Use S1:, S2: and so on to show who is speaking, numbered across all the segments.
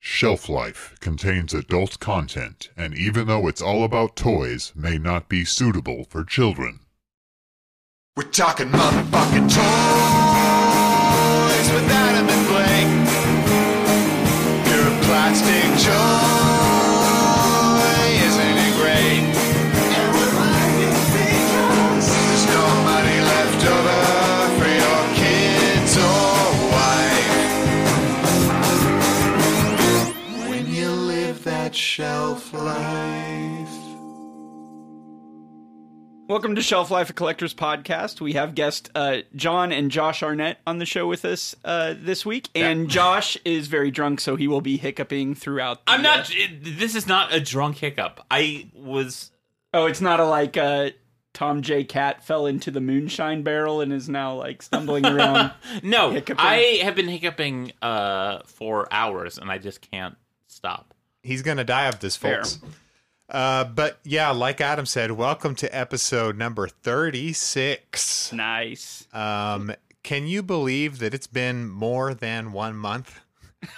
S1: shelf life, contains adult content, and even though it's all about toys, may not be suitable for children.
S2: We're talking motherfucking toys with Adam and Blake. You're a plastic joy, isn't it great? And we're finding features. There's no money left over for your kids or wife. When you live that shelf life.
S3: Welcome to Shelf Life a Collectors Podcast. We have guest uh, John and Josh Arnett on the show with us uh, this week, and Josh is very drunk, so he will be hiccuping throughout. The,
S4: I'm not.
S3: uh,
S4: It, this is not a drunk hiccup. I was.
S3: oh, it's not a like uh, Tom J. Cat fell into the moonshine barrel and is now like stumbling around.
S4: No,
S3: Hiccuping.
S4: I have been hiccuping uh, for hours, and I just can't stop.
S5: He's gonna die of this, folks. Uh, but yeah, like Adam said, welcome to episode number thirty-six.
S3: nice.
S5: Um, can you believe that it's been more than one month?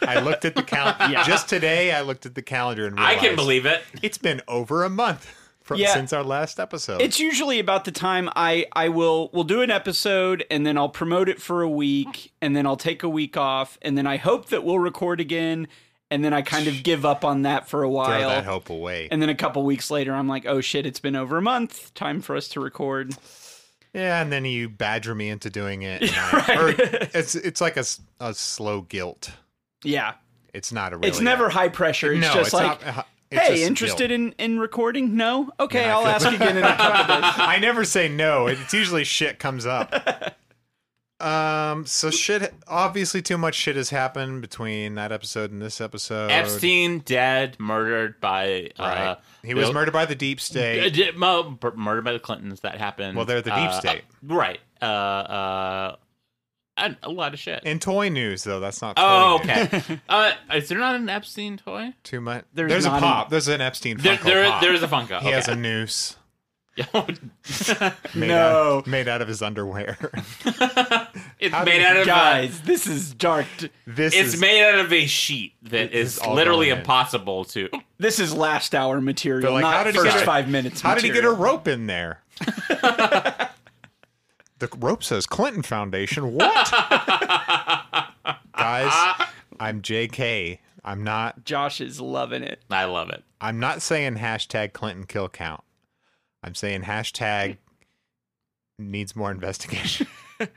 S5: I looked at the calendar just today. I looked at the calendar and
S4: I
S5: realized
S4: can believe it.
S5: it's been over a month from,
S3: Yeah.
S5: since our last episode.
S3: It's usually about the time I I will we'll do an episode and then I'll promote it for a week and then I'll take a week off and then I hope that we'll record again and then I kind of give up on that for a
S5: Throw
S3: while.
S5: that hope away.
S3: And then a couple weeks later I'm like, "Oh shit, it's been over a month. Time for us to record."
S5: yeah, and then you badger me into doing it. and I- or it's it's like a, s- a slow guilt.
S3: Yeah.
S5: It's not a really.
S3: it's never high pressure. It's
S5: no,
S3: just
S5: it's
S3: like
S5: not- uh, it's
S3: Hey,
S5: just
S3: interested
S5: guilt.
S3: in, in recording? No? Okay,
S5: Yeah, I
S3: I'll
S5: feel-
S3: ask again in a couple days.
S5: I never say no. It's usually shit comes up. Um, so shit. Obviously, too much shit has happened between that episode and this episode.
S4: Epstein dead, murdered by. Uh,
S5: right? he was
S4: Bill-
S5: murdered by the deep
S4: Uh,
S5: state.
S4: di- mu- bur- murdered by the Clintons. That happened.
S5: Well, they're the deep
S4: Uh,
S5: state.
S4: uh, right. Uh, uh, and a lot of shit.
S5: In toy news, though, that's not. Toy
S4: oh,
S5: news.
S4: okay. uh, is there not an Epstein toy?
S5: Too much.
S3: There's
S5: There's, a
S3: not an-
S5: pop. there's an Epstein.
S4: There,
S5: Funko
S4: there,
S5: pop.
S4: there is a Funko.
S5: He has a noose
S4: okay.
S5: made,
S3: No.
S5: out, made out of his underwear.
S4: it's
S5: How
S4: made
S5: did-
S4: out of uh,
S3: Guys, this is dark. t-
S5: this
S4: It's
S5: is
S4: made out of a sheet that
S5: This
S4: is
S5: is all
S4: literally
S5: gone in.
S4: impossible to.
S3: This is last hour material,
S5: They're like,
S3: not
S5: how did he
S3: first
S5: get a-
S3: 5 minutes
S5: How did he get a
S3: material.
S5: rope in there? the rope says Clinton Foundation. What? Guys, I'm JK. I'm not
S3: Josh is loving it.
S4: I love it.
S5: I'm not saying hashtag Clinton kill count. I'm saying hashtag needs more investigation.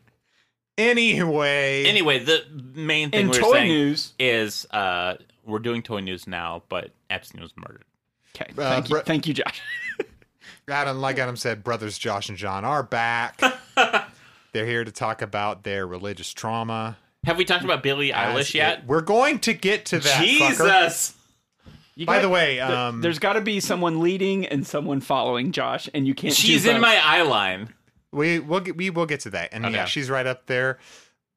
S5: anyway.
S4: Anyway, the main thing
S3: In
S4: we're
S3: toy
S4: saying
S3: news-
S4: is uh, we're doing toy news now, but Epstein was murdered.
S3: Okay.
S5: Uh,
S3: thank, you,
S5: Brett-
S3: thank you, Josh.
S5: Adam, like Adam said, brothers Josh and John are back. They're here to talk about their religious trauma.
S4: Have we talked about Billie
S5: As
S4: Eilish yet?
S5: it- We're going to get to that. fucker.
S4: Jesus.
S3: You
S5: By
S3: got-
S5: the way,
S3: th-
S5: um,
S3: there's got to be someone leading and someone following Josh, and you can't.
S4: She's
S3: do
S4: in
S3: both.
S4: my eye line.
S5: we we'll get, we will get to that. And yeah,
S4: Okay.
S5: she's right up there.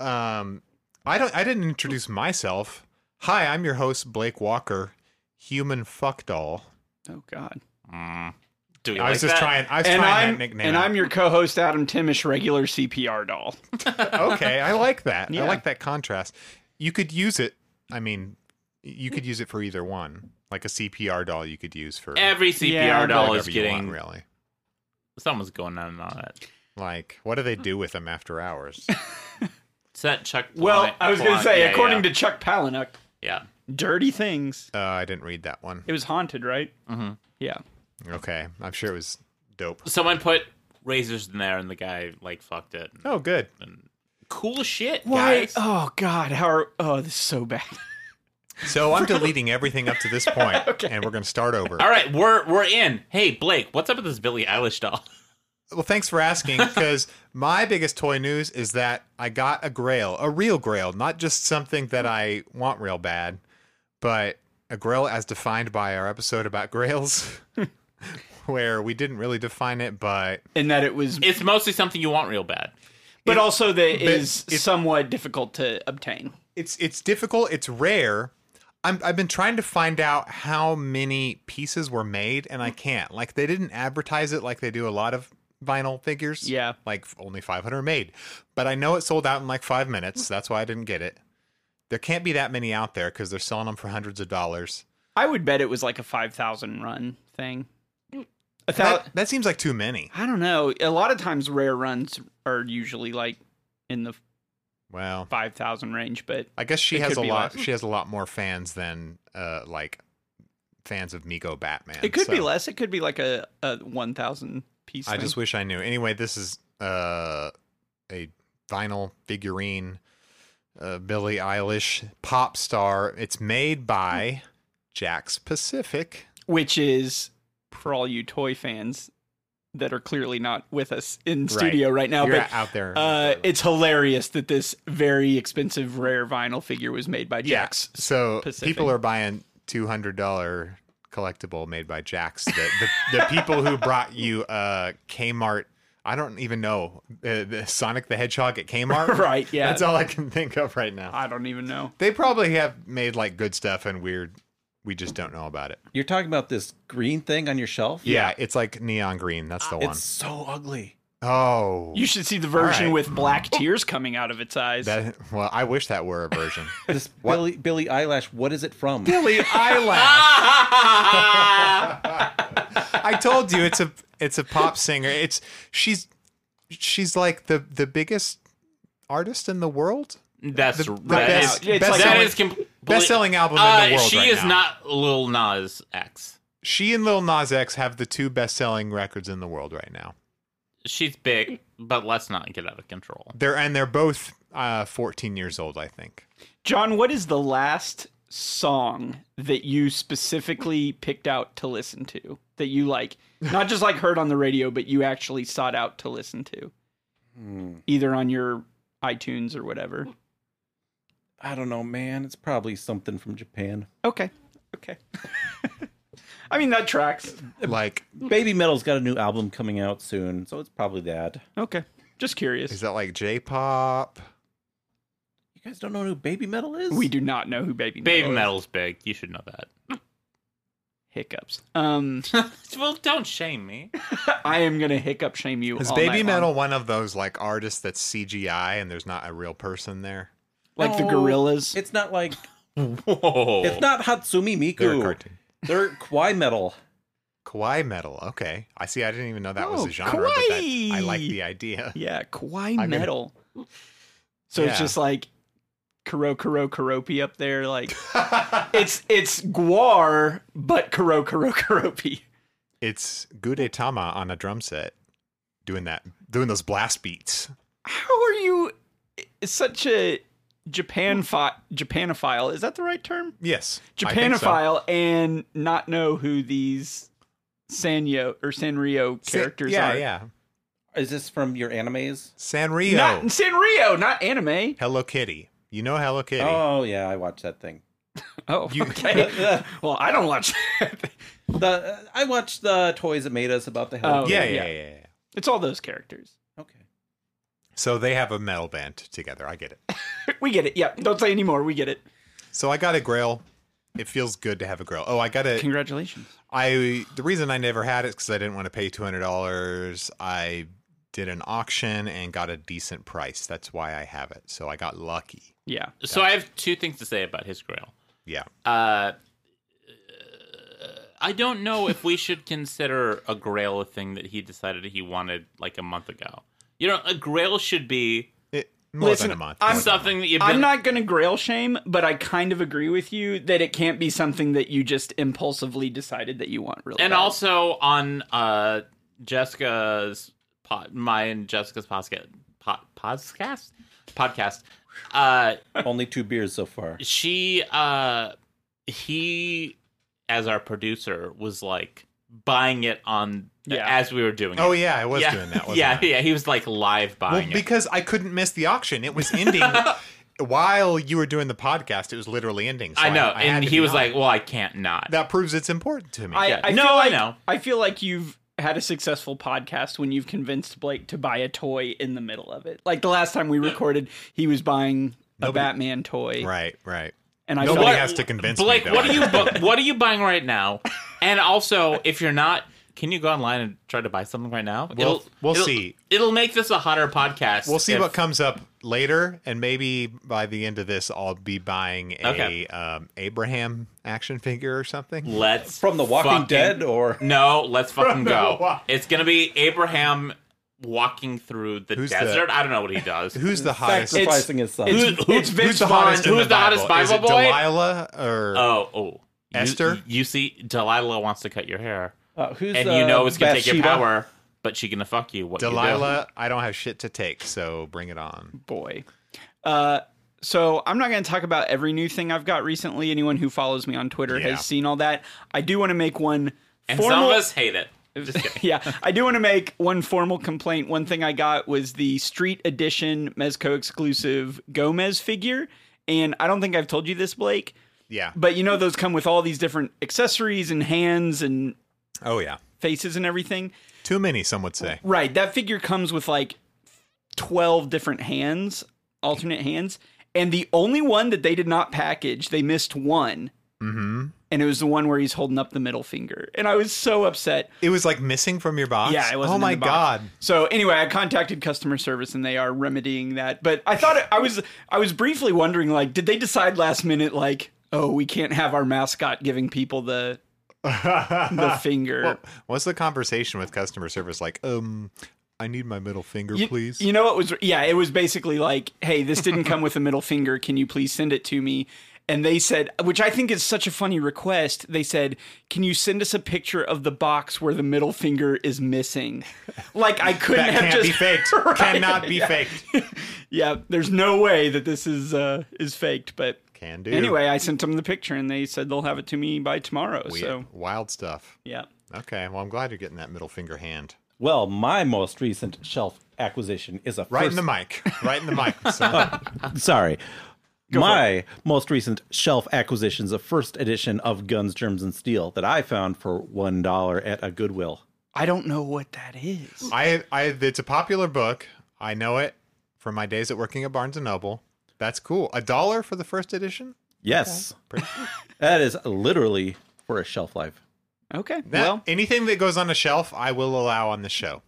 S5: Um, I don't. I didn't introduce myself. Hi, I'm your host Blake Walker, human fuck doll.
S3: Oh God.
S4: Do you
S5: Mm. I was
S4: like
S5: just
S4: that?
S5: trying. I was
S3: And
S5: trying
S3: I'm
S5: that nickname.
S3: and
S5: out.
S3: I'm your co-host Adam Timish, regular CPR doll.
S5: okay. I like that.
S3: Yeah.
S5: I like that contrast. You could use it. I mean, you could use it for either one. Like a CPR doll, you could use for
S4: Every CPR
S3: Yeah,
S4: doll
S5: whatever
S4: is
S5: you
S4: getting.
S5: want, really.
S4: Someone's going on and on it.
S5: Like, what do they do with them after hours?
S4: It's that Chuck.
S3: Well,
S4: Palahniuk-
S3: I was going to say,
S4: yeah,
S3: according
S4: yeah.
S3: to Chuck Palahniuk,
S4: yeah,
S3: dirty things.
S5: uh, I didn't read that one.
S3: It was haunted, right? Mm-hmm. Yeah.
S5: Okay, I'm sure it was dope.
S4: someone put razors in there, and the guy like fucked it.
S5: Oh, good.
S4: Cool shit.
S3: Why?
S4: guys.
S3: Oh God. How? Are, oh, this is so bad.
S5: So I'm deleting everything up to this point, and we're going to start over.
S4: All right, we're we're in. Hey, Blake, what's up with this Billie Eilish doll?
S5: Well, thanks for asking because my biggest toy news is that I got a grail, a real grail, not just something that I want real bad, but a grail as defined by our episode about grails,
S4: Hmm.
S5: where we didn't really define it, but
S3: And that it was,
S4: It's mostly something you want real bad.
S3: but also that is
S5: it's-
S3: somewhat difficult to obtain.
S5: it's it's difficult, it's rare. I'm, I've been trying to find out how many pieces were made, and I
S3: Hmm.
S5: can't. Like they didn't advertise it like they do a lot of vinyl figures.
S3: Yeah. Hmm.
S5: like only 500 made. But I know it sold out in like five minutes. That's why I didn't get it. There can't be that many out there because they're selling them for hundreds of dollars.
S3: I would bet it was like a five thousand run thing. A thou-
S5: That, that seems like too many.
S3: I don't know. A lot of times, rare runs are usually like in the
S5: Well,
S3: five thousand range, but
S5: I guess she
S3: It
S5: has
S3: could
S5: a
S3: be
S5: lot.
S3: less.
S5: She has a lot more fans than uh, like fans of Miko Batman.
S3: it could be
S5: so
S3: less. It could be like a, a one thousand piece.
S5: I
S3: thing.
S5: just wish I knew. Anyway, this is uh, a vinyl figurine, uh, Billie Eilish pop star. It's made by Jax Pacific.
S3: which is for all you toy fans that are clearly not with us in studio right now.
S5: You're
S3: but
S5: out there.
S3: uh, it's hilarious that this very expensive rare vinyl figure was made by Jax.
S5: So
S3: Pacific.
S5: people are buying two hundred dollar collectible made by Jax. The, the, the people who brought you uh, Kmart. I don't even know uh, the Sonic the Hedgehog at Kmart.
S3: Right, yeah.
S5: That's all I can think of right now.
S3: I don't even know.
S5: They probably have made like good stuff and weird. We just don't know about it.
S6: You're talking about this green thing on your shelf?
S5: Yeah, it's like neon green. That's the one.
S6: It's so ugly.
S5: Oh,
S3: You should see the version
S5: right. Oh.
S3: with black tears coming out of its eyes.
S5: that. Well, I wish that were a version.
S6: This Billy Billy eyelash. What is it from?
S5: Billy Eyelash. I told you it's a it's a pop singer. It's she's she's like the the biggest artist in the world.
S4: That's
S5: The
S4: right.
S5: best,
S3: Yeah, it's
S5: best
S3: like-
S4: that
S5: selling,
S4: is complete. Uh,
S5: best-selling album in the world
S4: She
S5: right
S4: is
S5: now.
S4: not Lil Nas X.
S5: she and Lil Nas X have the two best selling records in the world right now.
S4: She's big, but let's not get out of control.
S5: They're and they're both uh, 14 years old, I think.
S3: John, what is the last song that you specifically picked out to listen to that you like, not just like heard on the radio, but you actually sought out to listen to,
S6: Hmm.
S3: either on your iTunes or whatever?
S6: I don't know, man. It's probably something from Japan.
S3: Okay, okay. I mean that tracks.
S5: Like,
S6: Baby Metal's got a new album coming out soon, so it's probably that.
S3: Okay, just
S5: is
S3: curious.
S5: that like J-pop?
S6: You guys don't know who Baby Metal is?
S3: We do not know who Baby Metal
S4: Baby
S3: is.
S4: metal's big. You should know that.
S3: hiccups. Um,
S4: well, don't shame me.
S3: I am gonna hiccup shame you.
S5: Is
S3: all
S5: Baby
S3: night
S5: Metal
S3: long.
S5: one of those like artists that's CGI and there's not a real person there?
S3: like the
S5: Oh.
S6: No.
S3: Gorillas?
S6: It's not like
S4: Whoa.
S6: it's not Hatsumi
S5: They're a
S6: Miku.
S5: cartoon.
S6: They're Kwai Metal.
S5: Kawaii metal. Okay, I see. I didn't even know that was
S3: Oh,
S5: a genre. But that, I
S3: kawaii.
S5: like the idea.
S3: Yeah, kawaii
S5: gonna-
S3: metal. So it's
S5: Yeah.
S3: just like Kuro Kuro Karopi up there. Like it's it's Guar, but Kuro Kuro Karopi.
S5: It's Gudetama on a drum set, doing that, doing those blast beats.
S3: How are you such a Japan Japanophile? Is that the right term?
S5: Yes, I think so.
S3: Japanophile and not know who these Sanyo or Sanrio
S5: Sa-
S3: characters
S5: yeah,
S3: are.
S5: yeah.
S6: Is this from your animes?
S5: Sanrio,
S3: Not Sanrio, not anime.
S5: Hello Kitty. You know Hello Kitty.
S6: Oh yeah, I watched that thing.
S3: Oh,
S5: You-
S3: okay. well, I don't watch that.
S6: The I watched the toys that made us about the Hello.
S3: Oh,
S6: Kitty.
S5: yeah,
S3: yeah.
S5: yeah, yeah, yeah, yeah.
S3: It's all those characters.
S6: Okay.
S5: So they have a metal band together. I get it.
S3: We get it. Yeah. Don't say anymore. We get it.
S5: So I got a grill. It feels good to have a grill. Oh, I got a.
S3: Congratulations.
S5: I the reason I never had it is because I didn't want to pay two hundred dollars. I did an auction and got a decent price. That's why I have it. So I got lucky.
S3: Yeah.
S4: So I have two things to say about his grail.
S5: Yeah.
S4: Uh, I don't know if we should consider a grail a thing that he decided he wanted like a month ago. You know, a grail should be
S5: It, more
S3: Listen,
S5: than a month.
S3: I'm
S5: More than a month.
S4: something that you've been.
S3: I'm not going to grail shame, but I kind of agree with you that it can't be something that you just impulsively decided that you want really.
S4: and
S3: bad.
S4: also on uh, Jessica's pod, my and Jessica's podcast, pod, podcast, podcast. Uh,
S6: Only two beers so far.
S4: she uh he as our producer was like buying it on
S3: Yeah.
S4: as we were doing
S5: Oh
S4: it.
S5: yeah, I was
S4: yeah.
S5: doing that. Wasn't
S4: yeah,
S5: I?
S4: yeah, he was like live
S5: Well,
S4: buying it.
S5: because I couldn't miss the auction. It was ending while you were doing the podcast. It was literally ending. So
S4: I know,
S5: I had
S4: and
S5: to
S4: he
S5: be
S4: was
S5: on.
S4: like, "Well, I can't not."
S5: "That proves it's important to me."
S3: I,
S4: Yeah.
S3: I
S4: No,
S3: feel
S4: I
S3: like,
S4: know.
S3: I feel like you've had a successful podcast when you've convinced Blake to buy a toy in the middle of it. Like the last time we recorded, he was buying a Batman toy.
S5: right, right.
S3: And I
S5: Nobody
S3: felt,
S5: has to convince
S4: Blake,
S5: me. though.
S4: what are you bu- what are you buying right now? And also, if you're not, can you go online and try to buy something right now?
S5: We'll- we'll
S4: it'll-
S5: see.
S4: It'll make this a hotter podcast.
S5: We'll see
S4: if-
S5: what comes up later, and maybe by the end of this, I'll be buying a
S4: Okay.
S5: um, Abraham action figure or something.
S4: Let's
S6: From The Walking
S4: fucking-
S6: Dead or
S4: No, let's fucking
S5: The
S4: go.
S5: Walk-
S4: It's gonna be Abraham walking through the
S5: Who's the-
S4: desert. I don't know what he does.
S5: Who's the hottest?
S6: sacrificing his son?
S3: it's-
S4: Who-
S5: Who's
S4: who's, Vince
S5: the hottest?
S4: Vaughn?
S5: in
S4: Who's the hottest
S5: Bible? Is
S4: Bible
S5: it
S4: boy?
S5: Delilah or
S3: Uh,
S4: Oh, oh, You-
S5: Esther?
S4: You, see, Delilah wants to cut your hair,
S6: Uh, who's
S4: and you
S6: uh,
S4: know it's gonna take your
S6: Bathsheba?
S4: power, but she gonna fuck you. What you do.
S5: Delilah? I don't have shit to take, so bring it on.
S3: boy. Uh, so I'm not going to talk about every new thing I've got recently. Anyone who follows me on Twitter
S5: Yeah.
S3: has seen all that. I do want to make one
S4: And some
S3: formal.
S4: of us hate it. Just kidding.
S3: yeah, I do want to make one formal complaint. One thing I got was the Street Edition Mezco exclusive Gomez figure, and I don't think I've told you this, Blake.
S5: Yeah.
S3: But you know those come with all these different accessories and hands and
S5: Oh yeah.
S3: faces and everything.
S5: Too many, some would say.
S3: Right. That figure comes with like 12 different hands, alternate hands. And the only one that they did not package, they missed one.
S5: hmm
S3: And it was the one where he's holding up the middle finger. And I was so upset.
S5: It was like missing from your box.
S3: Yeah, it wasn't
S5: Oh
S3: in
S5: my
S3: the box.
S5: god.
S3: So anyway, I contacted customer service and they are remedying that. But I thought I was I was briefly wondering like did they decide last minute like oh we can't have our mascot giving people the the finger.
S5: Well, what's the conversation with customer service like? Um, I need my middle finger,
S3: you,
S5: please.
S3: You know what was yeah, it was basically like, hey, this didn't come with a middle finger. Can you please send it to me? And they said, which I think is such a funny request. They said, "Can you send us a picture of the box where the middle finger is missing?" Like I couldn't
S5: that
S3: have
S5: can't
S3: just
S5: be faked.
S3: Right.
S5: Cannot be
S3: Yeah.
S5: faked.
S3: Yeah, there's no way that this is uh, is faked. But
S5: Can do.
S3: anyway, I sent them the picture, and they said they'll have it to me by tomorrow.
S5: Weird.
S3: So
S5: wild stuff.
S3: yeah,
S5: Okay. Well, I'm glad you're getting that middle finger hand.
S6: Well, my most recent shelf acquisition is a
S5: Right
S6: first
S5: in the mic. Right in the mic. son.
S6: Sorry. My most recent shelf acquisition's a first edition of Guns, Germs, and Steel that I found for one dollar at a Goodwill.
S3: I don't know what that is.
S5: I, I, it's a popular book. I know it from my days at working at Barnes and Noble. That's cool. A dollar for the first edition.
S6: Yes, that is literally for a shelf life.
S3: Okay,
S5: That,
S3: well,
S5: anything that goes on a shelf, I will allow on the show.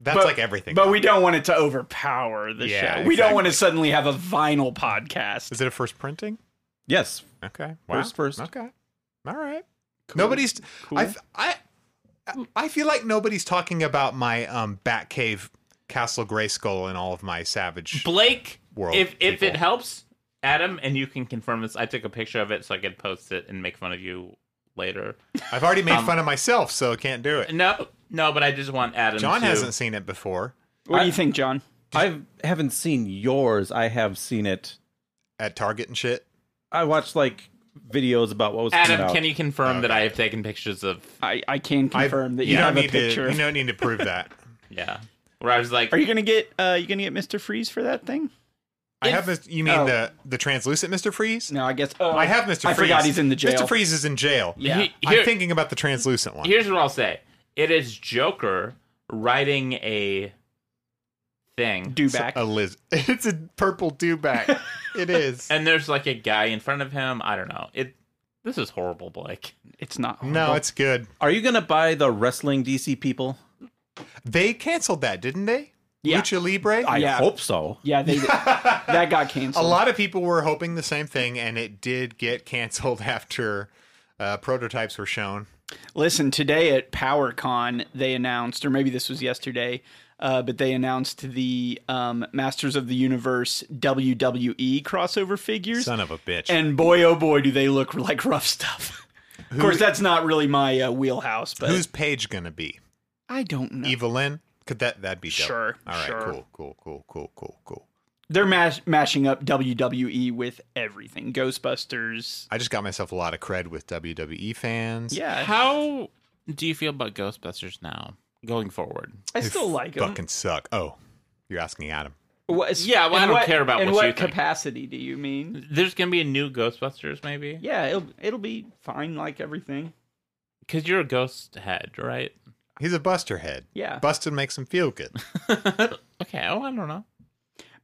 S5: That's like everything.
S3: But we don't want it to overpower the show.
S5: Yeah,
S3: We don't want to
S5: exactly.
S3: suddenly have a vinyl podcast.
S5: is it a first printing?
S6: Yes,
S5: Okay.
S6: First, first.
S5: Okay. All right. Nobody's. I,
S3: Cool.
S5: I. I feel like nobody's talking about my um Batcave Castle Grayskull and all of my Savage.
S4: Blake,
S5: World
S4: if if it
S5: people.
S4: helps, Adam, and you can confirm this. I took a picture of it so I could post it and make fun of you later.
S5: I've already made
S4: Um,
S5: fun of myself, so I can't do it.
S4: No, no, but I just want Adam.
S5: John
S4: to-
S5: hasn't seen it before
S3: What do you think, John?
S6: I haven't seen yours. I have seen it.
S5: at Target and shit.
S6: I watched like videos about what was coming
S4: Adam,
S6: out.
S4: can you confirm that I have taken pictures of
S3: I, I can
S5: I-
S3: confirm that you, have
S5: don't
S3: a
S5: need
S3: picture.
S5: To, you don't need to prove that.
S4: yeah? Where I was like,
S3: Are you gonna get uh you gonna get Mr. Freeze for that thing?
S5: I have. Mis- you mean
S3: oh.
S5: the the translucent Mister Freeze?
S3: No, I guess oh,
S5: I have Mister.
S3: I
S5: Freeze.
S3: forgot he's in the jail.
S5: Mister Freeze is in jail.
S4: Yeah. He-
S5: I'm
S4: here-
S5: thinking about the translucent one.
S4: here's what I'll say: It is Joker riding a thing,
S3: Do back.
S5: A liz. It's a purple dewback. it is.
S4: and there's like a guy in front of him. I don't know. It. This is horrible, Blake.
S3: it's not.
S5: No,
S3: horrible.
S5: it's good.
S6: Are you gonna buy the wrestling DC people?
S5: They canceled that, didn't they?
S3: Yeah.
S5: Lucha Libre.
S6: I
S3: Yeah.
S6: hope so.
S3: yeah. They that got
S5: a
S3: canceled.
S5: lot of people were hoping the same thing, and it did get canceled after uh, prototypes were shown.
S3: Listen, today at PowerCon, they announced, or maybe this was yesterday, uh, but they announced the um, Masters of the Universe WWE crossover figures.
S5: Son of a bitch.
S3: and boy, oh boy, do they look like rough stuff. of course, that's not really my uh, wheelhouse, but
S5: Who's Paige gonna be?
S3: I don't know.
S5: Evelyn? Could that that be dope.
S3: Sure,
S5: All right.
S3: sure.
S5: Cool. Cool. Cool. Cool. Cool. Cool.
S3: They're mash- mashing up WWE with everything Ghostbusters.
S5: I just got myself a lot of cred with WWE fans.
S3: Yeah,
S4: How do you feel about Ghostbusters now, going forward?
S3: I still like them.
S5: Fucking suck. Oh, you're asking Adam.
S3: What,
S4: Yeah, well, I
S3: in
S4: don't care about
S3: in
S4: what you think.
S3: capacity do you mean?
S4: There's gonna be a new Ghostbusters, maybe.
S3: Yeah, it'll it'll be fine, like everything.
S4: Because you're a ghost head, right?
S5: He's a Buster head.
S3: Yeah.
S5: Busted makes him feel good.
S4: okay, oh, I don't know.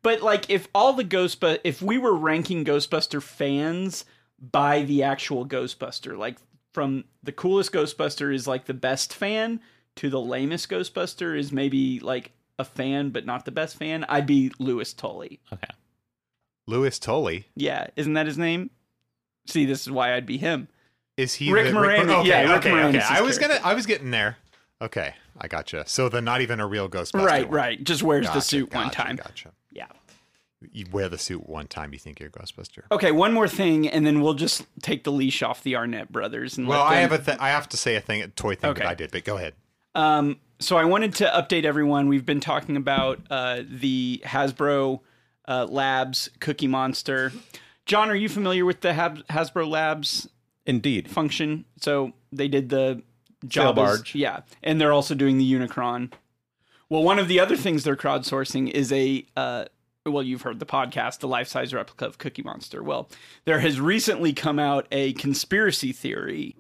S3: But like, if all the Ghostbusters, if we were ranking Ghostbuster fans by the actual Ghostbuster, like from the coolest Ghostbuster is like the best fan to the lamest Ghostbuster is maybe like a fan but not the best fan, I'd be Lewis Tully.
S4: Okay.
S5: Louis Tully.
S3: Yeah, isn't that his name? See, this is why I'd be him.
S5: Is he
S3: Rick
S5: the-
S3: Moranis.
S5: Okay,
S3: Yeah, Rick
S5: okay,
S3: Moranis
S5: okay.
S3: is
S5: I was
S3: character.
S5: gonna. I was getting there. Okay, I gotcha. So the not even a real Ghostbuster.
S3: Right,
S5: one.
S3: right. Just wears
S5: Gotcha,
S3: the suit one
S5: gotcha,
S3: time.
S5: Gotcha.
S3: Yeah.
S5: You wear the suit one time, you think you're a Ghostbuster.
S3: Okay, one more thing, and then we'll just take the leash off the Arnett brothers. And
S5: Well,
S3: let
S5: I
S3: them-
S5: have a. Th- I have to say a thing, a toy thing
S3: Okay.
S5: that I did. But go ahead.
S3: Um, so I wanted to update everyone. We've been talking about uh, the Hasbro uh, Labs Cookie Monster. John, are you familiar with the Hab- Hasbro Labs
S6: Indeed.
S3: function? So they did the
S6: Sail
S3: Jabba's-
S6: barge.
S3: yeah, and they're also doing the Unicron. Well, one of the other things they're crowdsourcing is a. Uh, well, you've heard the podcast, the life size replica of Cookie Monster. Well, there has recently come out a conspiracy theory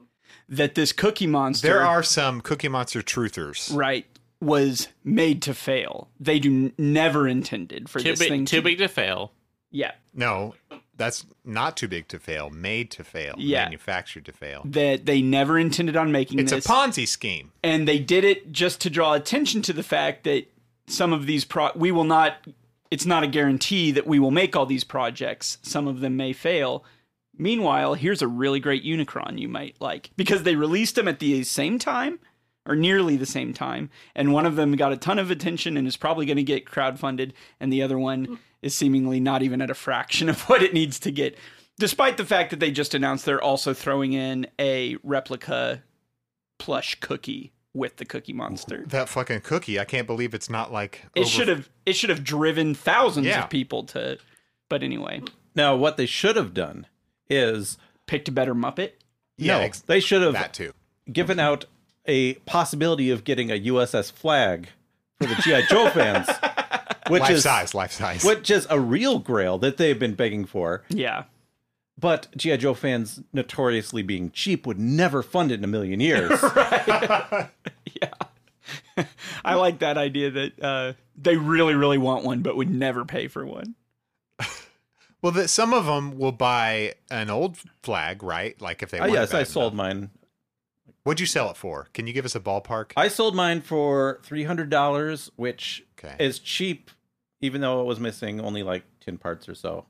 S3: that this Cookie Monster.
S5: There are some Cookie Monster truthers.
S3: right was made to fail. They do n- never intended for
S4: Too
S3: this
S4: big,
S3: thing
S4: too big to fail.
S3: Yeah,
S5: No, that's not too big to fail. Made to fail.
S3: Yeah.
S5: Manufactured to fail.
S3: that they never intended on making
S5: It's a
S3: this,
S5: Ponzi scheme.
S3: and they did it just to draw attention to the fact that some of these pro we will not. It's not a guarantee that we will make all these projects. Some of them may fail. Meanwhile, here's a really great Unicron you might like because they released them at the same time or nearly the same time, and one of them got a ton of attention and is probably going to get crowdfunded, and the other one is seemingly not even at a fraction of what it needs to get, despite the fact that they just announced they're also throwing in a replica plush cookie with the Cookie Monster.
S5: That fucking cookie. I can't believe it's not like.
S3: It should have it should have driven thousands
S5: Yeah.
S3: of people to, but anyway,
S6: Now, what they should have done is
S3: picked a better Muppet.
S5: Yeah,
S6: no,
S5: ex-
S6: they should have
S5: that too.
S6: given out a possibility of getting a USS flag for the GI Joe fans, which
S5: Life
S6: is
S5: size. Life size.
S6: which is a real grail that they've been begging for.
S3: Yeah,
S6: But GI Joe fans, notoriously being cheap, would never fund it in a million years.
S3: I like that idea that uh, they really really want one but would never pay for one.
S5: Well, that some of them will buy an old flag, right? Like if they.
S6: Ah,
S5: want it
S6: yes,
S5: bad
S6: I
S5: enough.
S6: sold mine.
S5: What'd you sell it for? Can you give us a ballpark?
S6: I sold mine for three hundred dollars, which
S5: Okay.
S6: is cheap, even though it was missing only like ten parts or so.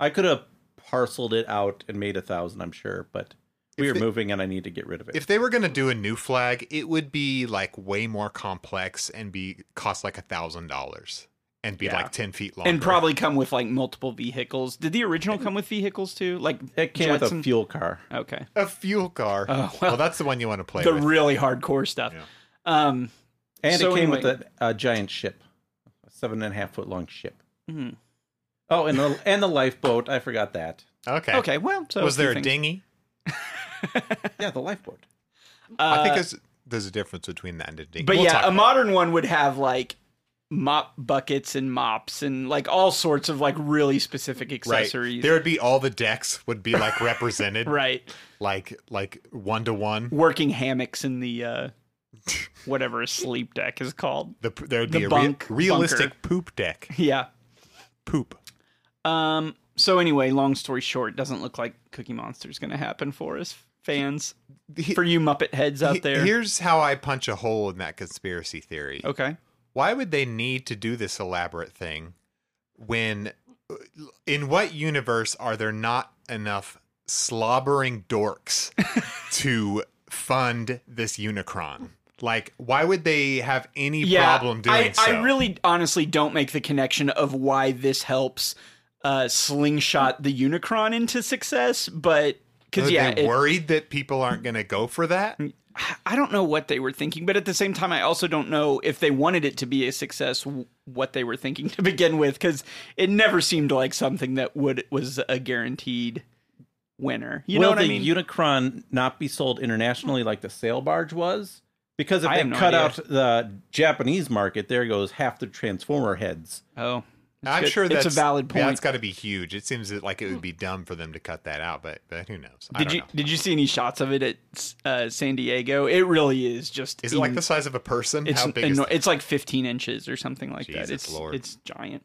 S6: I could have parceled it out and made a thousand, I'm sure, but we
S5: If
S6: are
S5: the-
S6: moving and I need to get rid of it.
S5: if they were going to do a new flag, it would be like way more complex and be cost like a thousand dollars and be
S3: Yeah.
S5: like ten feet long
S3: and probably come with like multiple vehicles. Did the original come with vehicles too? Like
S6: it came with
S3: Jetson?
S6: a fuel car.
S3: Okay,
S5: a fuel car.
S3: Oh,
S5: well.
S3: well.
S5: that's the one you want to play
S3: the
S5: with.
S3: really hardcore stuff. Um,
S6: And
S3: So
S6: it came with
S3: anyway-
S6: a, a giant ship, a seven and a half foot long ship.
S3: Mm-hmm.
S6: Oh, and the, and the lifeboat. I forgot that.
S5: okay.
S3: okay, well, so
S5: Eh, Was
S3: few
S5: there a
S3: things.
S5: dinghy?
S6: Yeah, the lifeboat.
S5: I think there's there's a difference between that and a dinghy.
S3: Uh, But
S5: We'll talk
S3: yeah, a
S5: about
S3: modern one would have like mop buckets and mops and like all sorts of like really specific
S5: it. right.
S3: accessories.
S5: There would be all the decks would be like represented,
S3: right,
S5: Like like one to one.
S3: working hammocks in the uh, whatever a sleep deck is called.
S5: The p- there would
S3: The
S5: be a
S3: bunk-
S5: realistic
S3: bunker.
S5: poop deck.
S3: Yeah.
S5: Poop.
S3: Um. So anyway, long story short, doesn't look like Cookie Monster's going to happen for us fans.
S5: He-
S3: for you Muppet heads out
S5: he-
S3: there.
S5: Here's how I punch a hole in that conspiracy theory.
S3: okay.
S5: why would they need to do this elaborate thing when in what universe are there not enough slobbering dorks to fund this unicron like why would they have any problem doing
S3: I,
S5: so
S3: I really honestly don't make the connection of why this helps uh, slingshot the Unicron into success, but
S5: are
S3: because yeah,
S5: they
S3: it- Mm,
S5: worried that people aren't going to go for that
S3: I don't know what they were thinking, but at the same time, I also don't know if they wanted it to be a success, w- what they were thinking to begin with, because it never seemed like something that would was a guaranteed winner. You
S6: Will
S3: know what
S6: the
S3: I mean?
S6: Unicron not be sold internationally like the sail barge was? Because if
S3: I
S6: they
S3: have no
S6: cut
S3: idea.
S6: out the Japanese market, there goes half the Transformer heads.
S3: oh, that's
S5: i'm
S3: good.
S5: sure that's
S3: it's a valid point.
S5: that's got to be huge it seems that, like it would be dumb for them to cut that out but but who knows I
S3: did
S5: don't
S3: you
S5: know.
S3: did you see any shots of it at uh, San Diego? It really is just
S5: is it like
S3: in-
S5: the size of a person
S3: It's
S5: how big is
S3: eno-
S5: that?
S3: it's like 15 inches or something like
S5: Jesus
S3: that. It's
S5: Lord.
S3: it's giant.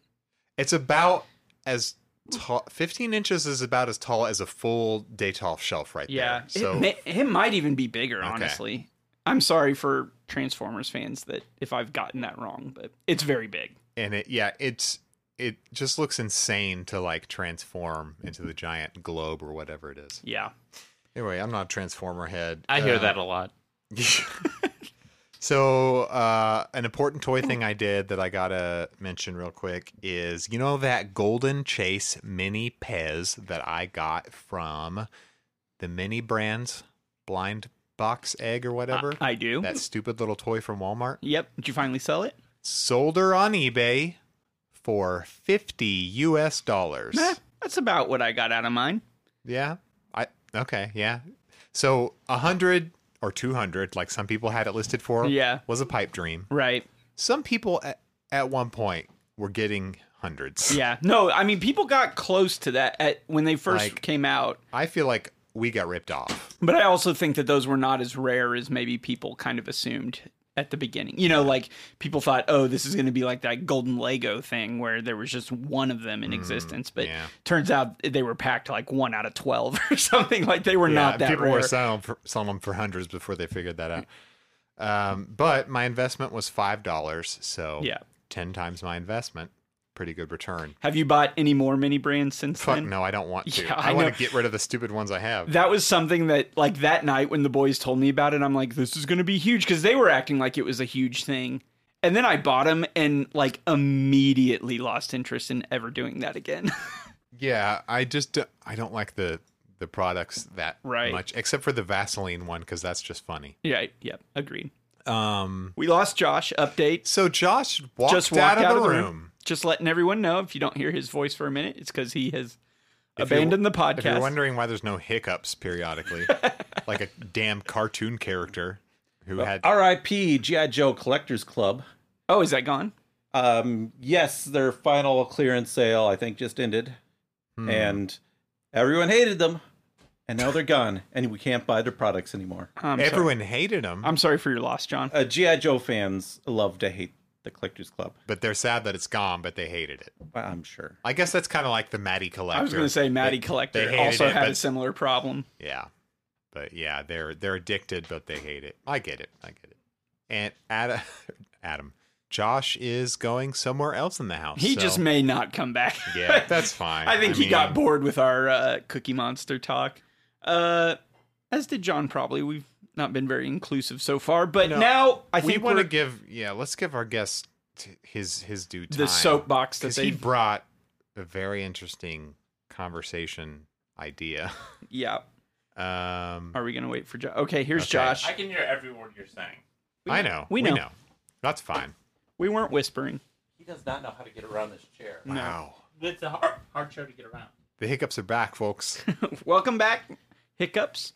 S5: It's about as tall. Fifteen inches is about as tall as a full Datolf shelf, right
S3: Yeah,
S5: there. So
S3: it, may, it might even be bigger. Honestly, I'm sorry for Transformers fans that if I've gotten that wrong, but it's very big.
S5: and it yeah, it's it just looks insane to like transform into the giant globe or whatever it is.
S3: Yeah.
S5: Anyway, I'm not a transformer head.
S4: I hear
S5: Uh,
S4: that a lot.
S5: so, uh, an important toy thing I did that I gotta mention real quick is you know that Golden Chase Mini Pez that I got from the Mini Brands Blind Box Egg or whatever?
S3: I do.
S5: that stupid little toy from Walmart.
S3: Yep. Did you finally sell it?
S5: Sold her on eBay for 50 US dollars.
S3: Nah, that's about what I got out of mine.
S5: Yeah. I okay, yeah. So a hundred or two hundred, like some people had it listed for,
S3: Yeah.
S5: was a pipe dream.
S3: Right.
S5: Some people at, at one point were getting hundreds.
S3: Yeah. No, I mean people got close to that at when they first
S5: Like-
S3: came out,
S5: I feel like we got ripped off.
S3: but I also think that those were not as rare as maybe people kind of assumed at the beginning. You know, like people thought, "Oh, this is going to be like that golden Lego thing where there was just one of them in existence," but
S5: Mm, yeah.
S3: turns out they were packed like 1 out of 12 or something like they were
S5: Yeah,
S3: not that
S5: people
S3: rare.
S5: were selling, for, selling them for hundreds before they figured that out. Um, but my investment was five dollars, so
S3: Yeah.
S5: ten times my investment. Pretty good return.
S3: Have you bought any more mini brands since
S5: Fuck
S3: then?
S5: no, I don't want to.
S3: Yeah,
S5: I,
S3: I
S5: want
S3: know.
S5: to get rid of the stupid ones I have.
S3: That was something that, like, that night when the boys told me about it, I'm like, this is going to be huge because they were acting like it was a huge thing. And then I bought them and, like, immediately lost interest in ever doing that again.
S5: yeah, I just d- I don't like the the products that
S3: Right.
S5: much, except for the Vaseline one because that's just funny.
S3: right. Yep. Agreed.
S5: Um,
S3: We lost Josh. Update.
S5: so Josh walked,
S3: Just walked
S5: out, of the room.
S3: Just letting everyone know if you don't hear his voice for a minute, it's because he has
S5: If you're-
S3: abandoned the
S5: If you're
S3: podcast.
S5: wondering why there's no hiccups periodically, like a damn cartoon character who had
S6: R.I.P. G.I. Joe Collectors Club.
S3: oh, is that gone?
S6: Um, yes, their final clearance sale I think just ended,
S3: Hmm.
S6: and everyone hated them, and now they're gone, and we can't buy their products anymore.
S3: I'm sorry.
S5: everyone hated him,
S3: I'm sorry for your loss, John.
S6: Uh, G.I. Joe fans love to hate the Collectors Club.
S5: but they're sad that it's gone. But they hated it.
S6: Well, I'm sure.
S5: I guess that's kind of like the Maddie collector.
S3: I was going to say Maddie Collector
S5: hated
S3: also
S5: it,
S3: had
S5: but-
S3: a similar problem.
S5: Yeah. But yeah, they're they're addicted, but they hate it. I get it. I get it. And Adam, Adam Josh is going somewhere else in the house.
S3: He
S5: so-
S3: just may not come back.
S5: yeah, that's fine.
S3: I think he got
S5: mean,
S3: bored with our uh, Cookie Monster talk, uh, as did John. Probably we've not been very inclusive so far, but
S5: No,
S3: now I
S5: We
S3: think
S5: want
S3: we're
S5: to give yeah. Let's give our guest t- his his due time.
S3: the soapbox that
S5: because
S3: they
S5: he brought a very interesting conversation idea.
S3: yeah.
S5: Um,
S3: Are we gonna wait for Josh? Okay, here's
S5: Okay.
S3: Josh.
S4: can hear every word you're saying.
S5: I know.
S3: we
S5: We
S3: know.
S5: know. That's fine.
S3: we weren't whispering.
S4: He does not know how to get around this chair.
S5: Wow.
S4: It's a hard, hard show to get around.
S5: The hiccups are back, folks.
S3: Welcome back, hiccups.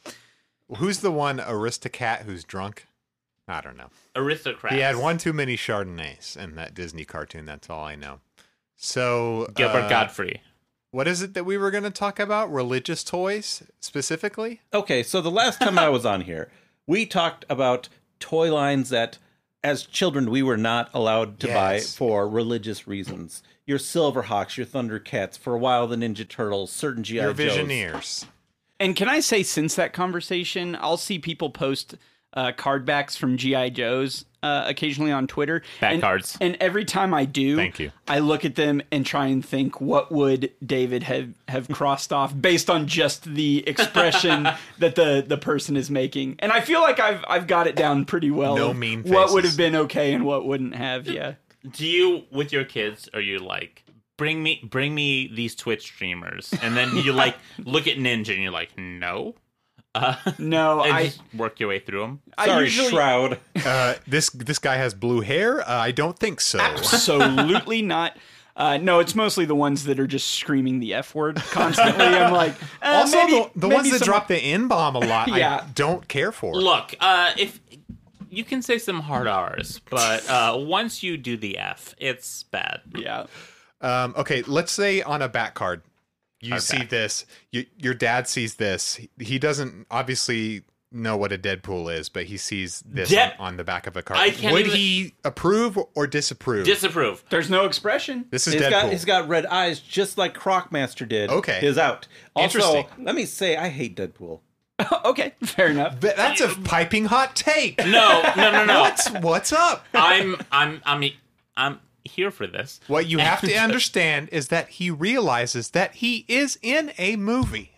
S5: Who's the one aristocrat who's drunk? I don't know.
S4: Aristocrats.
S5: He had one too many Chardonnays in that Disney cartoon. That's all I know. So,
S4: Gilbert
S5: uh,
S4: Godfrey.
S5: what is it that we were going to talk about? Religious toys specifically?
S6: Okay, so the last time I was on here, we talked about toy lines that, as children, we were not allowed to buy
S5: Yes.
S6: for religious reasons. Your Silverhawks, your Thundercats, for a while the Ninja Turtles, certain GI
S5: Your
S6: Joes.
S5: Visioneers.
S3: And can I say, since that conversation, I'll see people post uh, cardbacks from GI Joes uh, occasionally on Twitter.
S4: Back
S3: and,
S4: cards.
S3: And every time I do,
S5: Thank you.
S3: I look at them and try and think, what would David have have crossed off based on just the expression that the the person is making? And I feel like I've I've got it down pretty well.
S5: No
S3: of
S5: mean
S3: What would
S5: faces.
S3: have been okay and what wouldn't have? Yeah.
S4: Do you, with your kids, are you like, bring me, bring me these Twitch streamers, and then you like look at Ninja, and you're like, no,
S3: No,
S4: and
S3: I.
S4: just work your way through them.
S3: I
S6: Sorry,
S3: usually,
S6: Shroud.
S5: Uh, this this guy has blue hair? Uh, I don't think so.
S3: Ah, Absolutely not. Uh, no, it's mostly the ones that are just screaming the f word constantly. I'm like, uh,
S5: also,
S3: maybe-
S5: the, the
S3: maybe
S5: ones that
S3: some-
S5: drop the N bomb a lot,
S3: Yeah.
S5: I don't care for.
S4: Look, uh, if you can say some hard R's, but uh, once you do the F, it's bad.
S3: Yeah,
S5: Um, okay, let's say on a back card, you see
S4: back.
S5: this. You, your dad sees this. He- He doesn't obviously know what a Deadpool is, but he sees this
S4: Dead-
S5: on, on the back of a card.
S4: I can't
S5: Would
S4: even-
S5: he approve or disapprove?
S4: Disapprove.
S3: there's no expression.
S5: this is
S6: He's
S5: Deadpool.
S6: got, he's got red eyes just like Crocmaster did.
S5: Okay.
S6: Is out. Also,
S5: Interesting.
S6: let me say, I hate Deadpool.
S3: Oh, okay, fair enough.
S5: Th- That's a piping hot take.
S4: No, no, no, no.
S5: What's what's up?
S4: I'm, I'm, I'm, I'm. here for this.
S5: What you have to
S4: And-
S5: understand is that he realizes that he is in a movie.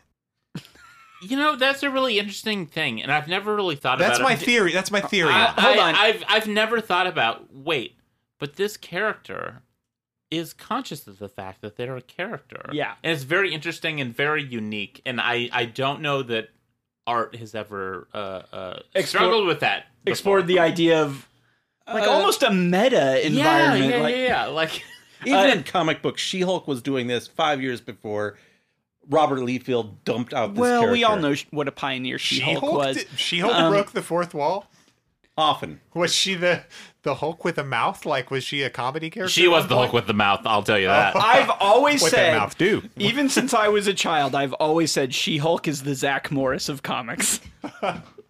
S4: You know, that's a really interesting thing, and I've never really thought
S5: That's
S4: about
S5: my
S4: it. Uh,
S5: theory. That's my theory.
S4: I,
S3: Hold
S4: I-
S3: on.
S4: I've I've never thought about wait, but this character is conscious of the fact that they're a character.
S3: Yeah.
S4: And it's very interesting and very unique. And I, I don't know that art has ever uh, uh,
S3: Explore-
S4: struggled with that. before.
S3: explored the idea of like
S6: Uh,
S3: almost a meta
S4: Yeah,
S3: environment.
S4: yeah,
S3: like,
S4: yeah, yeah. Like
S6: Even in comic books, She Hulk was doing this five years before Robert Leafield dumped out this
S3: Well, we all
S6: character.
S3: know sh- what a pioneer She-Hulk was. um,
S5: She Hulk broke the fourth wall.
S6: Often.
S5: Was she the the Hulk with a mouth? Like was she a comedy character?
S4: she was the Hulk with the mouth. I'll tell you that.
S3: I've always
S5: What that
S3: said,
S5: mouth do?
S3: even since I was a child, I've always said She-Hulk is the Zach Morris of comics.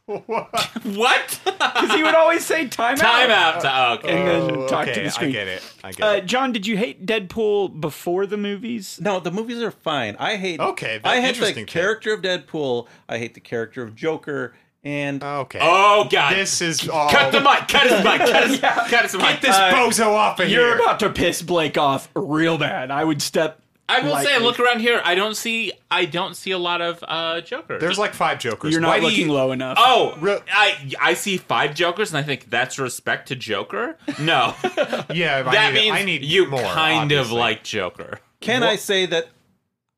S4: what?
S3: Because he would always say, time,
S4: Time
S3: out.
S4: out. Oh, okay.
S3: And then
S5: Oh,
S3: talk
S5: okay,
S3: to the
S5: I
S3: screen.
S5: get it. I get
S3: Uh,
S5: it.
S3: John, did you hate Deadpool before the movies?
S6: No, the movies are fine. I hate.
S5: Okay, that-
S6: I hate the
S5: interesting thing.
S6: character of Deadpool. I hate the character of Joker. And
S5: Okay.
S4: Oh god.
S5: this is all.
S4: cut the mic. Cut his mic. Cut his, cut his mic.
S5: Get this bozo off of
S3: Uh, You're
S5: here.
S3: about to piss Blake off real bad. I would step.
S4: I will say,
S3: lightly.
S4: look around here. I don't see. I don't see a lot of uh, Joker.
S5: There's like five jokers.
S3: You're not
S5: Why do
S3: looking
S5: you-
S3: low enough.
S4: Oh,
S5: Re-
S4: I I see five Jokers, and I think that's respect to Joker. No, that
S5: Yeah, I need,
S4: means
S5: I need
S4: you
S5: more,
S4: kind
S5: obviously.
S4: of like Joker.
S6: can I say that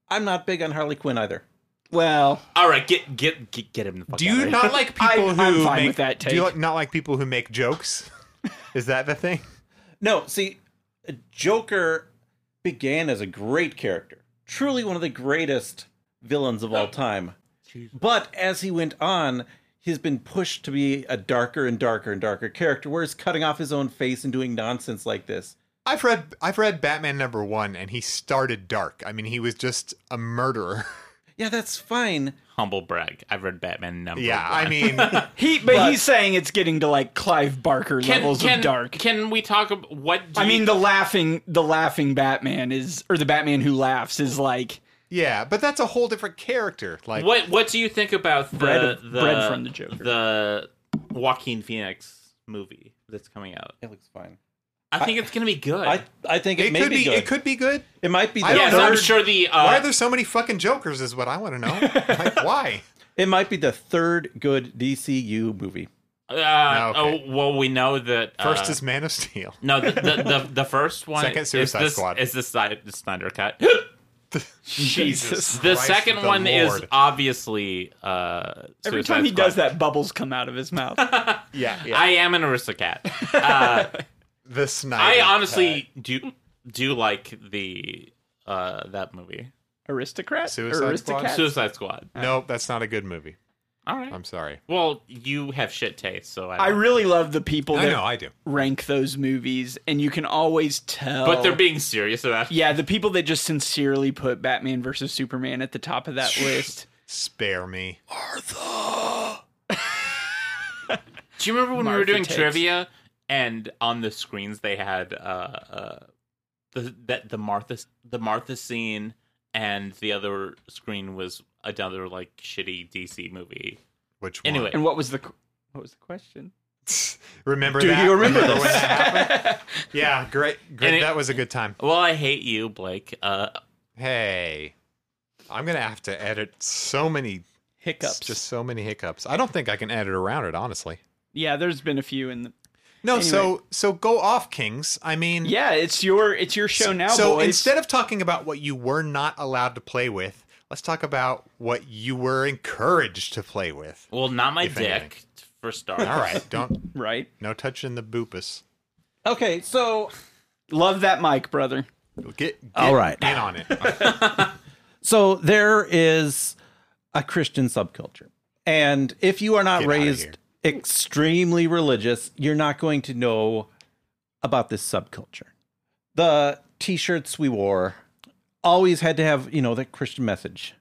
S6: I'm not big on Harley Quinn either?
S3: Well,
S4: All right, get get get, get him. The fuck
S5: Do
S4: out
S5: you
S4: of
S5: not like
S3: I-
S5: people who
S3: I'm fine
S5: make
S3: with that
S5: Do you
S3: take.
S5: like- not like people who make jokes? Is that the thing?
S6: No, see, Joker began as a great character, truly one of the greatest villains of all time. But as he went on, he's been pushed to be a darker and darker and darker character, where he's cutting off his own face and doing nonsense like this.
S5: I've read I've read Batman number one, and he started dark. I mean, he was just a murderer.
S6: Yeah, that's fine.
S4: humble brag. I've read Batman number.
S5: yeah,
S4: one.
S5: I mean,
S3: he but, he's saying it's getting to like Clive Barker levels
S4: can,
S3: of dark.
S4: Can we talk about what? Do
S3: I
S4: you-
S3: mean, the laughing, the laughing Batman is, or the Batman who laughs is like
S5: yeah, but that's a whole different character. Like,
S4: what what do you think about the
S3: Bread-
S4: the
S3: bread from the Joker.
S4: the Joaquin Phoenix movie that's coming out?
S6: It looks fine.
S4: I think it's gonna be good.
S6: I, I think it,
S5: it
S6: may
S5: could
S6: be,
S5: be,
S6: good.
S5: it could be good.
S6: It might be. The
S5: I don't
S4: yes,
S5: know.
S4: I'm
S6: third,
S4: sure the uh,
S5: why are there so many fucking jokers? Is what I want to know. like, why?
S6: It might be the third good DCU movie.
S4: Uh,
S5: No, okay.
S4: Oh well, we know that uh,
S5: First is Man of Steel.
S4: no the the, the, the first one.
S5: Second
S4: is
S5: Suicide
S4: this-
S5: Squad.
S4: is the Side the Snyder cut.
S3: Jesus.
S4: The
S5: Christ
S4: second
S5: the
S4: one is
S5: Lord.
S4: obviously uh,
S3: Every
S4: Suicide
S3: time he
S4: Squad.
S3: does that, bubbles come out of his mouth.
S5: Yeah, yeah.
S4: I am an aristocrat. Uh,
S5: the Snyder.
S4: I honestly do do like the uh, that movie
S3: Aristocrat,
S5: Suicide
S3: Aristocat?
S5: Squad?
S4: Suicide Squad.
S5: nope, that's not a good movie.
S4: All right.
S5: I'm sorry.
S4: Well, you have shit taste, so I.
S3: I
S4: don't-
S3: really love the people
S5: I
S3: that
S5: know, I do.
S3: rank those movies, and you can always tell.
S4: but they're being serious about. it.
S3: yeah, the people that just sincerely put Batman versus Superman at the top of that list.
S5: Spare me.
S4: Do you remember when we were
S3: Martha
S4: doing
S3: takes.
S4: trivia and on the screens they had uh, uh, the that the Martha the Martha scene and the other screen was another like shitty DC movie.
S5: Which one?
S4: Anyway,
S3: And what was the qu- what was the question?
S5: remember
S6: Do
S5: that?
S6: you remember this?
S5: when that happened? yeah, great. great.
S4: And it-
S5: that was a good time.
S4: well, I hate you, Blake. Uh,
S5: Hey, I'm gonna have to edit so many
S3: Hiccups.
S5: Just so many hiccups. I don't think I can edit around it, honestly.
S3: yeah, there's been a few in the.
S5: No, so so go off, Kings. I mean,
S3: Yeah, it's your it's your show now,
S5: Mm. so
S3: boys.
S5: instead of talking about what you were not allowed to play with, let's talk about what you were encouraged to play with.
S4: well, not my
S5: If
S4: dick
S5: anything.
S4: for starters.
S5: All right, don't
S3: right,
S5: no touching the boopus.
S6: Okay, so
S3: love that mic, brother.
S5: Get, get
S6: All right.
S5: in on it.
S6: so there is a Christian subculture. And if you are not
S5: Get outta here.
S6: raised extremely religious, you're not going to know about this subculture. The t-shirts we wore always had to have, you know, the Christian message.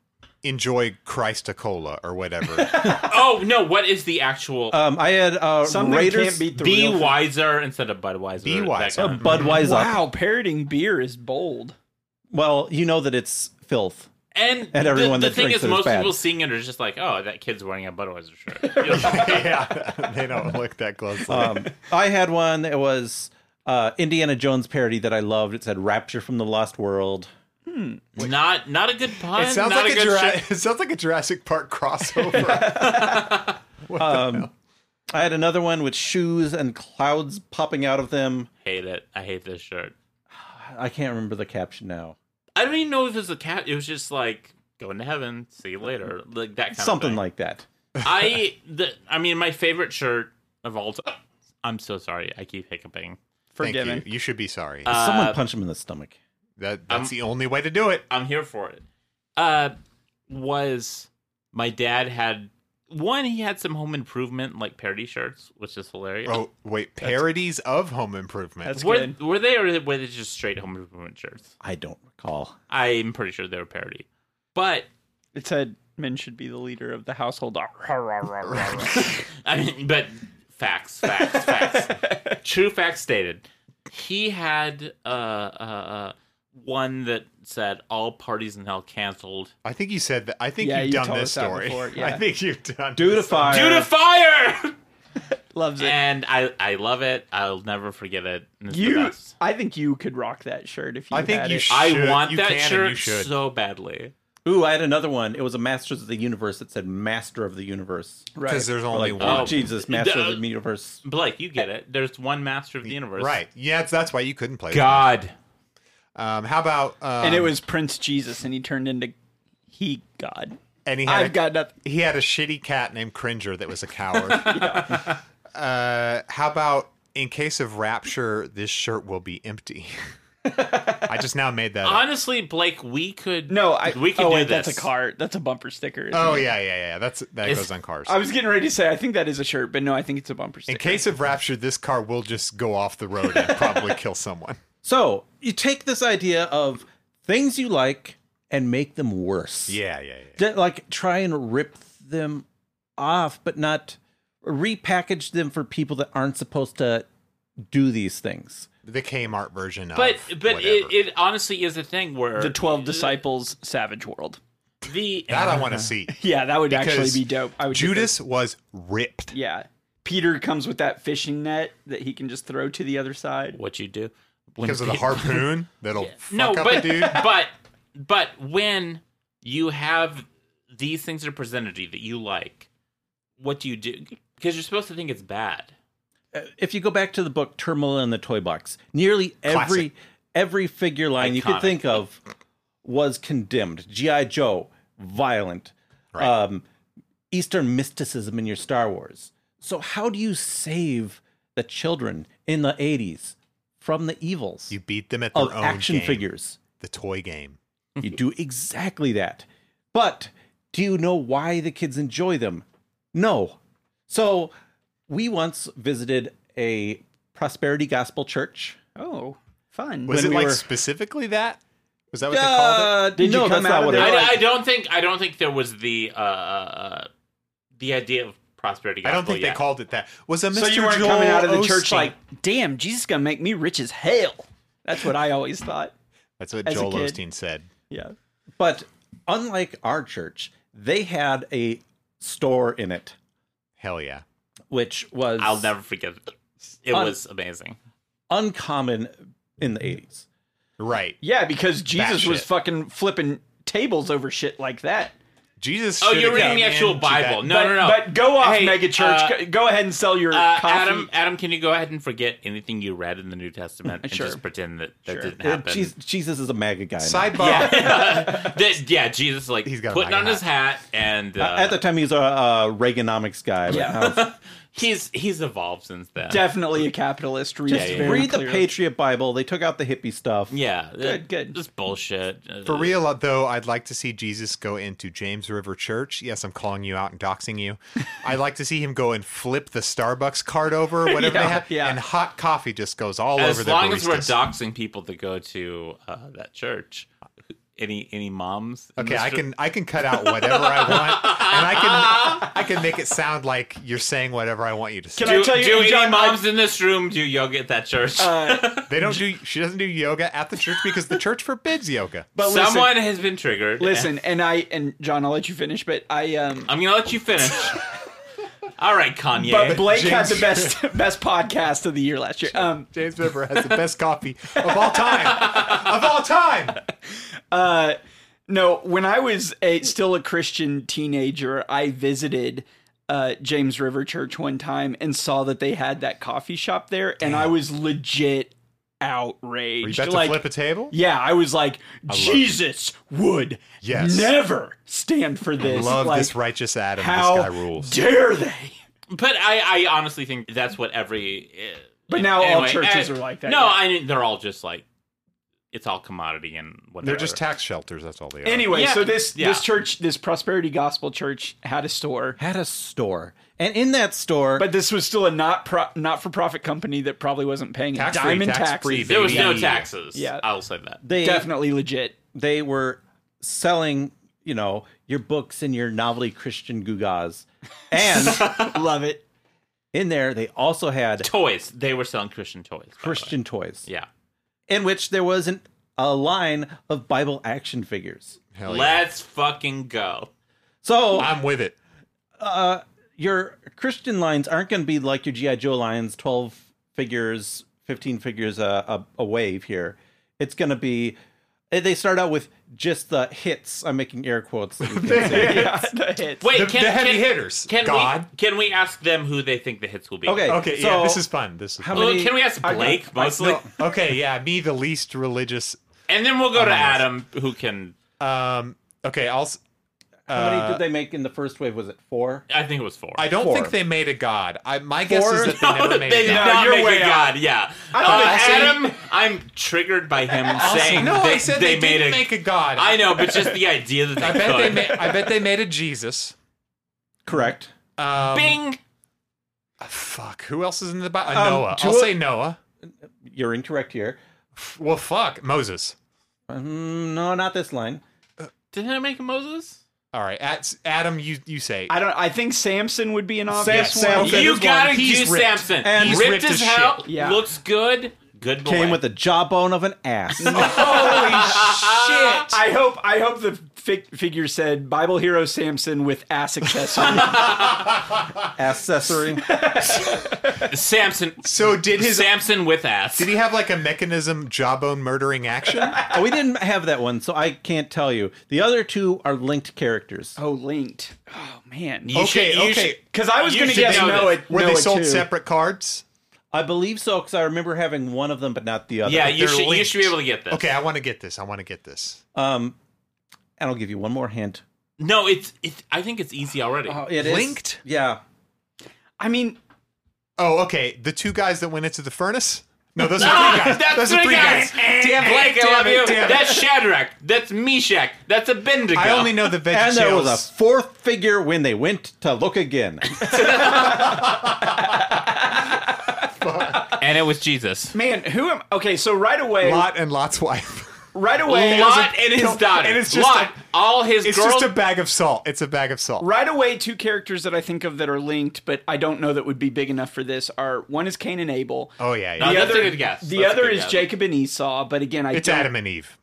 S5: Enjoy Christacola or whatever.
S4: Oh no, what is the actual?
S6: Um I had uh
S3: Something
S6: Raiders
S3: can't beat the
S4: be
S3: real.
S4: wiser instead of Budweiser.
S5: Be
S4: that
S5: wiser.
S3: Oh.
S4: kind of-
S6: Budweiser.
S3: Wow, parroting beer is bold.
S6: Well, you know that it's filth.
S4: And,
S6: And everyone
S4: the, the
S6: that
S4: thing
S6: drinks
S4: is,
S6: it is
S4: most
S6: bad.
S4: people seeing it are just like, "Oh, that kid's wearing a Budweiser shirt." You're like,
S5: yeah, they don't look that closely.
S6: Um, I had Um, one that was uh, Indiana Jones parody that I loved. It said "Rapture from the Lost World."
S4: Not not a good pun.
S5: It sounds
S4: not
S5: like a,
S4: good
S5: Jura-
S4: shit.
S5: it sounds like a Jurassic Park crossover.
S6: I had another one with shoes and clouds popping out of them.
S4: Hate it. I hate this shirt.
S6: I can't remember the caption now.
S4: I don't even know if it was a cat. It was just like going to heaven. See you later. Like that kind
S6: Something
S4: of thing.
S6: like that.
S4: I. The, I mean, my favorite shirt of all time. I'm so sorry. I keep hiccuping.
S5: Thank you.
S3: Forgiven.
S5: You should be sorry.
S3: Uh,
S4: Uh,
S6: Someone punch him in the stomach.
S5: that that's
S4: um,
S5: the only way to do it.
S4: I'm here for it. Uh, was my dad had one? He had some home improvement like parody shirts, which is hilarious.
S5: Oh wait, parodies of Home Improvement.
S3: That's
S4: were,
S3: good.
S4: were they or were they just straight home improvement shirts?
S6: I don't recall.
S4: I'm pretty sure they were parody, but
S3: It said men should be the leader of the household.
S4: I mean, but facts, facts, facts. True facts stated. He had uh, uh, uh, one that said all parties in hell canceled
S5: I think you said that. I think
S3: Yeah,
S5: you've
S3: you
S5: done
S3: told
S5: this
S3: us that
S5: story.
S3: before, yeah.
S5: I think you've done.
S6: Due to
S5: this.
S6: fire.
S4: due to fire,
S3: Loves it.
S4: and I I love it. I'll never forget it. And it's the
S3: you,
S4: best.
S3: I think you could rock that shirt if you.
S5: I think
S3: had
S5: you
S3: it.
S5: should.
S4: I want
S5: you can
S4: that
S5: and
S4: shirt
S5: You should.
S4: so badly.
S6: Ooh, I had another one. It was a Masters of the Universe that said Master of the Universe.
S5: because there's
S6: Or
S5: only
S6: like,
S5: one.
S6: oh, Jesus, Master
S4: Duh.
S6: of the Universe.
S4: Blake, you get it. There's one master of the universe,
S5: Right. Yeah, it's- that's why you couldn't play.
S4: God,
S5: Um, how about? Um,
S3: and it was Prince Jesus, and he turned into he God.
S5: And he had
S3: I've
S5: a,
S3: got nothing.
S5: He had a shitty cat named Cringer that was a coward. uh, how about? In case of rapture, this shirt will be empty. I just now made that. up.
S4: honestly, Blake, we could
S3: No, I.
S4: we could
S3: oh,
S4: do
S3: wait,
S4: this.
S3: That's a car. That's a bumper sticker. isn't
S5: Oh
S3: it?
S5: yeah, yeah, yeah. That's that
S4: It's-
S5: goes on cars.
S3: I was getting ready to say I think that is a shirt, but no, I think it's a bumper sticker.
S5: In case of rapture, this car will just go off the road and probably kill someone.
S6: So you take this idea of things you like and make them worse.
S5: Yeah, yeah, yeah.
S6: Th- like try and rip them off, but not repackage them for people that aren't supposed to do these things.
S5: The Kmart version of
S4: but but
S5: whatever.
S4: it, it honestly is a thing where
S3: the twelve disciples, Savage World.
S4: the
S5: that I want to see.
S3: Yeah, that would actually
S5: Because
S3: be dope. I would get
S5: Judas was ripped.
S3: that. Yeah, Peter comes with that fishing net that he can just throw to the other side.
S4: what you do when
S5: Because of the
S4: pe-
S5: harpoon that'll fuck
S4: No,
S5: up
S4: but
S5: a dude.
S4: but but when you have these things that are presented to you that you like, what do you do? Because you're supposed to think it's bad.
S6: Uh, If you go back to the book Turmoil in the Toy Box, nearly every every figure line you could
S4: Iconic.
S6: think of was condemned. GI Joe, violent.
S5: Right.
S6: Um, Eastern mysticism in your Star Wars. So how do you save the children in the 80s from the evils
S5: You beat them at their
S6: of
S5: own
S6: action
S5: game,
S6: figures?
S5: The toy game.
S6: You do exactly that. But do you know why the kids enjoy them? No. So we once visited a prosperity gospel church.
S3: Oh, fun.
S5: Was
S6: When
S5: it
S6: we
S5: like
S6: were-
S5: specifically that? Was that what they called
S6: Uh,
S3: Did you
S6: no,
S3: come
S6: that's
S3: out
S6: not
S3: of
S6: what
S3: there
S6: it
S4: I,
S3: like-
S4: I don't think I don't think there was the uh, uh, the idea of prosperity.
S5: it? I don't
S4: gospel
S5: think
S4: yet.
S5: they called it that. Was a Mr.
S3: so you weren't
S5: Joel
S3: coming out of the church
S5: Osteen-
S3: like, damn, Jesus is gonna make me rich as hell. That's what I always thought.
S5: That's what
S3: as a
S5: Joel
S3: kid.
S5: Osteen said.
S3: Yeah.
S6: But unlike our church, they had a store in it,
S5: Hell yeah.
S6: which was
S4: I'll never forget. It, it
S6: Un-
S4: was amazing.
S6: uncommon in the 80s.
S5: Right.
S3: Yeah, because Jesus was
S5: shit.
S3: fucking flipping tables over shit like that.
S5: Jesus.
S4: Oh,
S5: should've
S4: you're reading the
S5: came
S4: actual
S5: into
S4: Bible.
S5: that-
S4: No,
S3: but,
S4: no, no.
S3: But go off,
S4: Hey,
S3: mega church.
S4: uh,
S3: go, go ahead and sell your
S4: Uh,
S3: coffee.
S4: Adam, Adam, can you go ahead and forget anything you read in the New Testament and
S3: Sure.
S4: just pretend that that
S3: Sure.
S4: didn't
S6: Uh,
S4: happen?
S6: Jesus, Jesus is a MAGA guy. now.
S5: Sidebar.
S4: That- yeah, Jesus like
S5: He's got a
S4: putting
S5: MAGA
S4: on his hat, and uh,
S6: Uh, At the time, he was a, uh Reaganomics guy. but
S3: Yeah.
S6: now it's-
S4: he's he's evolved since then.
S3: definitely a capitalist. Reads
S6: Just
S3: very
S6: read the
S3: clearly.
S6: Patriot Bible. They took out the hippie stuff.
S4: yeah,
S3: Good, good.
S4: This bullshit.
S5: For real, uh, though, I'd like to see Jesus go into James River Church. Yes, I'm calling you out and doxing you. I'd like to see him go and flip the Starbucks card over, whatever
S3: Yeah,
S5: they have,
S3: yeah.
S5: and hot coffee just goes all over
S4: as
S5: the
S4: long as we're
S5: baristas.
S4: doxing people to go to uh, that church, any any moms? in
S5: Okay,
S4: this
S5: I
S4: church?
S5: can I can cut out whatever I want, and I can I can make it sound like you're saying whatever I want you to say.
S3: Can I
S4: Do,
S3: tell you, Uh,
S4: do any
S3: John,
S4: moms in this room do yoga at that church?
S5: They don't do she doesn't do yoga at the church because the church forbids yoga.
S3: But
S4: Someone
S3: listen,
S4: has been triggered.
S3: listen, and I and John, I'll let you finish. But I um,
S4: I'm gonna let you finish. All right, Kanye.
S3: But Blake
S5: James-
S3: had the best best podcast of the year last year. Um,
S5: James Weber has the best coffee of all time. of all time.
S3: uh, no, when I was a, still a Christian teenager, I visited uh, James River Church one time and saw that they had that coffee shop there, and I was legit outraged.
S5: Were you about
S3: like,
S5: to flip a table?
S3: Yeah, I was like, Jesus would
S5: Yes.
S3: never stand for this.
S5: Love
S3: like,
S5: this righteous Adam.
S3: How
S5: this guy rules.
S3: dare they?
S4: But I, I honestly think that's what every. eh,
S3: But now all
S4: anyway,
S3: churches
S4: eh,
S3: are like that,
S4: No,
S3: yeah.
S4: I mean, they're all just like it's all commodity and whatever.
S5: They're just tax shelters. That's all they are.
S3: Anyway,
S4: Yeah,
S3: so this
S4: yeah.
S3: this church, this Prosperity Gospel Church, had a store,
S6: Had a store, and in that store,
S3: but this was still a not pro- not for profit company that probably wasn't paying a
S5: Tax-free,
S3: dime in
S5: tax-free,
S3: taxes.
S4: there was no
S5: Baby.
S4: taxes.
S3: Yeah.
S4: I'll say that.
S6: they
S3: Definitely legit.
S6: they were selling, you know, your books and your novelty Christian gewgaws, and
S3: Love it.
S6: in there they also had
S4: Toys. They were selling Christian toys. by the way.
S6: Christian toys,
S4: Yeah.
S6: in which there was an, a line of Bible action figures.
S5: Hell yeah.
S4: Let's fucking go.
S6: So
S5: I'm with it.
S6: your Christian lines aren't going to be like your GI Joe lines, twelve figures, fifteen figures a, a, a wave here. It's going to be eh, they start out with just the hits. I'm making air quotes. that you can't see.
S3: Yeah, the hits.
S4: Wait,
S5: The-
S4: can,
S5: the heavy
S4: can-
S5: hitters.
S4: Can
S5: God.
S4: we can we ask them who they think the hits will be?
S6: Okay,
S5: Okay,
S6: so
S5: yeah, this is fun. This is
S6: how
S4: Well,
S6: many?
S4: can we ask Blake mostly,
S5: No, okay, yeah, me the least religious.
S4: and then we'll go to Adam, who can.
S5: Um, okay, I'll. s-
S6: How many
S5: uh,
S6: did they make in the first wave? Was it four?
S4: I think it was four.
S5: I don't
S6: Four.
S5: think they made a god. I, my guess
S6: Four?
S5: is that they never
S4: No,
S5: made
S4: they
S5: a
S4: did
S5: god.
S4: not
S3: you're
S4: make
S3: way
S4: a god. Yeah,
S3: I
S4: uh, Adam, I'm triggered by him saying
S5: no,
S4: they,
S5: I said
S4: they,
S5: they,
S4: made
S5: didn't
S4: a.
S5: make a god.
S4: I know, but just the idea that they
S5: I bet they
S4: could.
S5: made. I bet they made a Jesus.
S6: Correct.
S5: Um,
S4: Bing.
S5: Fuck. Who else is in the Bible?
S6: Um,
S5: Noah.
S6: to
S5: I'll
S6: a-
S5: say Noah.
S6: You're incorrect here.
S5: Well, fuck Moses.
S6: Mm, no, not this line.
S4: Didn't I make a Moses?
S5: All right, At, Adam, you you say.
S3: I don't. I think Samson would be an obvious
S5: Sam-
S3: one.
S5: Okay, Sam-
S4: you
S5: this
S4: gotta
S5: one, he's
S4: do
S5: ripped.
S4: Samson.
S6: And
S4: he's
S5: he's
S4: ripped,
S5: ripped
S4: as
S5: as
S4: hell.
S5: shit.
S3: Yeah.
S4: Looks good. Good boy.
S6: Came with the jawbone of an ass.
S3: Holy
S5: Uh,
S3: shit! I hope. I hope the fig- figure said Bible hero Samson with ass accessory.
S6: Accessory.
S4: Samson.
S5: so did his
S4: Samson with ass.
S5: did he have like a mechanism jawbone murdering action?
S6: Oh, we didn't have that one, so I can't tell you. The other two are linked characters.
S3: oh, linked. Oh man.
S4: You
S5: Okay,
S4: you
S5: okay.
S3: Because I was
S4: You
S3: going to
S4: should
S3: guess
S4: know
S3: no.
S4: this.
S3: It,
S5: Were
S3: no
S5: they
S3: it
S5: sold
S3: too.
S5: separate cards?
S6: I believe so, because I remember having one of them, but not the other.
S4: yeah, you
S5: They're
S4: should, you should be
S5: linked.
S4: able to get this.
S5: Okay, I want to get this. I want to get this.
S6: Um, and I'll give you one more hint.
S4: No, it's it's. I think it's easy already.
S5: Uh-huh.
S6: Oh, it is-
S5: Linked?
S6: Yeah.
S3: I mean,
S5: Oh, okay. The two guys that went into the furnace? No, those are Ah, three guys.
S4: That's
S5: those are
S4: three guys.
S5: Damn
S4: Blake,
S5: it, damn
S4: I love
S5: it,
S4: you.
S5: damn it.
S4: That's Shadrach. That's Meshach. That's Abednego.
S5: I only know the veggie
S6: And there was a
S5: tales.
S6: fourth figure when they went to look again.
S4: And it was Jesus.
S3: man, who am? Okay, so right away,
S5: Lot and Lot's wife.
S3: right away,
S4: Lot and his
S5: no,
S4: daughter.
S5: and it's just
S4: Lot,
S5: a-
S4: all his
S5: It's
S4: girls.
S5: just a bag of salt. It's a bag of salt.
S3: right away, two characters that I think of that are linked, but I don't know that would be big enough for this. Are one is Cain and Abel.
S5: Oh yeah, yeah.
S4: No,
S3: the
S4: that's
S3: other,
S4: a good guess.
S3: The
S4: That's a
S3: other
S4: good
S3: is
S4: guess.
S3: Jacob and Esau, but again, I
S5: it's
S3: don't.
S5: Adam and Eve.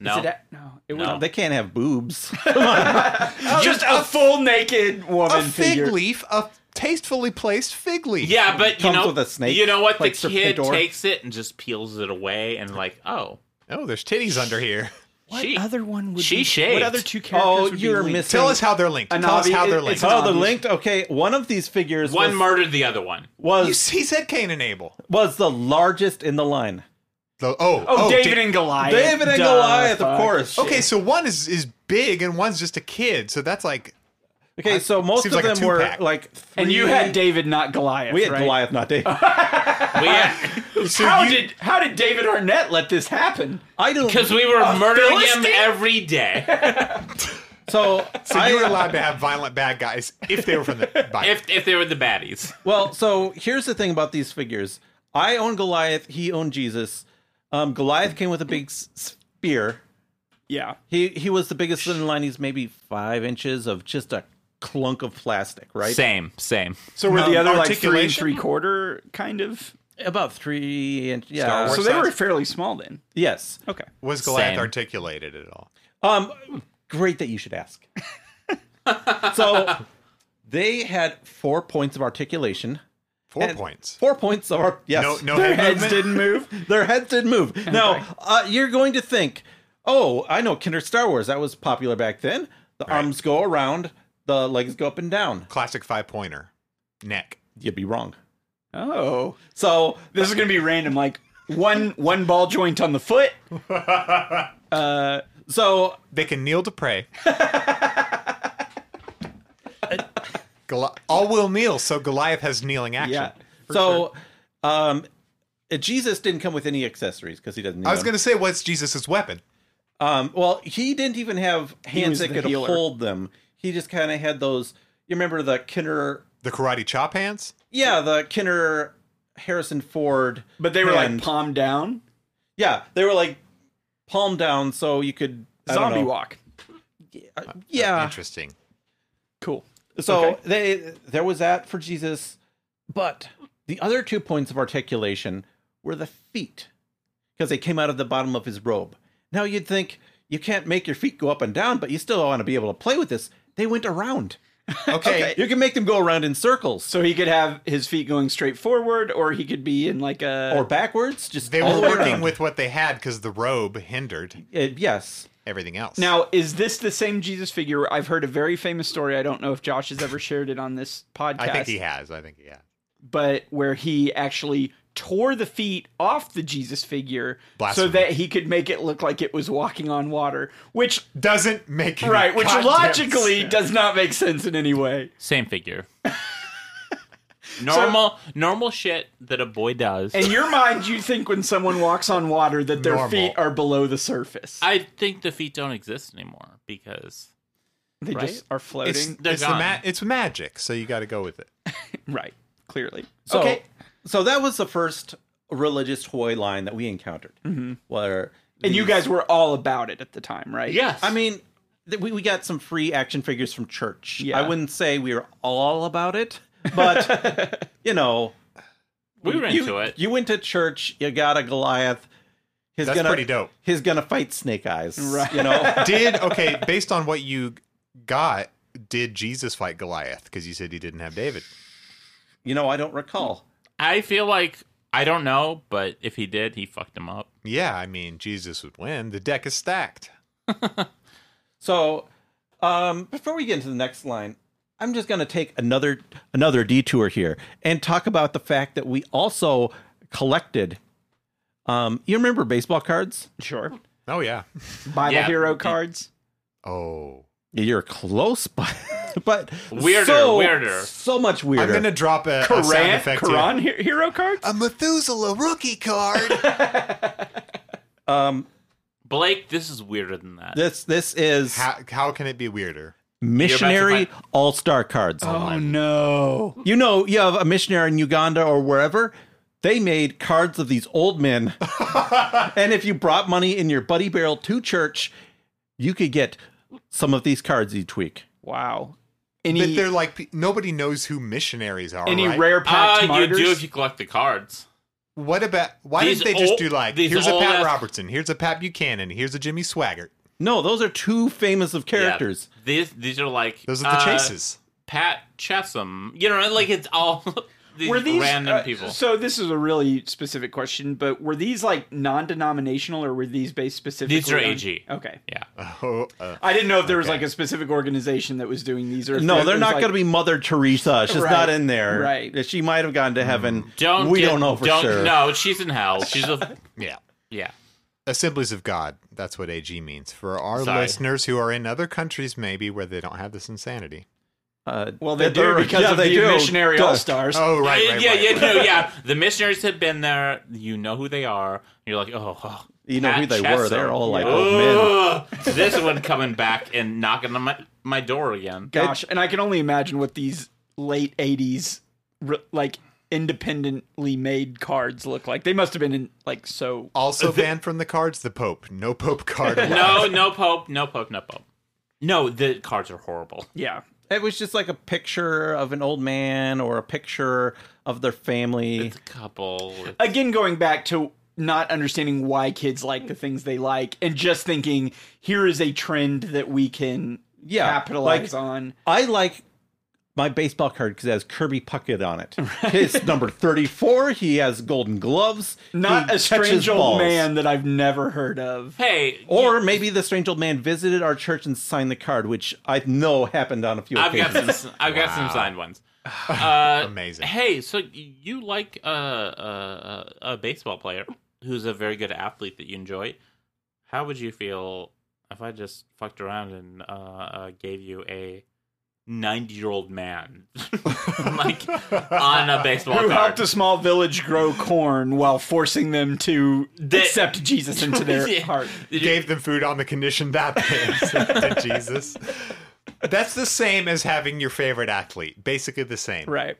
S4: no.
S3: Is it A- no, it
S4: No.
S3: was
S6: they can't have boobs.
S3: just a full naked woman
S5: A fig
S3: figure.
S5: leaf, a tastefully placed fig leaf.
S4: yeah, but you
S6: Comes
S4: know,
S6: with a snake,
S4: you know what?
S6: like
S4: the kid
S6: Serpentor.
S4: takes it and just peels it away and like, oh,
S5: Oh, there's titties under here.
S3: What
S4: She-
S3: other one would
S4: she
S3: be?
S4: shaved.
S3: What other two characters?
S6: oh,
S3: would
S6: you're
S3: be linked?
S6: missing.
S5: Tell us how they're linked.
S3: An
S5: Tell us
S3: obvi-
S5: how they're
S3: it-
S5: linked.
S3: it's-
S6: Oh, they're
S3: obvious.
S6: linked. Okay, one of these figures
S4: one
S6: was,
S4: murdered the other one.
S5: You
S6: was
S5: s- he said Cain and Abel.
S6: was the largest in the line.
S5: The- oh,
S3: Oh, David
S5: Da-
S3: and Goliath.
S6: David and
S3: Duh,
S6: Goliath, of
S3: fuck.
S6: course.
S5: Okay, so one is is big and one's just a kid. So that's like
S6: Okay, so most of
S5: Seems like a
S6: them were
S5: two-pack.
S6: like three.
S3: And you had David, not Goliath.
S6: We had
S3: right?
S6: Goliath, not David.
S4: We
S5: so
S3: how
S5: you-
S3: did how did David Arnett let this happen?
S6: I don't.
S4: because we were murdering him
S3: Philistine?
S4: every day.
S6: So,
S5: so
S6: I, uh,
S5: you were allowed to have violent bad guys if they were from the Bible.
S4: if if they were the baddies.
S6: Well, so here's the thing about these figures. I own Goliath. He owned Jesus. Um, Goliath came with a big s- spear.
S3: Yeah.
S6: He he was the biggest in the line. He's maybe five inches of just a clunk of plastic, right?
S4: Same, same.
S3: So were the
S5: Um,
S3: other like three and
S5: articulation?
S3: three quarter kind of?
S6: About three inch. Yeah.
S5: Star Wars.
S3: So they
S5: size?
S3: were fairly small then.
S6: Yes.
S3: Okay.
S5: was Goliath
S4: Same.
S5: articulated at all?
S6: Um, great that you should ask. so They had four points of articulation.
S5: Four
S6: and-
S5: points.
S6: Four points of art. Yes.
S5: No- no
S6: Their
S5: head
S6: heads
S5: movement?
S6: didn't move. Their heads didn't move. Now uh, you're going to think, oh, I know Kinder Star Wars. That was popular back then. The arms go around. The legs go up and down.
S5: Classic five pointer. Neck.
S6: You'd be wrong.
S3: Oh,
S6: So
S3: this is gonna be random. Like one one ball joint on the foot.
S6: so
S5: They can kneel to pray. Goli- all will kneel, so Goliath has kneeling action.
S6: yeah. So um, uh, Jesus didn't come with any accessories because he doesn't. Need
S5: I was
S6: them.
S5: going to say, what's Jesus' weapon?
S6: Um, well, he didn't even have hands
S3: was
S6: that
S3: the
S6: could
S3: healer.
S6: hold them. He just kind of had those. You remember the Kinder?
S5: The karate chop hands?
S6: Yeah, the Kinder Harrison Ford.
S3: But they were
S6: hand.
S3: like palm down,
S6: yeah, they were like palm down, so you could I don't
S3: zombie
S6: know.
S3: walk.
S6: Yeah,
S5: Interesting.
S3: Cool.
S6: so they there was that for Jesus, but the other two points of articulation were the feet because they came out of the bottom of his robe. Now you'd think you can't make your feet go up and down, but you still want to be able to play with this. They went around.
S5: Okay.
S6: You can make them go around in circles.
S3: So he could have his feet going straight forward, or he could be in like a.
S6: or backwards. Just
S5: They
S6: all
S5: were
S6: the way
S5: working
S6: around.
S5: with what they had because the robe hindered
S6: Uh, yes.
S5: everything else.
S3: now, is this the same Jesus figure? I've heard a very famous story. I don't know if Josh has ever shared it on this podcast.
S5: I think he has. I think he has.
S3: but where he actually tore the feet off the Jesus figure
S5: Blasphemy.
S3: so that he could make it look like it was walking on water, which
S5: Doesn't make any
S3: right, which
S5: goddamn
S3: logically
S5: sense.
S3: does not make sense in any way.
S4: Same figure. normal, normal shit that a boy does.
S3: In your mind, you think when someone walks on water that their
S5: Normal.
S3: feet are below the surface.
S4: I think the feet don't exist anymore because
S3: they
S4: right?
S3: just are
S5: It's,
S3: floating.
S4: They're
S5: it's, the
S4: gone.
S5: ma- it's magic, so you got to go with it.
S3: right, clearly.
S6: So,
S3: okay.
S6: So that was the first religious toy line that we encountered. Mm-hmm. Where
S3: And you guys were all about it at the time, right?
S4: yes,
S6: I mean, th- we we got some free action figures from church.
S3: Yeah.
S6: I wouldn't say we were all about it, but you know,
S4: we were into
S6: you,
S4: it.
S6: You went to church. You got a Goliath. He's
S5: That's
S6: gonna,
S5: pretty dope.
S6: He's gonna fight Snake Eyes.
S3: Right.
S6: You know.
S5: Did okay, based on what you got, did Jesus fight Goliath? Because you said you didn't have David.
S6: you know. I don't recall.
S4: I feel like I don't know, but if he did, he fucked him up.
S5: Yeah, I mean Jesus would win. The deck is stacked.
S6: So, um, before we get into the next line, I'm just going to take another another detour here and talk about the fact that we also collected. Um, you remember baseball cards?
S3: Sure.
S5: Oh yeah.
S3: Bible
S4: Yeah.
S3: hero cards.
S5: Oh.
S6: You're close, but but
S4: Weirder,
S6: so,
S4: weirder.
S6: so much weirder.
S5: I'm gonna drop a, a sound
S3: Quran,
S5: effect
S3: Quran
S5: here.
S3: he- hero cards?
S5: A Methuselah rookie card.
S6: um,
S4: Blake, this is weirder than that.
S6: this this is
S5: how, how can it be weirder?
S6: missionary
S4: find-
S6: all star cards.
S3: oh, no.
S6: You know, you have a missionary in Uganda or wherever. They made cards of these old men. and if you brought money in your buddy barrel to church, you could get some of these cards each week.
S3: Wow.
S5: But
S3: Any,
S5: they're like pe- nobody knows who missionaries are.
S3: any
S5: right?
S3: rare packed
S4: Ah, you
S3: martyrs?
S4: do if you collect the cards.
S5: What about why
S4: These
S5: didn't they just
S4: old-
S5: do like
S4: these
S5: here's a
S4: old
S5: Pat
S4: ass-
S5: Robertson, here's a Pat Buchanan, here's a Jimmy Swaggart.
S6: No, those are too famous of characters.
S4: Yeah. These these are like
S5: Those are the
S4: uh,
S5: chases.
S4: Pat Chesham. You know, like it's all these,
S3: were these
S4: random
S3: uh,
S4: people.
S3: So this is a really specific question, but were these like non-denominational or were these based specifically?
S4: These are
S3: on-
S4: AG.
S3: Okay,
S4: yeah.
S5: Oh, uh,
S3: I didn't know if there was like a specific organization that was doing these. Or if
S6: No,
S3: there
S6: they're
S3: was,
S6: not
S3: like-
S6: going to be Mother Teresa. She's
S3: Right.
S6: not in there.
S3: Right.
S6: She might have gone to heaven.
S4: Hmm. Don't
S6: we
S4: get-
S6: don't know for
S4: don't,
S6: sure.
S4: No, she's in hell. She's a
S5: yeah.
S4: yeah.
S5: Assemblies of God. That's what AG means. For our
S4: Sorry.
S5: listeners who are in other countries, maybe where they don't have this insanity.
S6: Uh,
S3: Well, they do
S6: they're-
S3: because
S6: yeah,
S3: of
S6: they
S3: the
S6: do.
S3: missionary
S6: Duh.
S3: all stars.
S5: Oh, right, right,
S4: Uh, yeah,
S5: right,
S4: yeah,
S5: right.
S4: no, yeah. The missionaries have been there. You know who they are. You're like, oh, oh,
S6: You know who
S4: Pat
S6: they were. They're
S4: Chesham.
S6: all like oh, old men.
S4: Ugh. this one coming back and knocking on my, my door again.
S3: Gosh, and I can only imagine what these late '80s re- like independently made cards look like. They must have been in like so.
S5: Also banned from the cards, the Pope. No Pope card. allowed.
S4: No, no pope, no pope, no pope. No, the cards are horrible.
S3: Yeah,
S6: It was just like a picture of an old man or a picture of their family.
S4: It's a couple.
S3: again going back to not understanding why kids like the things they like and just thinking here is a trend that we can
S6: Yeah,
S3: capitalize
S6: like-
S3: on
S6: I like my baseball card because it has Kirby Puckett on it. It's number 34. He has golden gloves.
S3: Not
S6: He
S3: a strange
S6: catches
S3: old
S6: balls.
S3: man that I've never heard of.
S4: Hey,
S6: Or maybe the strange old man visited our church and signed the card, which I know happened on a few
S4: I've got
S6: occasions.
S4: some. I've got some signed ones. Uh,
S5: Amazing.
S4: Hey, so you like uh, uh, a baseball player who's a very good athlete that you enjoy? How would you feel if I just fucked around and uh, uh, gave you a ninety-year-old man like on a baseball
S3: Who helped
S4: card?
S3: a small village grow corn while forcing them to
S4: That-
S3: accept Jesus into their
S4: Yeah.
S3: heart?
S5: gave them food on the condition that they accepted Jesus. That's the same as having your favorite athlete. Basically the same.
S3: Right.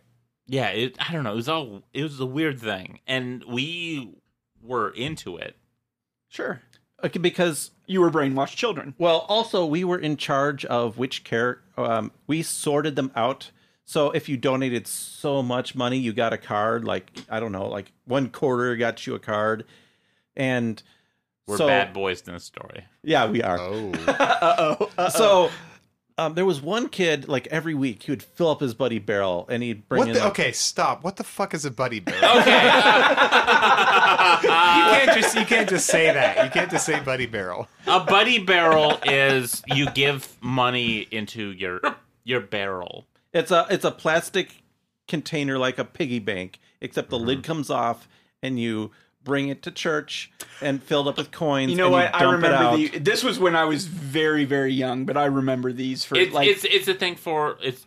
S4: yeah, it, I don't know. It was all. It was a weird thing, and we were into it.
S3: Sure.
S6: Okay, because
S3: You were brainwashed children.
S6: Well, also we were in charge of which care. Um, we sorted them out. So if you donated so much money, you got a card. Like I don't know, like one quarter got you a card, and
S4: We're
S6: so,
S4: bad boys in this story.
S6: Yeah, we are.
S5: Oh.
S6: So um, there was one kid. Like every week, he would fill up his buddy barrel, and he'd bring
S5: What
S6: in.
S5: the,
S6: like-
S5: okay, stop. What the fuck is a buddy barrel? you can't just you can't just say that. You can't just say buddy barrel.
S4: a buddy barrel is you give money into your your barrel.
S6: It's a it's a plastic container like a piggy bank, except the
S5: Mm-hmm.
S6: lid comes off, and you bring it to church and filled up with coins.
S3: You know
S6: and
S3: what? I
S6: dump it
S3: remember
S6: out.
S3: the. This was when I was very, very young, but I remember these for
S4: It's
S3: like
S4: it's it's a thing for it's.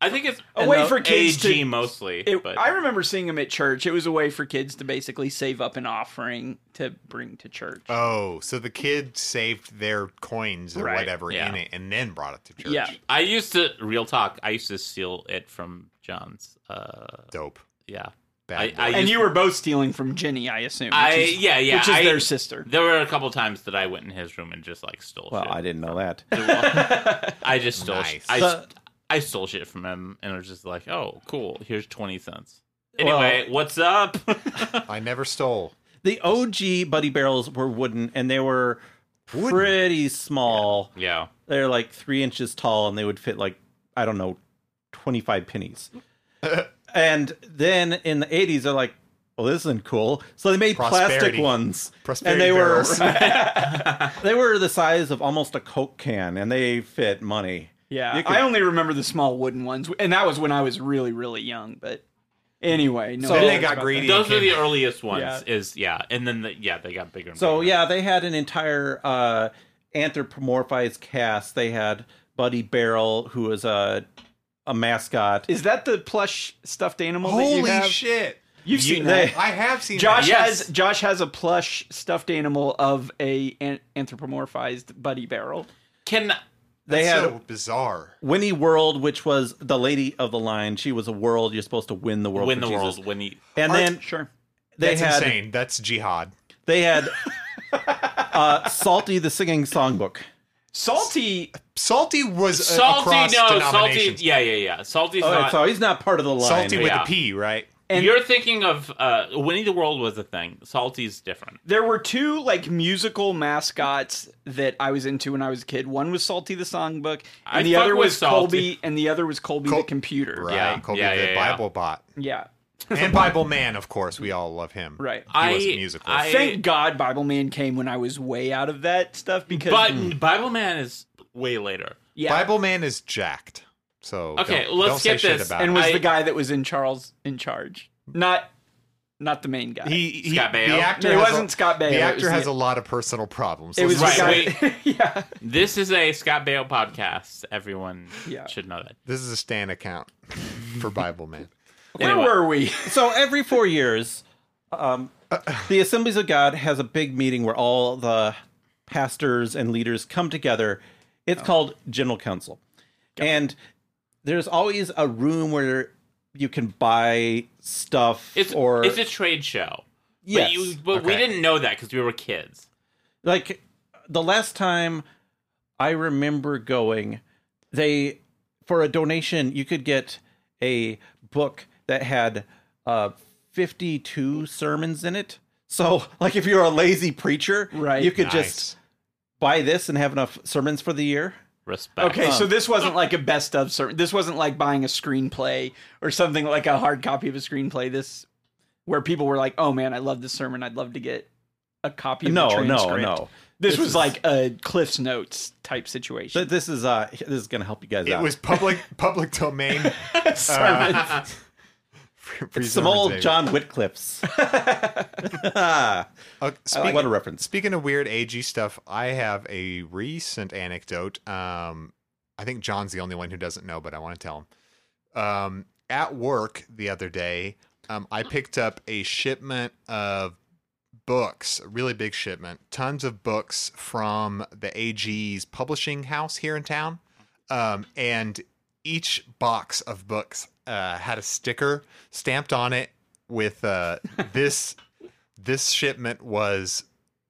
S4: I think it's
S3: A way
S4: no,
S3: for kids
S4: AG
S3: to-
S4: mostly.
S3: It,
S4: but
S3: I remember seeing them at church. It was a way for kids to basically save up an offering to bring to church.
S5: Oh, so the kid saved their coins or
S3: Right,
S5: whatever
S4: yeah.
S5: in it and then brought it to church.
S3: yeah,
S4: I used to real talk. I used to steal it from John's. Uh,
S5: Dope.
S4: yeah,
S5: Bad
S4: I, I
S5: boy.
S4: used-
S3: and you were both stealing from Ginny, I assume. Which
S4: I
S3: is,
S4: yeah yeah.
S3: which is
S4: I-
S3: their sister.
S4: There were a couple times that I went in his room and just like stole.
S6: Well,
S4: shit.
S6: I didn't know that.
S4: I just stole.
S5: Nice.
S4: I,
S6: So-
S4: I stole shit from him and was just like, oh, cool. Here's twenty cents.
S6: Well-
S4: Anyway, what's up?
S5: I never stole.
S6: The OG buddy barrels were wooden, and they were pretty small.
S4: yeah.
S6: They're like three inches tall, and they would fit like I don't know, twenty five pennies. and then in the eighties, they're like, "Well, this isn't cool." So they made plastic
S5: Prosperity.
S6: ones,
S5: Prosperity
S6: and they
S5: barrels.
S6: were they were the size of almost a Coke can, and they fit money.
S3: Yeah,
S6: You could-
S3: I only remember the small wooden ones, and that was when I was really, really young. But anyway, no.
S5: then they
S3: worries
S5: got
S3: about
S5: greedy.
S4: Those
S5: and
S4: are
S5: came-
S4: the earliest ones.
S3: Yeah.
S4: Is yeah, and then the, yeah, they got bigger. And
S6: So
S4: bigger.
S6: yeah, they had an entire uh, anthropomorphized cast. They had Buddy Barrel, who was a a mascot.
S3: that. Is that the plush stuffed animal? that you
S5: Holy
S3: have?
S5: shit.
S3: You've seen
S6: they-
S3: that.
S5: I have seen
S3: Josh
S5: that.
S4: Yes.
S3: has Josh has a plush stuffed animal of a an- anthropomorphized buddy barrel.
S4: can
S6: They had
S5: so bizarre.
S6: Winnie World, which was the lady of the line. She was a world. You're supposed to win the world.
S4: win
S6: for
S4: the
S6: Jesus.
S4: world when he
S6: And then
S3: Sure.
S6: they
S5: That's
S6: had
S5: insane. That's jihad.
S6: they had uh, Salty the singing songbook.
S3: Salty
S5: Salty was uh,
S4: salty
S5: across
S4: no salty
S5: denominations.
S4: yeah yeah yeah salty's
S6: Oh,
S4: not.
S6: so he's not part of the line.
S5: Salty with
S4: Yeah.
S5: a P, right?
S3: and-
S4: You're thinking of uh, Winnie the World was a thing. Salty's different.
S3: There were two like musical mascots that I was into when I was a kid. One was Salty the Songbook, and
S4: I
S3: the
S4: fuck
S3: other
S4: with
S3: was
S4: Salty.
S3: Colby, and the other was Colby the
S5: Col-
S3: computer.
S5: Right.
S4: Yeah.
S5: Kobe
S4: Yeah,
S5: the
S4: yeah, yeah.
S5: Bible bot.
S3: Yeah.
S5: And Bible Man, of course. We all love him.
S3: Right.
S5: He
S4: I
S5: was musical.
S4: I
S3: Thank God Bible Man came when I was way out of that stuff because
S4: but Bible Man is way later.
S3: yeah,
S5: Bible Man is jacked. So
S4: Okay,
S5: don't,
S4: let's
S5: don't say
S4: skip
S5: shit
S4: this.
S5: about
S3: and was
S4: I-
S3: the guy that was in Charles in charge, not not the main guy.
S5: it. He, he,
S4: Scott Baio?
S5: The actor
S3: It
S5: has
S3: wasn't
S5: a,
S3: Scott Baio,
S5: The
S3: it
S5: actor
S3: was
S5: has
S3: the-
S5: a lot of personal problems.
S3: it was
S5: Let's
S3: the
S5: just
S3: guy.
S5: say
S4: Right,
S3: yeah.
S4: This is a Scott Bale podcast. Everyone
S3: Yeah.
S4: should know that.
S5: This is a Stan account for Bible Man.
S3: Where
S4: Anyway.
S3: were we?
S6: So every four years, um, the Assemblies of God has a big meeting where all the pastors and leaders come together. It's called General Council, and there's always a room where you can buy stuff
S4: It's
S6: or
S4: it's a trade show.
S6: Yes.
S4: But, you, but we
S5: Okay.
S4: didn't know that because we were kids.
S6: like the last time I remember going, they for a donation you could get a book that had uh, fifty-two sermons in it. So, like, if you're a lazy preacher,
S3: Right.
S6: you
S5: Nice.
S6: could just buy this and have enough sermons for the year.
S4: Respect.
S3: Okay, so this wasn't like a best of certain. This wasn't like buying a screenplay or something like a hard copy of a screenplay. This where people were like, "Oh man, I love this sermon. I'd love to get a copy of the
S6: No, no,
S3: transcript."
S6: no.
S3: This,
S6: This
S3: was
S6: is-
S3: like a Cliff's Notes type
S6: Th-
S3: situation.
S6: This is uh, this is gonna help you guys
S5: It
S6: out.
S5: was public public domain. uh,
S3: Sermon.
S6: it's some old John Whitcliffe's.
S5: Uh, speaking,
S6: what a reference.
S5: Speaking of weird AG stuff, I have a recent anecdote. Um, I think John's the only one who doesn't know, but I want to tell him. Um, at work the other day, um, I picked up a shipment of books, a really big shipment, tons of books from the AG's publishing house here in town. Um, and each box of books uh, had a sticker stamped on it with uh, this this shipment was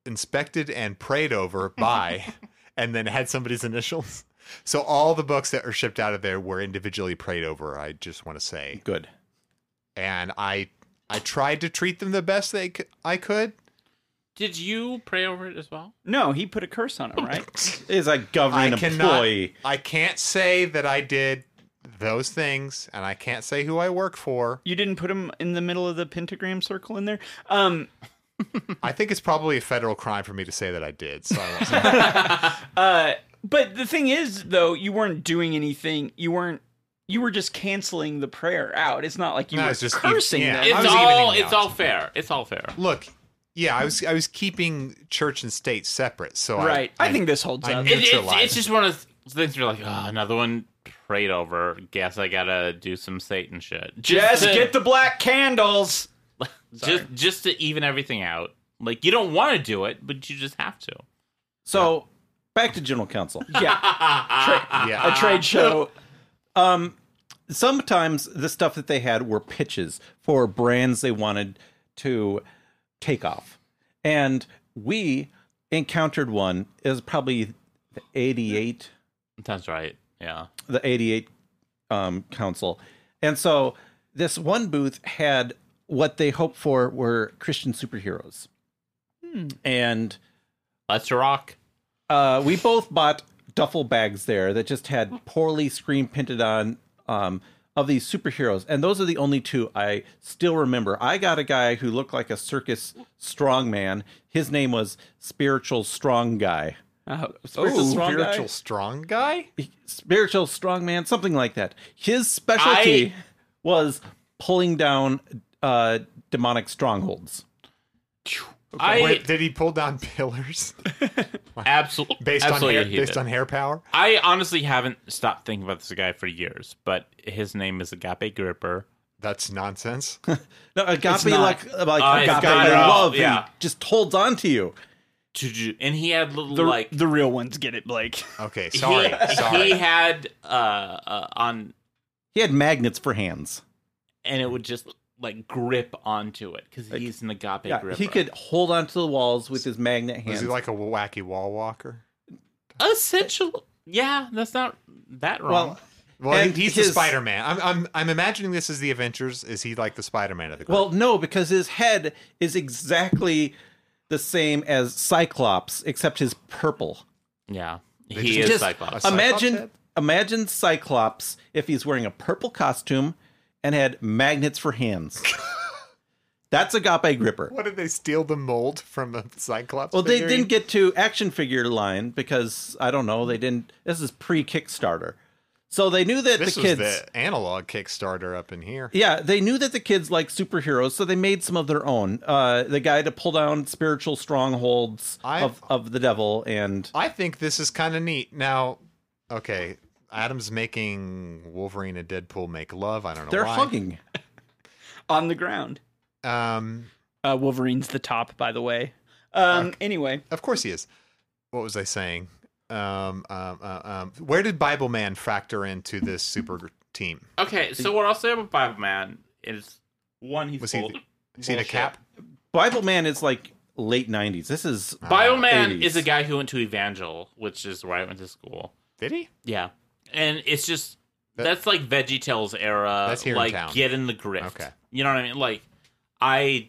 S5: inspected and prayed over by and then had somebody's initials. So all the books that are shipped out of there were individually prayed over, I just want to say.
S6: Good.
S5: And I I tried to treat them the best they c- I could.
S4: did you pray over it as well?
S3: no, he put a curse on him, right?
S6: Is a governing
S5: I cannot
S6: employee.
S5: I can't say that I did those things and I can't say who I work for.
S3: you didn't put him in the middle of the pentagram circle in there. Um,
S5: I think it's probably a federal crime for me to say that I did. So I won't say
S3: But the thing is, though, you weren't doing anything. You weren't. You were just canceling the prayer out. It's not like you
S5: No,
S3: were
S5: it's just-
S3: cursing
S5: yeah.
S3: them.
S5: I
S4: It's
S5: was
S4: all.
S5: evening
S4: It's
S5: out.
S4: all fair. It's all fair.
S5: Look, yeah, I was I was keeping church and state separate. So
S3: right.
S5: I,
S3: I, think this holds
S5: I
S3: up.
S5: knew-
S4: It, it's,
S5: Neutralized.
S4: it's just one of those things. You're like, oh, another one prayed over. Guess I gotta do some Satan shit.
S3: Just
S4: to-
S3: get the black candles.
S4: just just to even everything out. Like you don't want to do it, but you just have to.
S6: So back to general counsel.
S3: Yeah,
S5: yeah.
S3: a trade show.
S6: Sometimes the stuff that they had were pitches for brands they wanted to take off, and we encountered one. It was probably the eighty-eight
S4: That's right. Yeah.
S6: the 88 um, council. And so this one booth had what they hoped for were Christian superheroes. And
S4: Let's rock.
S6: uh, we both bought duffel bags there that just had poorly screen printed on um, of these superheroes. And those are the only two I still remember. I got a guy who looked like a circus strongman. His name was Spiritual Strong Guy.
S3: Oh,
S6: Spiritual Strong Guy?
S5: spiritual strong guy?
S6: spiritual strongman, something like that. His specialty was pulling down uh, demonic strongholds.
S4: I
S5: Wait, did he pull down pillars
S4: absolutely
S5: based
S4: absolutely
S5: on
S4: he
S5: hair, based
S4: did.
S5: on hair power?
S4: I honestly haven't stopped thinking about this guy for years, but his name is Agape Gripper.
S5: That's nonsense.
S6: No, uh,
S3: not.
S6: agape like like
S4: Uh, it's
S6: agape
S4: got it all,
S6: love. Yeah.
S4: yeah.
S6: just holds on to you.
S4: And he had little
S3: the,
S4: like
S3: the real ones get it, Blake.
S5: Okay, sorry,
S4: he,
S5: sorry.
S4: he had uh, uh on
S6: He had magnets for hands.
S4: and it would just like grip onto it because he's an agape
S6: Yeah,
S4: gripper.
S6: he could hold onto the walls with his magnet
S5: Was
S6: hands.
S5: he like a wacky wall walker?
S4: essentially. Yeah, that's not that wrong.
S6: well,
S5: Well,
S6: And
S5: he- he's the
S6: his-
S5: Spider Man. I'm, I'm I'm imagining this as the Avengers. Is he like the Spider Man of the group?
S6: well, no, because his head is exactly the same as Cyclops, except his purple.
S4: yeah,
S5: just-
S4: he is
S6: just
S4: Cyclops.
S5: Cyclops
S6: imagine
S5: head?
S6: imagine Cyclops if he's wearing a purple costume and had magnets for hands. That's agape gripper.
S5: what did they steal the mold from the Cyclops?
S6: Well, they
S5: figurine?
S6: didn't get to action figure line because I don't know. They didn't. This is pre Kickstarter, so they knew that
S5: This
S6: the
S5: was
S6: kids.
S5: the analog Kickstarter up in here.
S6: Yeah, they knew that the kids liked superheroes, so they made some of their own. Uh, the guy to pull down spiritual strongholds
S5: I've-
S6: of, of the devil, and
S5: I think this is kind of neat. Now, okay, Adam's making Wolverine and Deadpool make love. I don't know
S6: they're
S5: why.
S6: hugging.
S3: on the ground.
S5: Um,
S3: Uh, Wolverine's the top, by the way. Um, Anyway,
S5: Of course he is. What was I saying? Um, um, uh, um, where did Bible Man factor into this super team?
S4: okay, so what I'll say about Bible Man is one he's
S5: Was he
S4: full-
S5: the- Is he the
S4: bullshit.
S5: cap?
S6: Bible Man is like late '90s. This is
S5: Uh,
S4: Bio Man
S6: 80s.
S4: is a guy who went to Evangel, which is where I went to school.
S5: Did he?
S4: Yeah, and it's just
S5: That-
S4: that's like Veggie Tales era.
S5: That's here in
S4: like
S5: town.
S4: get in the grift.
S5: Okay.
S4: you know what I mean. Like I,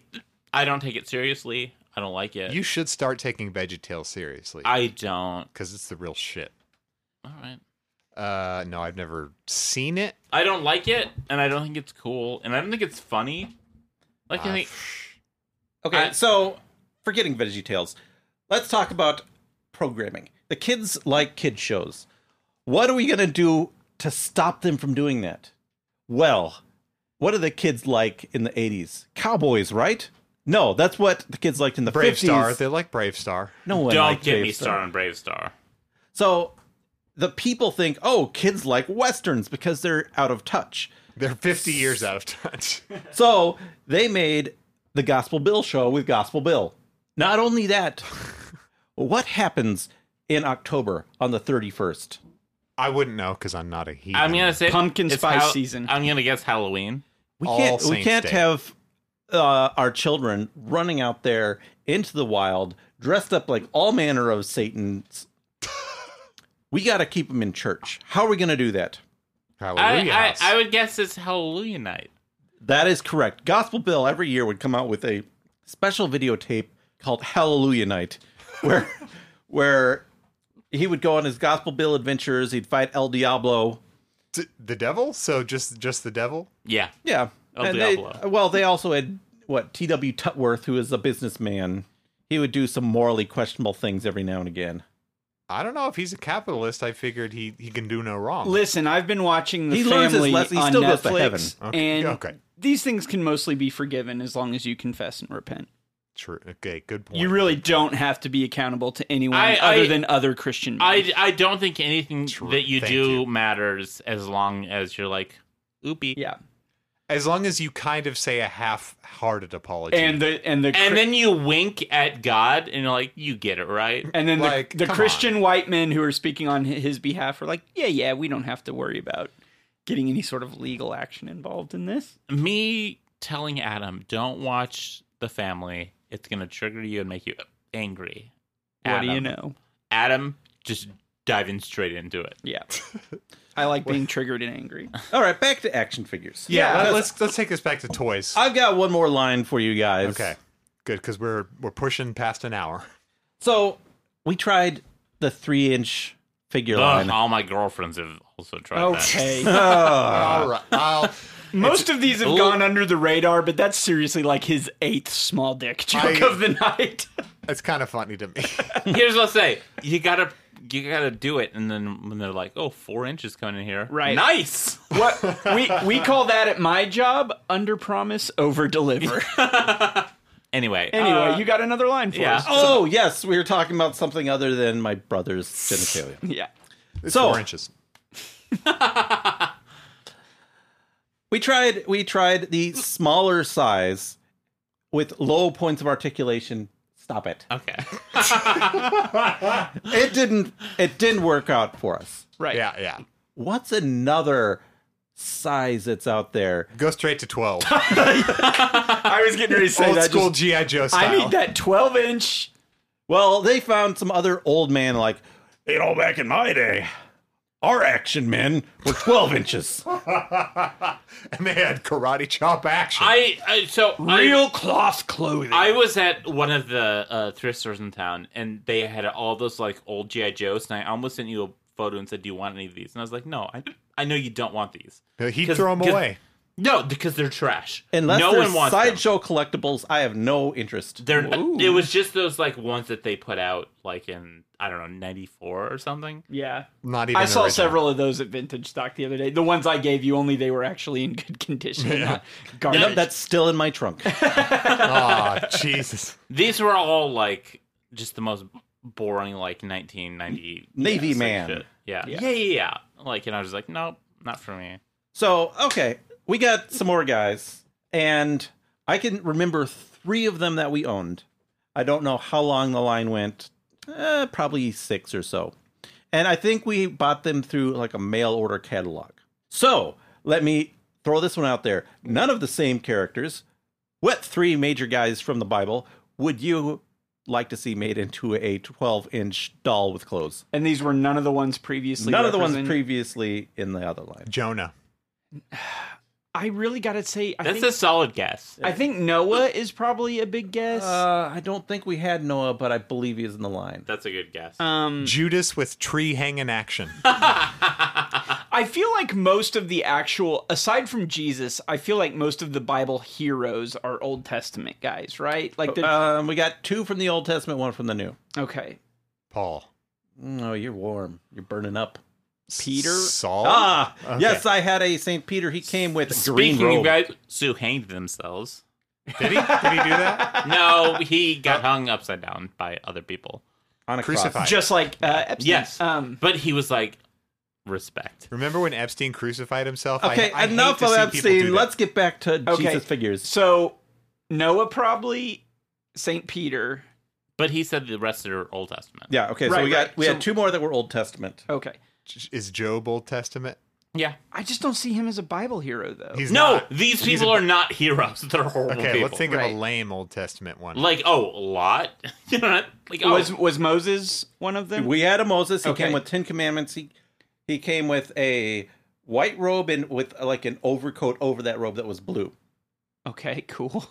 S4: I don't take it seriously. I don't like it.
S5: You should start taking VeggieTales seriously
S4: I don't.
S5: because it's the real shit.
S4: All right.
S5: Uh, no, I've never seen it.
S4: I don't like it, and I don't think it's cool, and I don't think it's funny. Like I
S5: Ah,
S4: think
S6: Okay,
S4: I-
S6: so forgetting Veggie Tales, let's talk about programming. The kids like kid shows. What are we going to do to stop them from doing that? Well, what are the kids like in the 80s? Cowboys, right? No, that's what the kids liked in the
S5: Brave
S6: 50s.
S5: Star. They like Brave Star.
S6: no one
S4: don't
S6: liked
S4: get
S6: Brave
S4: me started on Brave Star.
S6: So the people think, oh, kids like westerns because they're out of touch.
S5: They're 50 years out of touch.
S6: So they made the Gospel Bill show with Gospel Bill. Not only that, what happens in October on the 31st?
S5: I wouldn't know because I'm not a heathen.
S4: I'm gonna say
S3: Pumpkin
S4: it's
S3: spice
S4: Hal-
S3: season.
S4: I'm gonna guess Halloween.
S6: We
S5: All
S6: can't we
S5: Saints
S6: can't
S5: Day.
S6: have uh, our children running out there into the wild dressed up like all manner of satans. we got to keep them in church. How are we going to do that?
S5: Hallelujah.
S4: I,
S5: House.
S4: I I would guess it's Hallelujah night.
S6: That is correct. Gospel Bill every year would come out with a special videotape called Hallelujah Night, where where he would go on his Gospel Bill adventures. He'd fight El Diablo.
S5: D- the devil? So just just the devil?
S4: Yeah,
S6: Yeah,
S4: El
S6: And they-
S4: Diablo.
S6: well, they also had what T. W. Tutworth, who is a businessman. He would do some morally questionable things every now and again.
S5: I don't know if he's a capitalist. I figured he, he can do no wrong.
S3: Listen, I've been watching the
S6: He learns his
S3: family
S6: lesson. He
S3: on
S6: still goes to heaven.
S3: Netflix,
S5: Okay,
S3: and
S5: okay.
S3: these things can mostly be forgiven as long as you confess and repent.
S5: True. Okay, good point.
S3: You really don't have to be accountable to anyone
S4: I-
S3: other
S4: I-
S3: than other Christian men.
S4: I, I don't think anything that you
S5: Thank
S4: do
S5: you.
S4: matters as long as you're like, oopie.
S3: yeah,
S5: as long as you kind of say a half-hearted apology.
S3: and the and the
S4: And
S3: Chri-
S4: then you wink at God and you're like, you get it right.
S3: and then
S5: like,
S3: the, the
S5: come
S3: Christian white men who are speaking on hi- his behalf are like, yeah, yeah, we don't have to worry about getting any sort of legal action involved in this.
S4: Me telling Adam, don't watch The Family. It's going to trigger you and make you angry.
S3: What do you
S4: Adam.
S3: know?
S4: Adam, just diving straight into it.
S3: Yeah, I like being triggered and angry.
S6: All right, back to action figures.
S5: yeah,
S6: let-
S5: let, us let's take this back to toys.
S6: I've got one more line for you guys.
S5: okay, good because we're we're pushing past an hour.
S6: so we tried the three-inch figure
S4: Ugh,
S6: line.
S4: all my girlfriends have also tried that.
S3: Okay.
S5: All right, Uh, I'll,
S3: Most of these have gone under the radar, but that's seriously like his eighth small dick joke
S5: I-
S3: of the night.
S5: it's kind of funny to me.
S4: Here's what I'll say. You gotta you gotta do it, and then when they're like, "Oh, four inches coming in here,"
S3: Right.
S4: Nice.
S3: what we we call that at my job under promise over deliver.
S4: Anyway,
S3: Anyway,
S4: uh,
S3: you got another line for
S4: yeah.
S3: us.
S6: Oh yes, we were talking about something other than my brother's genitalia.
S3: Yeah.
S5: It's
S6: So-
S5: four inches.
S6: We tried we tried the smaller size with low points of articulation. Stop it.
S4: uh, okay.
S6: It didn't it didn't work out for us.
S3: Right.
S5: Yeah, yeah.
S6: What's another size that's out there?
S5: Go straight to twelve.
S3: I was getting ready to say
S5: Old
S3: that.
S5: school
S3: just-
S5: GI Joe style.
S3: I need that 12 inch.
S6: Well, they found some other old man like, you know, back in my day, our action men were 12 inches.
S5: And they had karate chop action.
S4: I, I so I,
S3: Real cloth clothing.
S4: I was at one of the uh, thrift stores in town, and they had all those like old GI Joes, and I almost sent you a photo and said, "Do you want any of these?" And I was like, "No, I, I know you don't want these.
S5: He'd
S4: 'Cause-
S5: throw them
S4: 'cause-
S5: away.
S4: No, because they're trash.
S6: Unless
S4: no
S6: they're
S4: one wants them.
S6: sideshow collectibles, I have no interest.
S4: They're it was just those like ones that they put out like in I don't know '94 or something.
S3: yeah.
S5: Not even.
S3: I saw
S5: original.
S3: several of those at vintage stock the other day. The ones I gave you, only they were actually in good condition, not garbage.
S6: Nope, that's still in my trunk.
S5: Aw, Jesus.
S4: These were all like just the most boring like 1990
S6: Navy
S4: yeah, sort of
S6: man.
S4: shit. Yeah. yeah, yeah, yeah. Like, and I was like, nope, not for me.
S6: So, okay, we got some more guys, and I can remember three of them that we owned. I don't know how long the line went, eh, probably six or so. And I think we bought them through like a mail order catalog. So, let me throw this one out there. None of the same characters. What three major guys from the Bible would you like to see made into a 12 inch doll with clothes?
S3: and these were none of the ones previously.
S6: None of the ones
S3: represented.
S6: previously in the other line.
S5: Jonah.
S3: I really got to say, I
S4: That's
S3: think,
S4: a solid guess.
S3: I think Noah is probably a big guess.
S6: Uh, I don't think we had Noah, but I believe he is in the line.
S4: That's a good guess.
S3: um,
S5: Judas with tree hanging action.
S3: I feel like most of the actual, aside from Jesus, I feel like most of the Bible heroes are Old Testament guys, right? Like the
S6: Um, we got two from the Old Testament, one from the New.
S3: okay,
S5: Paul.
S6: Oh, you're warm. You're burning up.
S3: Peter.
S5: Saul.
S6: Ah, yes, I had a Saint Peter. He came with a green
S4: Speaking
S6: robe.
S4: of guys who hanged themselves,
S5: Did he? Did he do that?
S4: no, he got hung upside down by other people.
S6: on a
S5: Crucified.
S6: cross.
S3: Just like uh, Epstein.
S4: Yes,
S3: Um,
S4: but he was like respect.
S5: Remember when Epstein crucified himself? I-
S6: Okay,
S5: I hate
S6: enough
S5: to
S6: of
S5: see people do
S6: Epstein.
S5: that.
S6: Let's get back to
S3: Okay.
S6: Jesus figures.
S3: so Noah probably Saint Peter.
S4: But he said the rest are Old Testament.
S6: Yeah. Okay.
S3: Right,
S6: so we got
S3: right.
S6: we
S3: So-
S6: had two more that were Old Testament.
S3: Okay,
S5: Is Job Old Testament?
S4: yeah.
S3: I just don't see him as a Bible hero though.
S5: He's
S4: No,
S5: not.
S4: these
S5: He's
S4: people
S5: a-
S4: are not heroes. They're horrible
S5: Okay,
S4: people.
S5: let's think
S3: Right.
S5: of a lame Old Testament one.
S4: like oh, a lot. you know, not- like oh,
S3: Was was Moses one of them?
S6: We had a Moses. He
S3: Okay.
S6: came with Ten Commandments. He he came with a white robe and with uh, like an overcoat over that robe that was blue.
S3: okay, cool.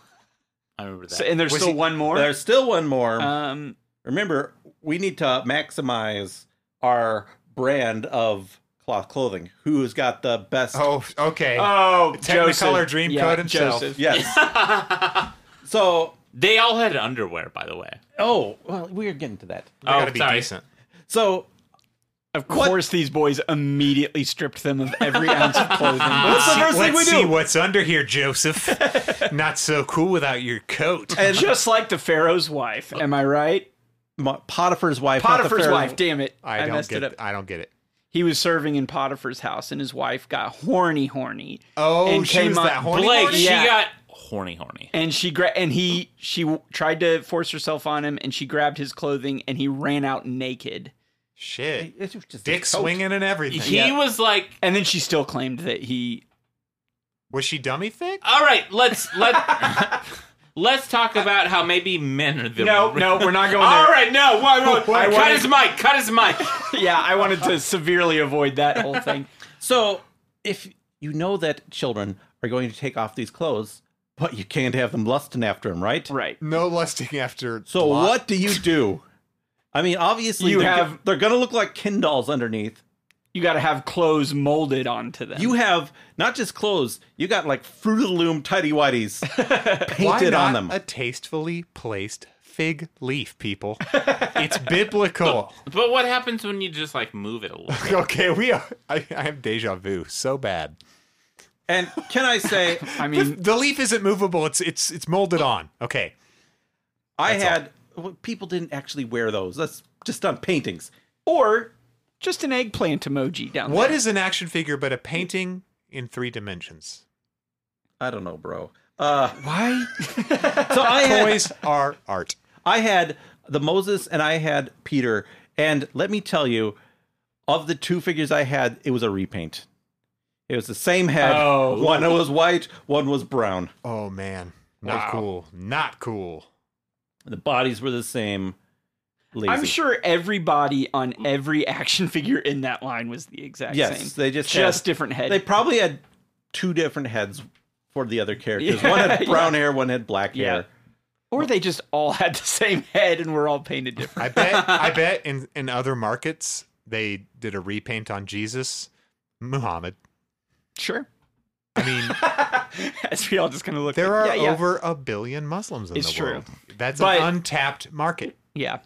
S4: I remember that.
S3: So, and there's
S5: Was
S3: still
S5: he-
S3: one more.
S6: There's still one more.
S3: um,
S6: Remember, we need to maximize our brand of cloth clothing. Who's got the best?
S5: oh, okay.
S3: oh,
S5: Technicolor
S3: Joseph.
S5: Dreamcoat
S3: yeah,
S5: himself.
S3: Joseph.
S6: Yes. so,
S4: they all had underwear, by the way.
S6: oh, well, we're getting to that.
S5: We gotta
S4: oh,
S5: be
S4: sorry.
S5: decent.
S6: So,
S3: Of course, these boys immediately stripped them of every ounce of clothing.
S6: what's the
S5: See-
S6: first thing
S5: let's
S6: we
S5: see
S6: do?
S5: what's under here, Joseph. Not so cool without your coat.
S3: Just like the Pharaoh's wife, am I right?
S6: Ma- Potiphar's wife. not the
S3: Potiphar's
S6: Pharaoh.
S3: wife. Damn it,
S5: I
S3: I,
S5: don't
S3: messed
S5: get.
S3: it up.
S5: I don't get it.
S3: He was serving in Potiphar's house, and his wife got horny, horny.
S5: Oh,
S3: and
S5: she was
S3: on-
S5: that horny.
S4: Blake,
S5: horny?
S4: she
S3: Yeah.
S4: got horny, horny.
S3: And she gra- and he she w- tried to force herself on him, and she grabbed his clothing, and he ran out naked.
S5: Shit.
S6: It's just
S5: Dick
S6: his coat.
S5: swinging and everything.
S4: He was like,
S3: And then she still claimed that he.
S5: was she dummy thick?
S4: all right, let's let let's talk about how maybe men are the
S3: No, no, we're not going there.
S4: All right, no, why, why,
S5: I
S4: cut
S3: wanted-
S4: his mic, cut his mic.
S3: Oh, Yeah, I wanted to severely avoid that whole thing.
S6: So, if you know that children are going to take off these clothes, but you can't have them lusting after them, right?
S3: Right.
S5: No lusting after.
S6: So
S5: Lot.
S6: what do you do? I mean, obviously
S3: You
S6: they're
S3: have-
S6: go- they're gonna look like Ken dolls underneath.
S3: You got to have clothes molded onto them.
S6: You have not just clothes; you got like Fruit of the Loom tidy whities
S5: Why
S6: painted
S5: not
S6: on them.
S5: a tastefully placed fig leaf, people? it's biblical.
S4: But what happens when you just like move it a little?
S5: okay, we are. I, I have deja vu so bad.
S6: and can I say,
S3: I mean,
S5: The leaf isn't movable. It's it's it's molded on. Okay.
S6: I had well, people didn't actually wear those. That's just on paintings.
S3: or just an eggplant emoji down
S5: What
S3: there.
S5: is an action figure but a painting in three dimensions?
S6: I don't know, bro. Uh,
S5: Why?
S6: so I had,
S5: Toys are art.
S6: I had the Moses and I had Peter. And let me tell you, of the two figures I had, it was a repaint. It was the same head.
S3: Oh.
S6: One was white, one was brown.
S5: Oh man, not cool. Not cool.
S6: The bodies were the same. Lazy.
S3: I'm sure everybody on every action figure in that line was the exact
S6: Yes,
S3: same.
S6: they just
S3: just
S6: had-
S3: different head.
S6: They probably had two different heads for the other characters. one had brown hair, one had black
S3: Yeah.
S6: hair.
S3: or they just all had the same head and were all painted different.
S5: I bet. I bet in in other markets they did a repaint on Jesus, Muhammad.
S3: Sure.
S5: I mean,
S3: As we all just kind of look.
S5: there
S3: like,
S5: are
S3: yeah, yeah.
S5: over a billion Muslims in
S3: It's
S5: the
S3: true.
S5: world. That's
S3: But-
S5: an untapped market.
S3: Yeah.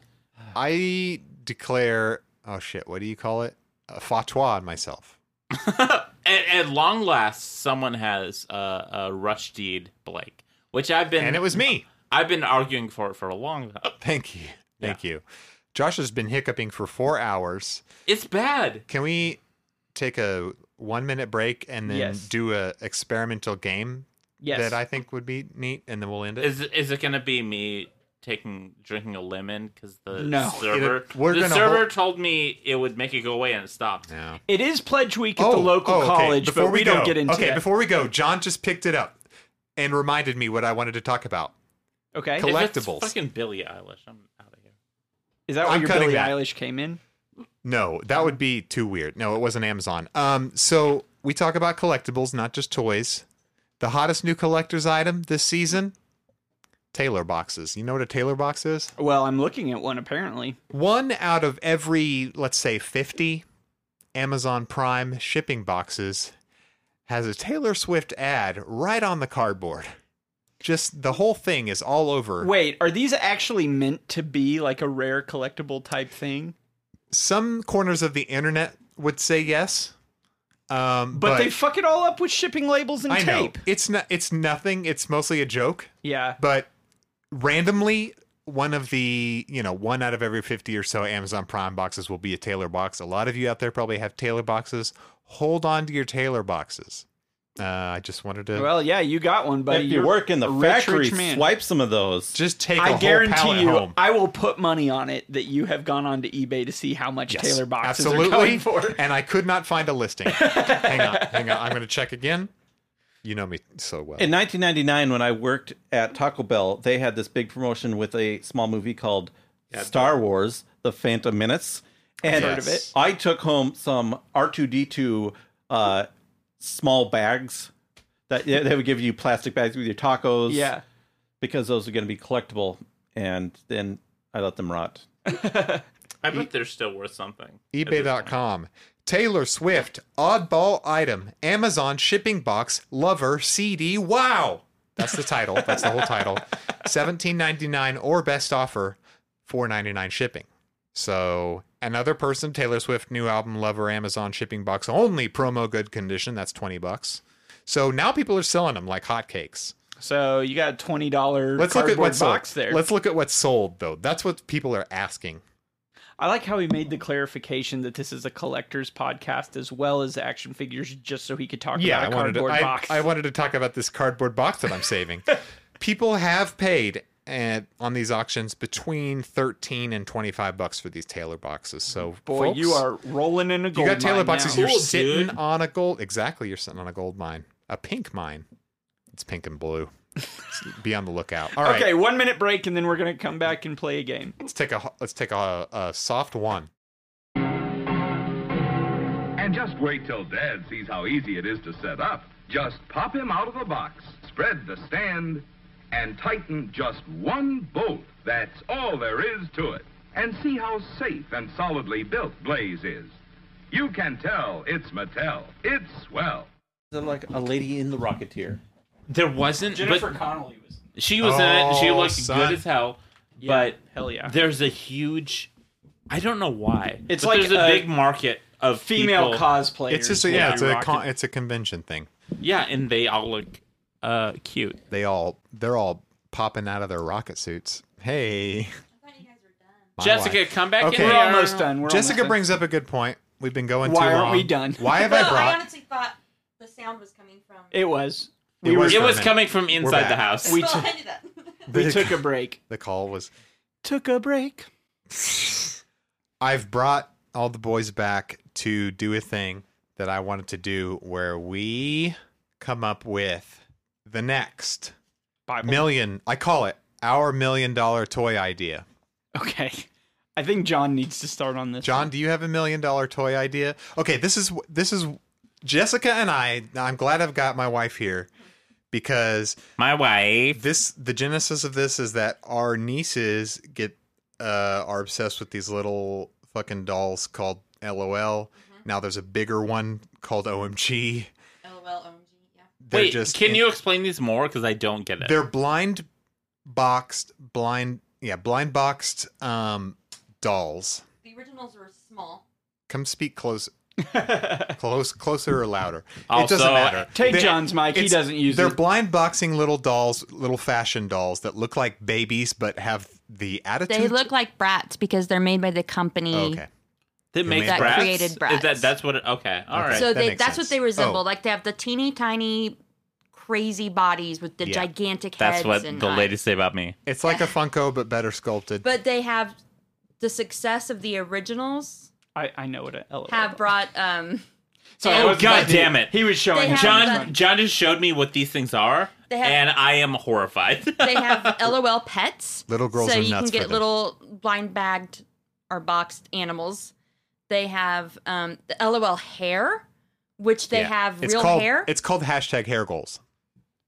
S5: I declare. Oh shit! What do you call it? A fatwa on myself.
S4: At, at long last, someone has uh, a rush deed, Blake, which I've been
S5: And it was me.
S4: I've been arguing for it for a long time.
S5: Thank you. Thank you. Josh has been hiccuping for four hours.
S4: It's bad.
S5: Can we take a one minute break and then
S3: Yes.
S5: do a experimental game
S3: Yes.
S5: that I think would be neat, and then we'll end it.
S4: Is is it gonna be me taking drinking a lemon because the
S3: No.
S4: server
S5: It- we're
S4: the
S5: gonna
S4: server
S5: hold-
S4: told me it would make it go away and it stopped.
S5: no.
S3: It is pledge week at the local
S5: Oh, okay.
S3: college,
S5: Before
S3: but we, don't
S5: go-
S3: get into
S5: Okay,
S3: that.
S5: before we go, John just picked it up and reminded me what I wanted to talk about.
S3: okay.
S5: Collect-
S4: If it's
S5: Collectibles.
S4: fucking Billie Eilish. I'm out of here.
S3: is that where
S5: I'm
S3: your
S5: cutting
S3: Billie
S5: that.
S3: Eilish came in?
S5: No,
S3: Uh-huh.
S5: that would be too weird. No, it wasn't Amazon. Um, so we talk about collectibles, not just toys. The hottest new collector's item this season Taylor boxes. You know what a Taylor box is?
S3: Well, I'm looking at one apparently.
S5: One out of every, let's say, 50 Amazon Prime shipping boxes has a Taylor Swift ad right on the cardboard. Just the whole thing is all over.
S3: Wait, are these actually meant to be like a rare collectible type thing?
S5: Some corners of the internet would say yes. Um,
S3: But, they fuck it all up with shipping labels and
S5: I know
S3: tape.
S5: it's not. It's nothing. It's mostly a joke.
S3: Yeah.
S5: But randomly, one of the you know one out of every fifty or so Amazon Prime boxes will be a Taylor box. A lot of you out there probably have Taylor boxes. Hold on to your Taylor boxes. Uh, I just wanted to
S3: Well, yeah, you got one, buddy.
S6: if you
S3: You're
S6: work in the
S3: a rich,
S6: factory,
S3: rich man.
S6: swipe some of those.
S5: just take. a
S3: I
S5: whole pallet
S3: guarantee you,
S5: home.
S3: I will put money on it that you have gone on to eBay to see how much
S5: Yes,
S3: Taylor boxes
S5: absolutely.
S3: are going for.
S5: And I could not find a listing. hang on, hang on. I'm going to check again. You know me so well.
S6: In 1999, when I worked at Taco Bell, they had this big promotion with a small movie called Star Wars: The Phantom Menace, and
S5: heard of it.
S6: I took home some R2D2 uh, small bags that yeah, they would give you plastic bags with your tacos,
S3: Yeah.
S6: because those are going to be collectible. And then I let them rot.
S4: I bet they're still worth something.
S5: eBay.com. Taylor Swift, oddball item, Amazon shipping box, lover, CD. Wow. That's the title. That's the whole title. Seventeen ninety nine or best offer, four ninety nine shipping. So another person, Taylor Swift, new album, lover, Amazon shipping box, only promo good condition. That's twenty bucks. So now people are selling them like hotcakes.
S3: So you got a twenty dollar
S5: Let's look
S3: cardboard
S5: at what's
S3: box
S5: sold.
S3: there.
S5: Let's look at what's sold though. That's what people are asking.
S3: I like how he made the clarification that this is a collector's podcast as well as action figures, just so he could talk
S5: yeah, I
S3: about a
S5: wanted to,
S3: cardboard
S5: I,
S3: box.
S5: I wanted to talk about this cardboard box that I'm saving. People have paid at, on these auctions between 13 and 25 bucks for these Taylor boxes. So,
S3: Boy,
S5: folks,
S3: you are rolling in a
S5: you
S3: gold
S5: got Taylor
S3: mine
S5: boxes.
S3: now.
S5: You're
S4: Cool,
S5: sitting
S4: dude.
S5: on a gold. Exactly, you're sitting on a gold mine, a pink mine. It's pink and blue. Be on the lookout. All right,
S3: Okay, one minute break, and then we're gonna come back and play a game.
S5: let's take a let's take a, a soft one.
S7: And just wait till Dad sees how easy it is to set up. Just pop him out of the box, spread the stand, and tighten just one bolt. That's all there is to it. And see how safe and solidly built Blaze is. You can tell it's Mattel. It's swell.
S6: They're like a lady in the Rocketeer.
S4: There wasn't, but
S3: Connolly was.
S4: she was in it. and She
S5: Oh,
S4: looked
S5: son.
S4: good as hell.
S3: Yeah,
S4: but
S3: hell yeah.
S4: there's a huge. I don't know why.
S3: It's
S4: but
S3: like
S4: there's a,
S3: a
S4: big market of
S3: Female
S4: people-
S3: cosplayers.
S5: It's just a,
S3: will
S5: yeah,
S3: be
S5: it's a
S3: rocking-
S5: con, it's a convention thing.
S4: Yeah, and they all look uh cute.
S5: They all they're all popping out of their rocket suits. Hey, My
S4: Jessica,
S5: wife.
S4: come back
S5: Okay.
S4: in.
S3: We're
S4: here.
S3: almost done. We're
S5: Jessica
S3: almost
S5: brings up a good point. We've been going
S3: Why
S5: too
S3: aren't
S5: long.
S3: we done?
S5: Why have I
S8: Well, I
S5: brought?
S8: honestly thought the sound was coming from.
S3: done. It was.
S5: It
S3: We were.
S5: was
S4: It was
S5: Experiment.
S4: coming from inside the
S5: back.
S4: house.
S3: We
S8: Well,
S3: took-
S8: I knew that.
S3: We took a break.
S5: The call was.
S3: Took a break.
S5: I've brought all the boys back to do a thing that I wanted to do, where we come up with the next
S3: Bible.
S5: million. I call it our million dollar toy idea.
S3: Okay. I think John needs to start on this.
S5: John, do you have a million dollar toy idea? Okay, this is this is Jessica and I. I'm glad I've got my wife here because
S4: My wife.
S5: this the genesis of this is that our nieces get uh are obsessed with these little fucking dolls called LOL.
S4: Mm-hmm.
S5: Now there's a bigger one called OMG.
S8: LOL, OMG, yeah.
S5: They're
S4: Wait,
S5: just
S4: can you explain these more? Because I don't get it.
S5: They're blind boxed, blind yeah, blind boxed um dolls.
S8: The originals were small.
S5: Come speak close close closer or louder. it
S4: Also,
S5: doesn't matter.
S3: Take
S5: They-
S3: John's mic. He
S5: it's-
S3: doesn't use
S5: They're
S3: it.
S5: blind boxing little dolls, little fashion dolls that look like babies but have the attitude
S9: They look like brats because they're made by the company.
S5: Oh, Okay.
S4: that makes
S5: that
S4: brats?
S9: created
S4: Is
S9: brats.
S4: that that's what? It, okay, all
S5: Okay.
S4: right.
S9: So
S5: that
S9: they,
S5: makes
S9: that's
S5: sense.
S9: what they resemble.
S5: Oh.
S9: Like they have the teeny tiny, crazy bodies with the
S5: Yeah.
S9: gigantic heads.
S4: that's what
S9: and
S4: the
S9: eyes.
S4: ladies say about me.
S5: It's like a Funko but better sculpted.
S9: But they have the success of the originals
S3: I, I know what a LOL.
S5: Oh.
S9: have brought. um
S3: Sorry, I
S9: Oh,
S3: wasn't-
S4: God damn it.
S3: He was showing
S9: They
S3: him.
S9: have
S4: John,
S9: the-
S4: John just showed me what these things are,
S9: They have-
S4: and I am horrified.
S9: They have LOL pets.
S5: Little girls
S9: So
S5: are
S9: you
S5: nuts for
S9: can get
S5: them.
S9: little blind bagged or boxed animals. They have um, the LOL hair, which they
S5: Yeah.
S9: have
S5: It's
S9: real
S5: called,
S9: hair.
S5: It's called hashtag hair goals.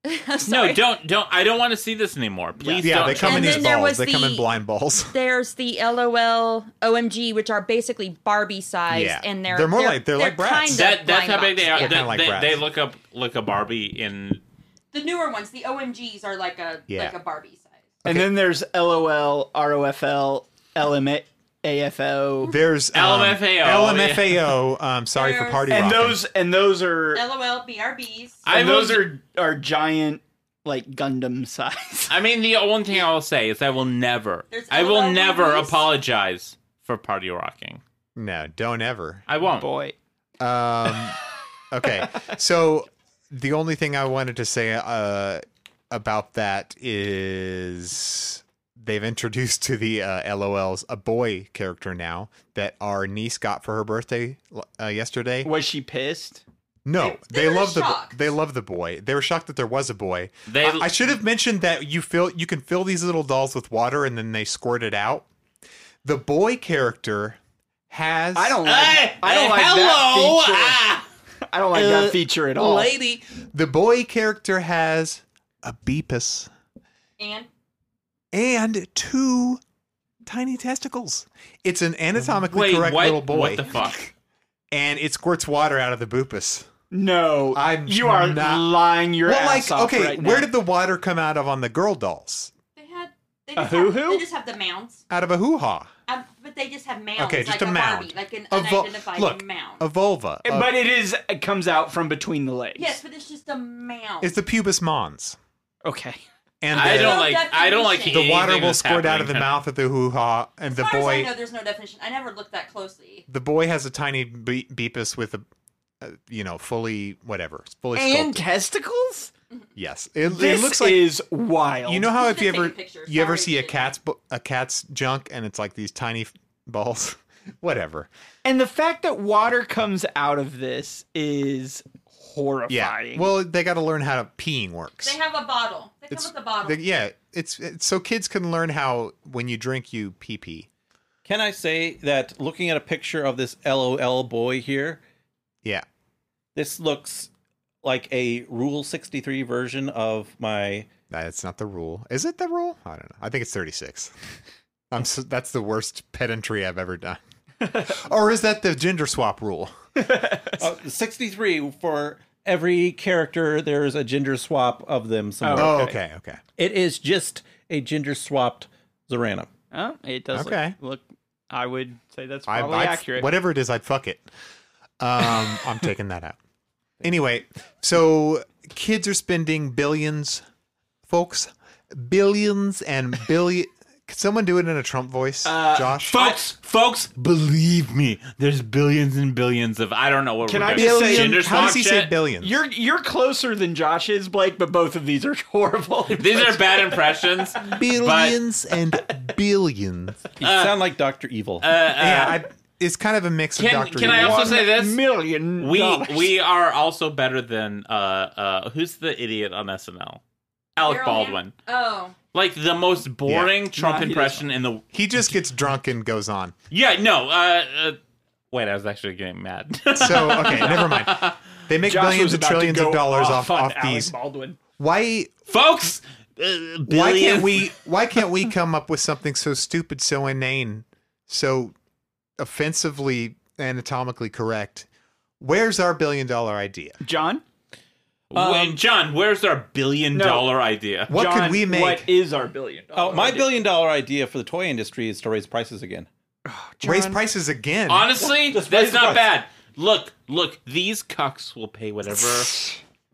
S9: I'm
S4: No,
S9: sorry.
S4: don't don't. I don't want to see this anymore. Please
S5: Yeah,
S4: don't.
S5: they come in
S9: And
S5: these
S9: then there
S5: balls.
S9: was
S5: They come in
S9: the-
S5: blind balls.
S9: There's the LOL OMG, which are basically Barbie size,
S5: Yeah.
S9: and they're
S5: They're more like- they're like brats.
S9: kind of
S4: that that's
S9: blind
S4: how big they are.
S9: box.
S4: That-
S5: Kinda like
S4: they,
S5: rats.
S4: they look up like a Barbie in
S8: The newer ones, the OMGs, are like a
S5: Yeah.
S8: like a Barbie size.
S3: And then there's LOL, ROFL, LMA, AFO.
S5: There's um,
S4: LMFAO, yeah.
S5: LMFAO. Um, sorry for
S8: There's-
S5: party.
S3: and
S5: rocking.
S3: those and those are and
S8: LOL BRBs.
S4: I
S3: those
S4: will-
S3: are are giant like Gundam size.
S4: I mean, the one thing I will say is I will never,
S8: There's
S4: I will
S8: LOL
S4: never
S8: movies.
S4: apologize for party rocking.
S5: No, don't ever.
S4: I won't.
S3: Boy.
S5: Um, okay, so the only thing I wanted to say uh, about that is they've introduced to the uh, LOLs a boy character now that our niece got for her birthday uh, yesterday.
S3: Was she pissed?
S5: No,
S8: They-
S5: they,
S8: they were
S5: love the
S8: shocked.
S5: they love the boy. They were shocked that there was a boy.
S4: They-
S5: I, I should have mentioned that you fill you can fill these little dolls with water and then they squirt it out. The boy character has
S3: I don't like I don't like
S4: Uh, hello,
S3: that feature.
S4: ah,
S3: I don't like that feature at all.
S5: lady. The boy character has a beepus
S8: and
S5: and two tiny testicles. It's an anatomically
S4: wait,
S5: correct
S4: what?
S5: little boy,
S4: What the fuck?
S5: and it squirts water out of the boopus.
S3: No.
S5: I'm
S3: you are
S5: not-
S3: lying your
S5: well,
S3: ass
S5: like,
S3: off
S5: okay,
S3: right
S5: where
S3: now.
S5: did the water come out of on the girl dolls?
S8: they had they
S3: A
S8: just, have,
S3: hoo-hoo?
S8: they just have the mounds,
S5: Out of a hoo ha.
S8: um, but they just have mounds.
S5: Okay, just
S8: like
S5: a mound.
S8: Barbie, like an
S5: A vul-
S8: unidentified
S5: look,
S8: mound.
S5: A vulva. A-
S3: but it is it comes out from between the legs.
S8: yes, but it's just a mound.
S5: it's the pubis mons.
S3: Okay.
S5: And
S4: I
S5: the,
S4: don't
S8: No
S4: like. I don't like
S8: definition.
S5: the water
S4: anything
S5: will
S4: that's
S5: squirt out of the
S4: happening.
S5: mouth of the hoo ha, and
S8: as
S5: the
S8: far as I
S5: boy
S8: know, there's no definition. I never looked that closely.
S5: the boy has a tiny be- beepus with a, uh, you know, fully whatever, fully
S3: And
S5: sculpted.
S3: testicles?
S5: Yes, it, it
S3: This
S5: looks like
S3: is wild.
S5: you know how if you
S8: Just
S5: ever
S8: taking pictures.
S5: you ever
S8: Sorry,
S5: see a
S8: Jake.
S5: cat's bu- a cat's junk and it's like these tiny f- balls, whatever.
S3: And the fact that water comes out of this is
S5: Yeah.
S3: horrifying.
S5: Well, they got to learn how to peeing works.
S8: They have a bottle. They come
S5: It's-
S8: with a bottle.
S5: The- yeah, it's, it's so kids can learn how when you drink you pee pee.
S6: Can I say that looking at a picture of this LOL boy here,
S5: Yeah.
S6: this looks like a Rule 63 version of my.
S5: That's not the rule. Is it the rule? I don't know. I think it's 36. I'm so, that's the worst pedantry I've ever done. or is that the gender swap rule?
S6: Uh, 63 for every character, there's a gender swap of them somewhere.
S5: Oh, okay, okay.
S6: It is just a gender swapped Zorana.
S3: Oh, it does
S5: Okay.
S3: look, look. I would say that's
S5: I-
S3: probably
S5: I'd-
S3: accurate.
S5: Whatever it is, I'd fuck it. Um, I'm taking that out. Anyway, so kids are spending billions, folks, billions and billion. Could someone do it in a Trump voice, Josh?
S4: Folks, folks, believe me. There's billions and billions of I don't know what
S3: Can
S4: we're
S3: I
S4: doing.
S3: just say-
S4: Gender
S5: How does
S4: swap
S5: he say
S4: shit?
S5: billions?
S3: You're you're closer than Josh is, Blake, but both of these are horrible.
S4: These are bad impressions.
S5: billions and billions.
S6: You
S4: Uh,
S6: sound like Dr. Evil.
S5: yeah, I, it's kind of a mix of
S4: Can
S5: Doctor.
S4: can I also say this?
S3: million.
S4: We
S3: dollars.
S4: we are also better than uh uh who's the idiot on SNL? Alec
S8: Daryl
S4: Baldwin.
S8: Hannah- Oh,
S4: Like the most boring Trump
S3: Nah, he
S4: impression in the
S5: He just gets drunk and goes on.
S4: Yeah, no, uh, uh wait, I was actually getting mad.
S5: So okay, never mind. They make
S3: Josh
S5: billions
S3: was
S5: and
S3: about to
S5: trillions
S3: go
S5: of dollars off
S3: off, on
S5: off,
S3: Alec
S5: these.
S3: Baldwin.
S5: Why
S4: folks,
S5: why
S4: uh,
S5: can't
S4: billions-
S5: we why can't we come up with something so stupid, so inane, so offensively anatomically correct? Where's our billion dollar idea?
S3: John,
S4: Wait, John, where's our billion
S3: No.
S4: dollar idea?
S5: um, What
S3: John,
S5: could we make?
S3: What is our billion?
S6: oh,
S3: dollar
S6: my
S3: idea?
S6: billion dollar idea for the toy industry is to raise prices again.
S5: Raise prices again.
S4: Honestly, that's
S6: the
S4: not
S6: price.
S4: bad. Look, look, these cucks will pay whatever.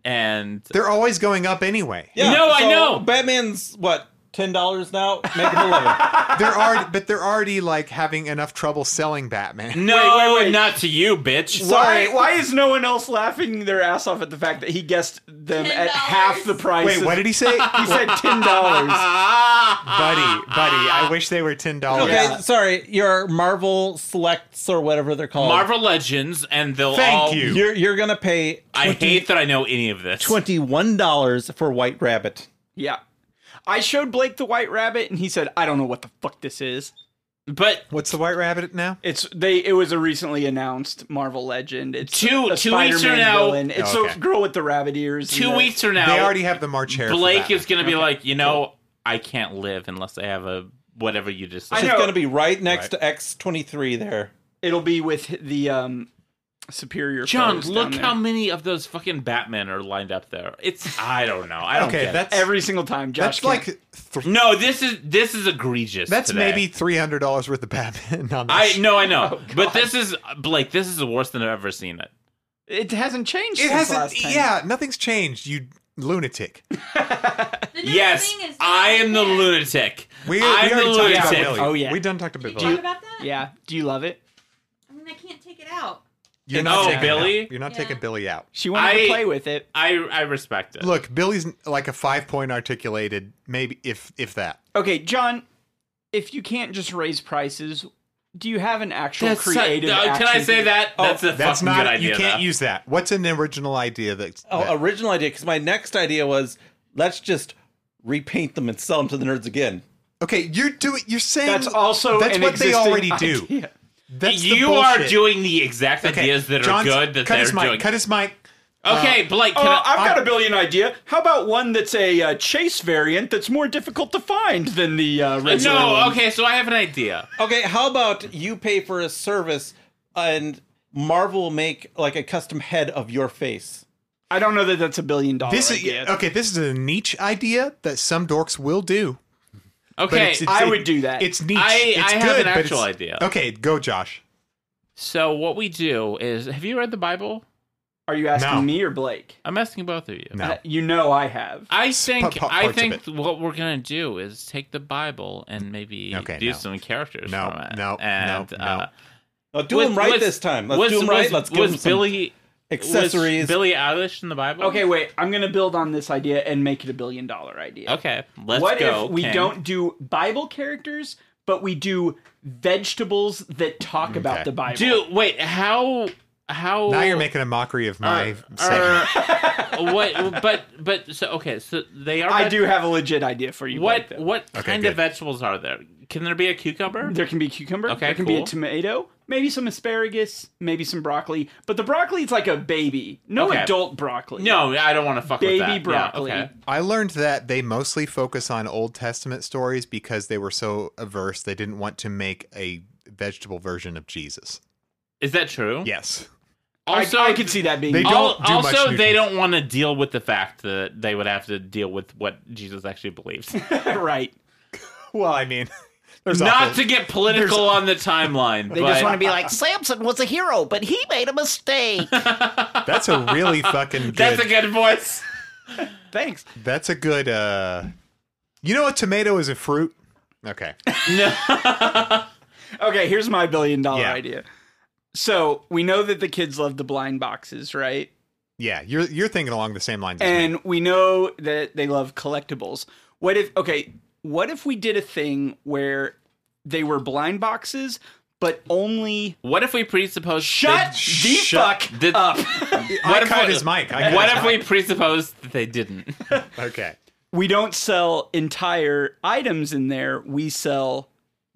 S4: And
S5: They're always going up anyway.
S4: No, I know.
S6: Batman's what? Ten dollars now. Make it eleven.
S5: They're already, but they're already like having enough trouble selling Batman.
S4: no,
S3: wait, wait.
S4: not to you, bitch.
S3: Why, why is no one else laughing their ass off at the fact that he guessed them
S8: $10.
S3: at half the price?
S5: Wait,
S3: of-
S5: what did he say?
S3: he said? Ten dollars.
S4: Ah!
S5: buddy, buddy. I wish they were ten dollars.
S6: Okay, sorry. Your Marvel Selects or whatever they're called.
S4: Marvel Legends, and they'll
S5: Thank
S4: all.
S5: you.
S6: You're you're gonna pay.
S4: I hate that I know any of this.
S6: twenty one dollars for White Rabbit.
S3: yeah, I showed Blake the White Rabbit, and he said, "I don't know what the fuck this is."
S4: But
S5: What's the White Rabbit now?
S3: It's they. It was a recently announced Marvel legend. It's
S4: Two-
S3: a
S4: two
S3: Spider-Man
S4: weeks from now-
S3: villain. It's
S5: Oh,
S3: the
S5: okay.
S3: girl with the rabbit ears. and
S4: two
S3: the-
S4: weeks from now,
S5: They already have the March Hare. for
S4: Blake
S5: Batman.
S4: is going to be like, you know, I can't live unless I have a whatever you just
S3: I
S4: said.
S3: know.
S6: It's going to be right next to X23 there.
S3: It'll be with the um, superior.
S4: John,
S3: foes
S4: look
S3: down
S4: how
S3: there.
S4: many of those fucking Batmen are lined up there. It's I don't know. I don't
S5: okay.
S4: get
S5: That's
S3: every single time. Josh
S5: that's like th-
S4: it. No, this is this is egregious.
S5: that's
S4: today.
S5: maybe Oh, three hundred dollars worth of Batman. On this.
S4: I no, I know, but this is Blake. This is the worst than I've ever seen it.
S3: it hasn't changed.
S5: It
S3: since
S5: hasn't.
S3: Last time.
S5: Yeah, nothing's changed. You lunatic.
S8: The new
S4: Yes,
S8: thing is
S4: I am the
S8: Yeah.
S4: lunatic.
S5: We, we
S4: I'm the
S5: already talked about
S4: lunatic.
S5: Billy.
S3: Oh, yeah.
S5: We done talked
S8: Did
S5: about
S8: you
S5: Billy.
S8: talk about that?
S3: Yeah. Do you love it?
S8: I mean, I can't take it out.
S5: You're
S4: Oh,
S5: taking
S4: Billy?
S5: it out. You're not
S8: Yeah.
S5: taking Billy out.
S3: She wanted
S4: I-
S3: to play with it.
S4: I I respect it.
S5: Look, Billy's like a five point articulated, maybe if if that.
S3: Okay, John. If you can't just raise prices, do you have an actual
S4: That's su-
S3: creative?
S4: no, can I
S3: action Oh,
S4: say
S3: to-
S4: that? that's a
S5: Oh, That's
S4: fucking
S5: not.
S4: good idea.
S5: you can't
S4: though.
S5: use that. What's an original idea that's
S6: Oh,
S5: that-
S6: original idea, because my next idea was let's just repaint them and sell them to the nerds again.
S5: okay? You're doing. You're saying
S3: That's also
S5: that's
S3: an
S5: what they
S3: existing
S5: already do.
S3: idea.
S5: That's the
S4: you are
S5: bullshit.
S4: doing the exact
S5: Okay,
S4: ideas that are
S5: John's-
S4: good that
S5: cut
S4: they're
S5: his mic.
S4: doing.
S5: Cut his mic.
S4: okay, Blake. Can
S3: Oh,
S4: I, Uh,
S3: I've got a billion idea. How about one that's a uh, chase variant that's more difficult to find than the uh, regular
S4: no,
S3: one?
S4: okay. So I have an idea.
S6: Okay, how about you pay for a service and Marvel will make like a custom head of your face?
S3: I don't know that that's a billion dollar
S5: This is
S3: idea.
S5: okay. This is a niche idea that some dorks will do. But
S4: Okay,
S5: it's, it's,
S3: I
S5: it-
S3: would do that.
S5: It's niche.
S4: I-
S5: it's
S4: I
S5: good,
S4: have an
S5: but
S4: actual
S5: it's-
S4: idea.
S5: Okay, go, Josh.
S4: so what we do is, have you read the Bible?
S3: Are you asking
S5: No.
S3: me or Blake?
S4: I'm asking both of you.
S5: No.
S3: Uh, you know I have.
S4: I think
S5: pa-
S4: I
S5: parts of it.
S4: think what we're gonna do is take the Bible and maybe
S5: Okay,
S4: do
S5: no.
S4: some characters
S5: No,
S4: from it.
S5: no, no,
S4: and, Uh,
S6: Now, do
S4: was-
S6: them right
S4: was-
S6: this time. Let's
S4: was-
S6: do them right.
S4: was-
S6: Let's give
S4: was
S6: them some
S4: Billy
S6: accessories.
S4: Was Billy Eilish in the Bible?
S3: Okay, wait. I'm gonna build on this idea and make it a billion dollar idea.
S4: Okay. Let's
S3: what
S4: go.
S3: if we
S4: King.
S3: don't do Bible characters, but we do vegetables that talk about the Bible?
S4: do? Wait. How? How?
S5: Now you're making a mockery of my segment.
S4: Or, what? But but so okay. So they are.
S3: I do have a legit idea for you. Blake,
S4: What
S3: though.
S4: what
S5: Okay,
S4: kind of
S5: good.
S4: vegetables are there? Can there be a cucumber?
S3: There can be cucumber.
S4: Okay,
S3: there can be
S4: cool.
S3: a tomato. Maybe some asparagus. Maybe some broccoli. But the broccoli is like a baby. No
S4: Okay.
S3: adult broccoli.
S4: No, I don't want to fuck
S3: Baby
S4: with that. Yeah,
S3: broccoli.
S4: okay.
S5: I learned that they mostly focus on Old Testament stories because they were so averse they didn't want to make a vegetable version of Jesus.
S4: Is that true?
S5: Yes.
S3: I,
S4: Also,
S3: I could see that being.
S5: They
S3: All-
S4: Al-
S5: don't do much
S4: also, they
S5: nutrients.
S4: don't want to deal with the fact that they would have to deal with what Jesus actually believes.
S3: right.
S5: Well, I mean, there's
S4: Not
S5: awful-
S4: to get political on the timeline,
S3: They
S4: but
S3: just want to be like.
S10: Samson was a hero, but he made a mistake.
S5: That's a really fucking good.
S4: that's a good voice.
S3: Thanks.
S5: That's a good. uh You know, a tomato is a fruit. Okay.
S3: Okay, here's my billion dollar
S5: Yeah.
S3: idea. So we know that the kids love the blind boxes, right?
S5: Yeah, you're you're thinking along the same lines. as me.
S3: And we know that they love collectibles. What if okay, what if we did a thing where they were blind boxes, but only
S4: What if we presuppose?
S3: Shut
S4: that-
S3: the
S5: shut
S3: fuck
S4: the-
S3: up.
S5: I
S4: if
S5: cut
S4: we-
S5: his mic. I cut
S4: What
S5: his
S4: if we presuppose that they didn't?
S5: mic. Okay.
S3: we don't sell entire items in there. We sell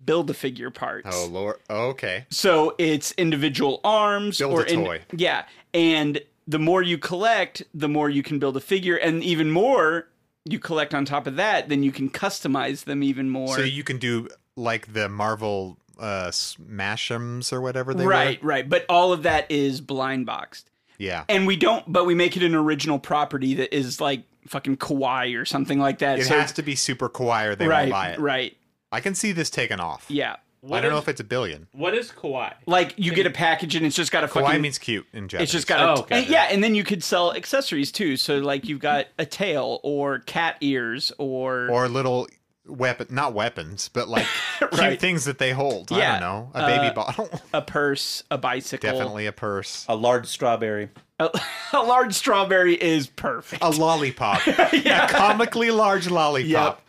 S3: build a figure parts.
S5: Oh lord. Okay.
S3: So it's individual arms
S5: Build
S3: or
S5: a
S3: in-
S5: toy.
S3: yeah, and the more you collect, the more you can build a figure, and even more you collect on top of that, then you can customize them even more.
S5: So you can do like the Marvel uh Smashums or whatever they
S3: right,
S5: were.
S3: right. But all of that is blind boxed,
S5: Yeah.
S3: and we don't. But we make it an original property that is like fucking kawaii or something like that.
S5: It
S3: so
S5: has to be super kawaii or they
S3: right,
S5: won't buy it.
S3: right,
S5: I can see this taken off.
S3: yeah.
S5: I don't know if it's a billion.
S4: What is Kawhi?
S3: Like you get a package and it's just got a
S5: Kawaii
S3: fucking
S5: means cute in Japanese.
S3: It's just got a
S4: Oh, okay.
S3: and- yeah, and then you could sell accessories too. So like you've got a tail or cat ears or,
S5: or little weapon, not weapons, but like
S3: Right.
S5: cute things that they hold. I
S3: Yeah,
S5: don't know, a baby
S3: uh,
S5: bottle,
S3: a purse, a bicycle.
S5: definitely a purse,
S6: a large strawberry.
S3: a, a large strawberry is perfect.
S5: a lollipop, a comically large lollipop.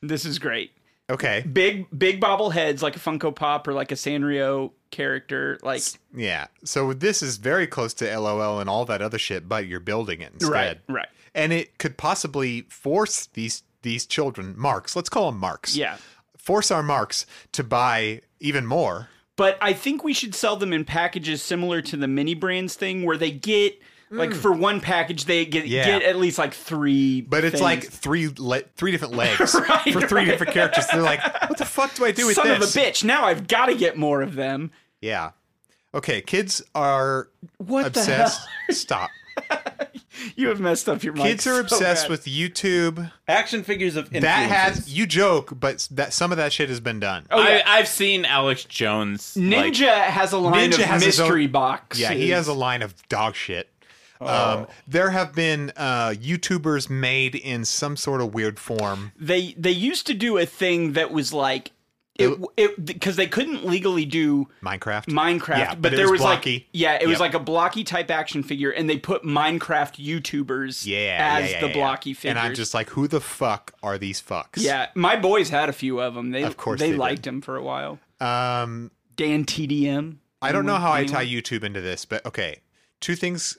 S3: This is great.
S5: Okay,
S3: Big big bobbleheads like a Funko Pop or like a Sanrio character. Like
S5: yeah. So this is very close to LOL and all that other shit, but you're building it instead.
S3: right, right,
S5: and it could possibly force these these children marks let's call them marks
S3: yeah.
S5: force our marks to buy even more.
S3: But I think we should sell them in packages similar to the mini brands thing, where they get like for one package they get
S5: Mm. Yeah.
S3: get at least like three.
S5: But it's
S3: things.
S5: like three le- three different legs
S3: Right,
S5: for three
S3: right.
S5: different characters. They're like, what the fuck do I do with
S3: son
S5: this?
S3: of a bitch. Now I've got to get more of them.
S5: Yeah. Okay, kids are
S3: What
S5: obsessed. Stop.
S3: the hell? You have messed up your mic
S5: Kids are
S3: so
S5: obsessed
S3: bad.
S5: with YouTube.
S6: Action figures of
S5: That has
S6: influences.
S5: you joke, but that some of that shit has been done.
S3: Oh, yeah.
S4: I, I've seen Alex Jones. like-
S3: Ninja has a line
S5: Ninja
S3: of
S5: has his own-
S3: mystery box.
S5: Yeah, he has a line of dog shit.
S3: Oh.
S5: Um, there have been uh, YouTubers made in some sort of weird form.
S3: they they used to do a thing that was like it it because they couldn't legally do
S5: Minecraft.
S3: Minecraft,
S5: Yeah,
S3: but,
S5: but it
S3: there
S5: was
S3: was, like
S5: blocky.
S3: yeah, it was
S5: Yep.
S3: like a blocky type action figure, and they put Minecraft YouTubers
S5: yeah, yeah,
S3: as
S5: yeah,
S3: the
S5: yeah.
S3: blocky figures.
S5: And I'm just like, who the fuck are these fucks?
S3: yeah, my boys had a few of them. They
S5: Of course
S3: they,
S5: they did.
S3: liked him for a while.
S5: Um,
S3: Dan TDM.
S5: I don't know
S3: Anyone-
S5: how I
S3: anyone?
S5: tie YouTube into this, but okay. Two things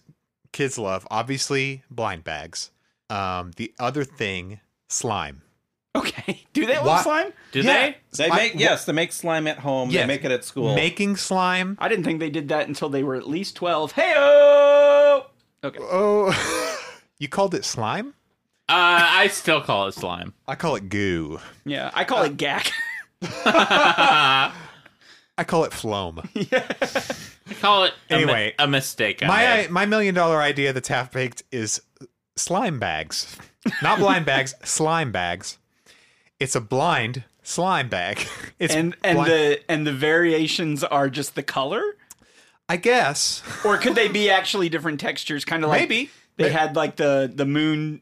S5: kids love obviously, blind bags. Um, the other thing, slime.
S3: Okay, do they love
S5: Why-
S3: slime?
S4: do
S5: Yeah.
S4: they?
S6: They
S5: I-
S6: make yes, they make slime at home.
S5: Yes.
S6: They make it at
S3: Oh.
S6: school.
S5: Making slime.
S3: I didn't think they did that until they were at least twelve. Heyo. Okay.
S5: Oh, you called it slime?
S4: Uh, I still call it slime.
S5: I call it goo.
S3: Yeah, I call it gack.
S5: I call it phloem.
S4: I call it a mi-
S5: Anyway.
S4: a, mistake. I made.
S5: my my million dollar idea that's half baked is slime bags, not blind bags, slime bags. It's a blind slime bag. It's
S3: and and
S5: blind-
S3: the and the variations are just the color
S5: I guess
S3: or could they be actually different textures kind of like
S5: Maybe.
S3: they
S5: May-
S3: had like the the moon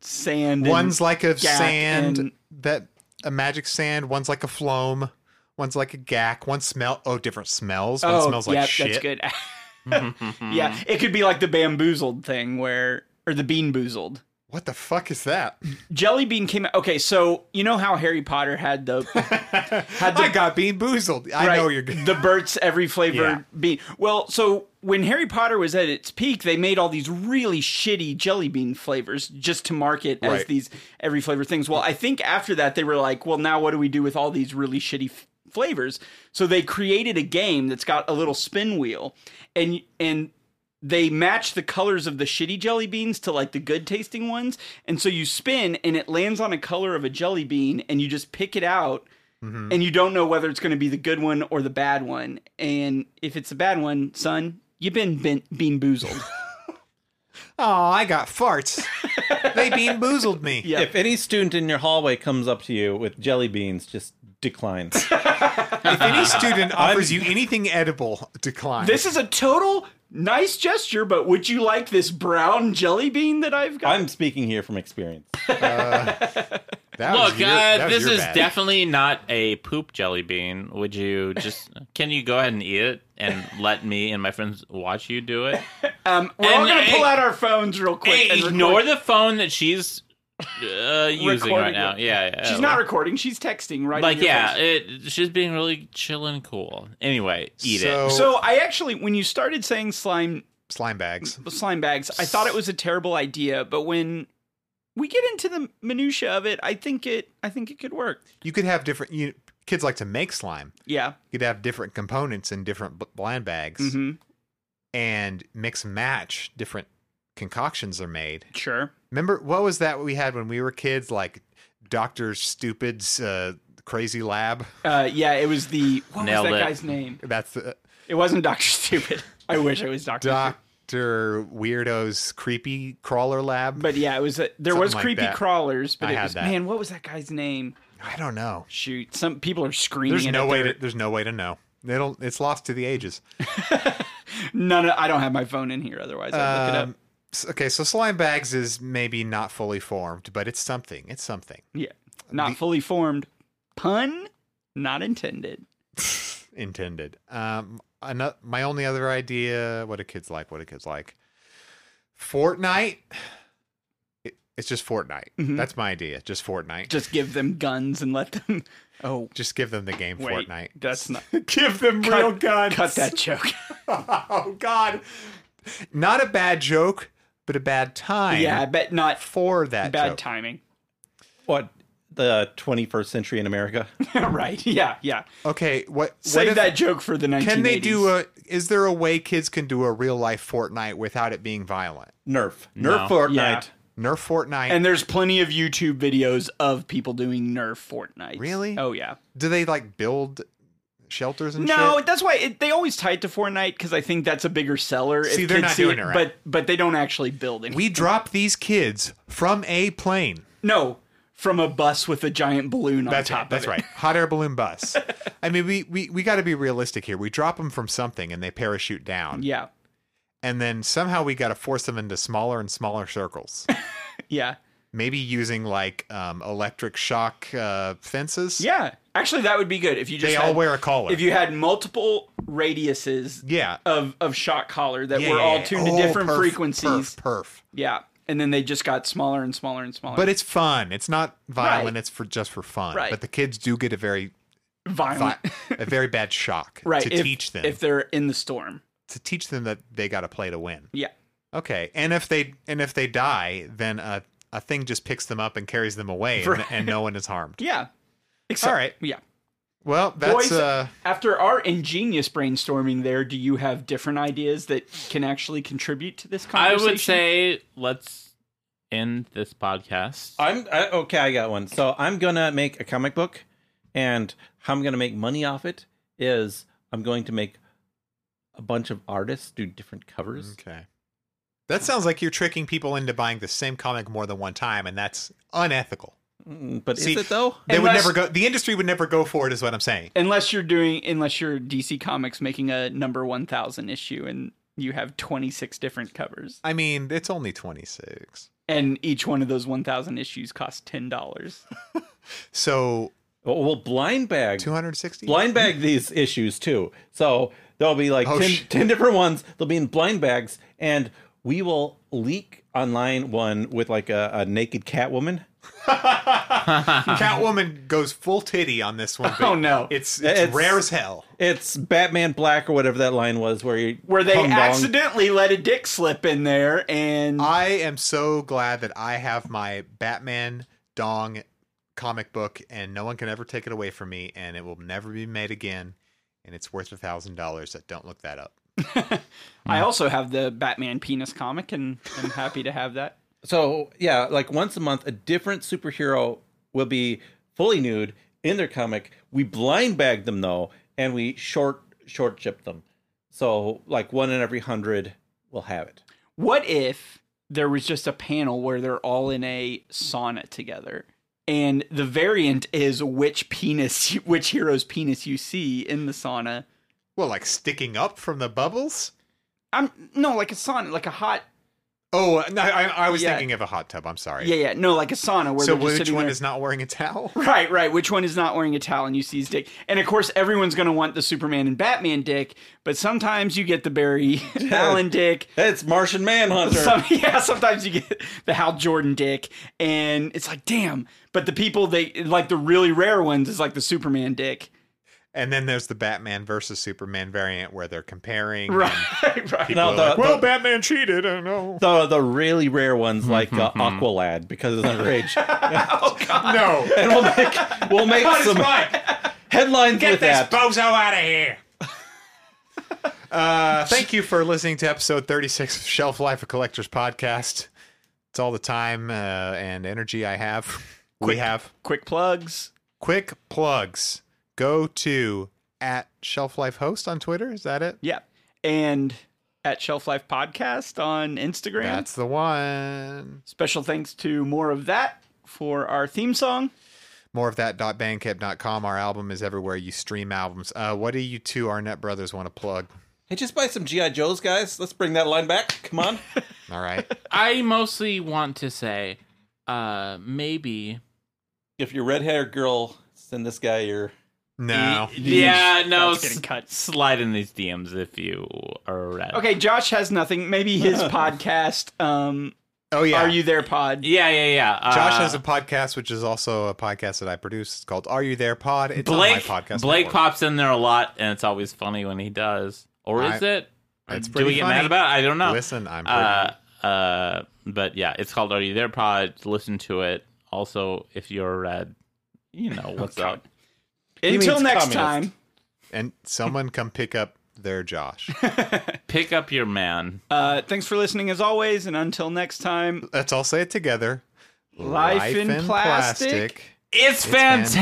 S3: sand and-
S5: one's like a
S3: gack
S5: sand
S3: and-
S5: that a magic sand. One's like a phloem. One's like a gack. One smell. Oh, different smells. One
S3: oh
S5: smells like
S3: yeah
S5: shit.
S3: that's good yeah it could be like the bamboozled thing where or the bean boozled
S5: What the fuck is that?
S3: jelly bean came out okay so you know how harry potter had the had the
S5: I got bean boozled. I know you're.
S3: the Burt's every flavor
S5: Yeah.
S3: bean. Well, so when Harry Potter was at its peak, they made all these really shitty jelly bean flavors just to market as
S5: Right.
S3: these every flavor things. Well, I think after that they were like, well, now what do we do with all these really shitty f- flavors? So they created a game that's got a little spin wheel, and and they match the colors of the shitty jelly beans to like the good tasting ones. And so you spin and it lands on a color of a jelly bean and you just pick it out
S4: Mm-hmm.
S3: and you don't know whether it's going to be the good one or the bad one. And if it's the bad one, son, you've been ben- bean boozled.
S5: Oh, I got farts. they bean boozled me.
S3: Yeah.
S6: If any student in your hallway comes up to you with jelly beans, just decline.
S5: If any student offers you anything edible, decline.
S3: this is a total nice gesture, but would you like this brown jelly bean that I've got?
S6: I'm speaking here from experience.
S5: That was
S4: Look,
S5: your- that
S4: uh,
S5: was
S4: this
S5: your
S4: is
S5: bad.
S4: definitely not a poop jelly bean. Would you just? can you go ahead and eat it and let me and my friends watch you do it?
S3: um, we're all
S4: and-
S3: going to pull
S4: hey-
S3: out our phones real quick.
S4: Hey,
S3: and
S4: ignore
S3: record-
S4: the phone that she's uh, using
S3: Recording
S4: right now.
S3: it.
S4: Yeah, yeah.
S3: She's not recording. She's texting right. in
S4: like
S3: your
S4: yeah.
S3: face.
S4: It, she's being really chill and cool. Anyway, eat
S5: So-
S4: it.
S3: So I actually, when you started saying slime
S5: slime bags.
S3: slime bags, I thought it was a terrible idea. But when we get into the minutia of it, I think it. I think it could work.
S5: You could have different. You, kids like to make slime.
S3: Yeah.
S5: You could have different components in different b- blind bags
S3: hmm
S5: and mix and match different concoctions are made.
S3: Sure.
S5: Remember what was that we had when we were kids? Like Doctor Stupid's uh, crazy lab.
S3: Uh, yeah, it was the what
S4: Nailed
S3: was that
S4: it.
S3: guy's name?
S5: That's uh,
S3: It wasn't Doctor Stupid. I wish it was Doctor. Stupid.
S5: Doctor Weirdo's creepy crawler lab.
S3: But yeah, it was. A, there was
S5: Something like
S3: creepy
S5: that.
S3: crawlers, but
S5: I
S3: it
S5: had
S3: was
S5: that.
S3: man. What was that guy's name?
S5: I don't know.
S3: Shoot, some people are screaming.
S5: There's
S3: it
S5: no
S3: at
S5: way.
S3: their-
S5: To, there's no way to know. They don't. It's lost to the ages.
S3: None. Of, I don't have my phone in here. Otherwise, I'd look it up.
S5: Um, s- okay, so slime bags is maybe not fully formed, but it's something. It's something
S3: Yeah, not fully formed. Pun not intended.
S5: intended. Um, ano- my only other idea: what do kids like? What do kids like? Fortnite. It, it's just Fortnite. That's my idea. Just Fortnite. Just,
S3: Mm-hmm. Just give them guns and let them. Oh
S5: give them the game
S3: wait,
S5: Fortnite.
S3: that's not
S5: give them real guns.
S3: cut that joke.
S5: oh God! Not a bad joke, but a bad time.
S3: yeah, I bet not
S5: for that
S3: bad
S5: joke.
S3: timing.
S6: What? the 21st century in America.
S3: right. Yeah. Yeah.
S5: Okay, what what
S3: Save
S5: if-
S3: that joke for the 1980s.
S5: Can they do a? Is there a way kids can do a real life Fortnite without it being violent?
S6: Nerf.
S4: No.
S6: Nerf Fortnite.
S3: Yeah.
S5: Nerf Fortnite.
S3: And there's plenty of YouTube videos of people doing Nerf Fortnite.
S5: Really?
S3: Oh yeah.
S5: do they like build shelters and
S3: No,
S5: shit?
S3: that's why it, they always tie it to Fortnite because I think that's a bigger seller.
S5: See,
S3: if
S5: they're
S3: kids
S5: not
S3: see
S5: doing it right.
S3: but but they don't actually build any.
S5: We drop these kids from a plane.
S3: no from a bus with a giant balloon on
S5: That's
S3: top.
S5: right.
S3: of
S5: That's
S3: it.
S5: right. Hot air balloon bus. I mean, we we we got to be realistic here. We drop them from something and they parachute down,
S3: Yeah.
S5: and then somehow we got to force them into smaller and smaller circles.
S3: Yeah.
S5: Maybe using like um, electric shock uh, fences.
S3: Yeah. Actually, that would be good if you just
S5: They
S3: had,
S5: all wear a collar.
S3: if you had multiple radiuses
S5: yeah.
S3: of of shock collar that
S5: Yeah,
S3: were
S5: yeah,
S3: all
S5: yeah.
S3: tuned to
S5: Oh,
S3: different
S5: perf,
S3: frequencies.
S5: Perf, perf.
S3: Yeah, and then they just got smaller and smaller and smaller.
S5: But it's fun. It's not violent.
S3: Right.
S5: It's for just for fun.
S3: Right.
S5: But the kids do get a very
S3: violent,
S5: a very bad shock
S3: right?
S5: to
S3: if-
S5: teach them
S3: if they're in the storm.
S5: to teach them that they got to play to win.
S3: Yeah,
S5: Okay. And if they and if they die, then a a thing just picks them up and carries them away, and, and no one is harmed.
S3: yeah. Except,
S5: All right.
S3: Yeah.
S5: Well, that's
S3: Boys-
S5: uh
S3: After our ingenious brainstorming, there, do you have different ideas that can actually contribute to this
S4: I
S3: conversation?
S4: would say let's end this podcast.
S6: I'm I, okay. I got one. So I'm gonna make a comic book, and how I'm gonna make money off it is I'm going to make a bunch of artists do different covers.
S5: okay. That sounds like you're tricking people into buying the same comic more than one time, and that's unethical.
S6: Mm, But
S5: See,
S6: is it though?
S5: They would
S3: Unless-
S5: never go. The industry would never go for it, is what I'm saying.
S3: unless you're doing, unless you're DC Comics making a number one thousand issue and you have 26 different covers
S5: I mean, it's only 26.
S3: and each one of those 1000 issues costs $10
S5: So
S6: Oh, well, blind bag.
S5: 260?
S6: blind bag these issues too. So there'll be like
S5: Oh,
S6: 10
S5: sh-
S6: 10 different ones. They'll be in blind bags, and we will leak online one with like a, a naked Catwoman.
S5: Catwoman goes full titty on this one. but
S3: Oh, no.
S5: It's, it's,
S6: It's-
S5: rare as hell.
S6: It's Batman Black or whatever that line was, where you
S3: where they
S6: Hung dong.
S3: accidentally let a dick slip in there and
S5: I am so glad that I have my Batman Dong comic book, and no one can ever take it away from me, and it will never be made again. And it's worth a thousand dollars. Don't look that up.
S3: I also have the Batman penis comic, and I'm happy to have that.
S6: So yeah, like once a month, a different superhero will be fully nude in their comic. We blind bag them though, and we short short ship them. So like one in every hundred will have it.
S3: What if there was just a panel where they're all in a sauna together, and the variant is which penis, which hero's penis you see in the sauna?
S5: Well, like sticking up from the bubbles.
S3: I'm no like a sauna, like a hot.
S5: Oh no, I, I was
S3: Yeah.
S5: thinking of a hot tub. I'm sorry.
S3: Yeah, yeah, no, like a sauna where
S5: So
S3: they're just
S5: which
S3: sitting
S5: one
S3: there-
S5: is not wearing a towel?
S3: Right, right. Which one is not wearing a towel and you see his dick? And of course, everyone's going to want the Superman and Batman dick, but sometimes you get the Barry Allen dick,
S6: It's Martian Manhunter.
S3: Some, yeah, sometimes you get the Hal Jordan dick, and it's like, damn. But the people they like the really rare ones is like the Superman dick,
S5: And then there's the Batman versus Superman variant where they're comparing. and
S3: right? right.
S5: people
S6: No,
S5: are
S6: the-
S5: like, well,
S6: the-
S5: Batman cheated. I don't know.
S6: the the really rare ones like uh, Aqualad because it's underage.
S5: No,
S6: and we'll make we'll make some headlines with that.
S5: bozo out of here. uh, thank you for listening to episode 36 of Shelf Life of Collectors podcast. It's all the time uh, and energy I have. we have
S3: Quick plugs.
S5: quick plugs. Go to at Shelf Life Host on Twitter. Is that it?
S3: Yeah, and at Shelf Life Podcast on Instagram.
S5: That's the one.
S3: Special thanks to more of that for our theme song.
S5: More of that. dot bandcamp.com. Our album is everywhere you stream albums. Uh, what do you two Arnett brothers want to plug?
S6: Hey, just buy some GI Joes, guys. Let's bring that line back. Come on.
S5: All right.
S4: I mostly want to say, uh, maybe.
S6: if you're red haired girl, send this guy your.
S5: No.
S4: Yeah, no.
S3: That's getting cut.
S4: Slide in these DMs if you are red.
S3: Okay, Josh has nothing. Maybe his podcast. Um,
S5: Oh, yeah.
S3: Are you there? Pod.
S4: Yeah, yeah, yeah. Uh,
S5: Josh has a podcast, which is also a podcast that I produce. It's called "Are You There Pod." It's
S4: Blake.
S5: on my podcast.
S4: Blake
S5: network.
S4: pops in there a lot, and it's always funny when he does. Or is
S5: I-
S4: it?
S5: It's
S4: Do
S5: pretty
S4: we get
S5: funny.
S4: mad about? it? I don't know.
S5: Listen, I'm pretty,
S4: Uh, uh, but yeah, it's called Are You There Pod. Listen to it also, if you're red, you
S5: Oh,
S4: know what's up.
S3: Until
S6: means
S3: next
S6: communist.
S3: time,
S5: And someone come pick up their Josh.
S4: Pick up your man.
S3: uh, thanks for listening as always, and until next time,
S5: Let's all say it together.
S3: life, in, plastic.
S4: It's, fantastic.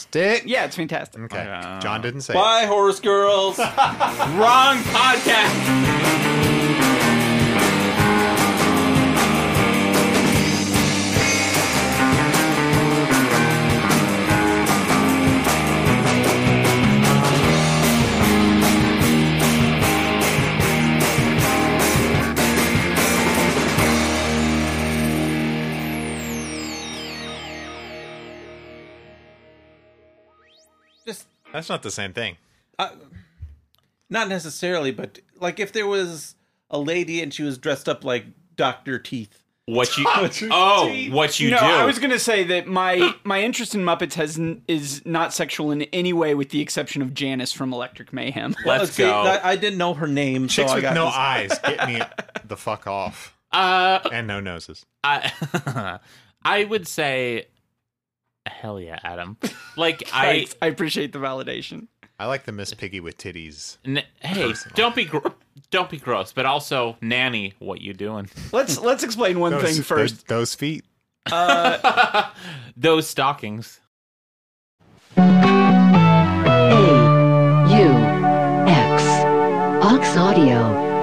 S5: Fantastic.
S3: Yeah, it's fantastic.
S5: Okay. John didn't say it.
S6: Bye, horse girls.
S4: Wrong podcast.
S6: Just
S5: That's not the same thing.
S6: not necessarily, but like if there was a lady and she was dressed up like Doctor Teeth.
S4: What you? Oh, what you
S3: no,
S4: do?
S3: I was gonna say that my my interest in Muppets has n- is not sexual in any way, with the exception of Janice from Electric Mayhem.
S4: Let's
S6: See,
S4: go.
S6: I, I didn't know her name,
S5: Chicks
S6: so I
S5: with
S6: got
S5: no
S6: this-
S5: eyes. Get me the fuck off.
S4: uh,
S5: And no noses.
S4: I, I would say, hell yeah, Adam. Like I,
S3: Thanks. I appreciate the validation.
S5: I like the Miss Piggy with titties.
S4: n- hey, don't be, gr- don't be gross, but also nanny, what you doing?
S3: Let's let's explain one
S5: Those-
S3: thing first.
S5: Those, those feet.
S4: Those stockings.
S11: A U X Ox Audio.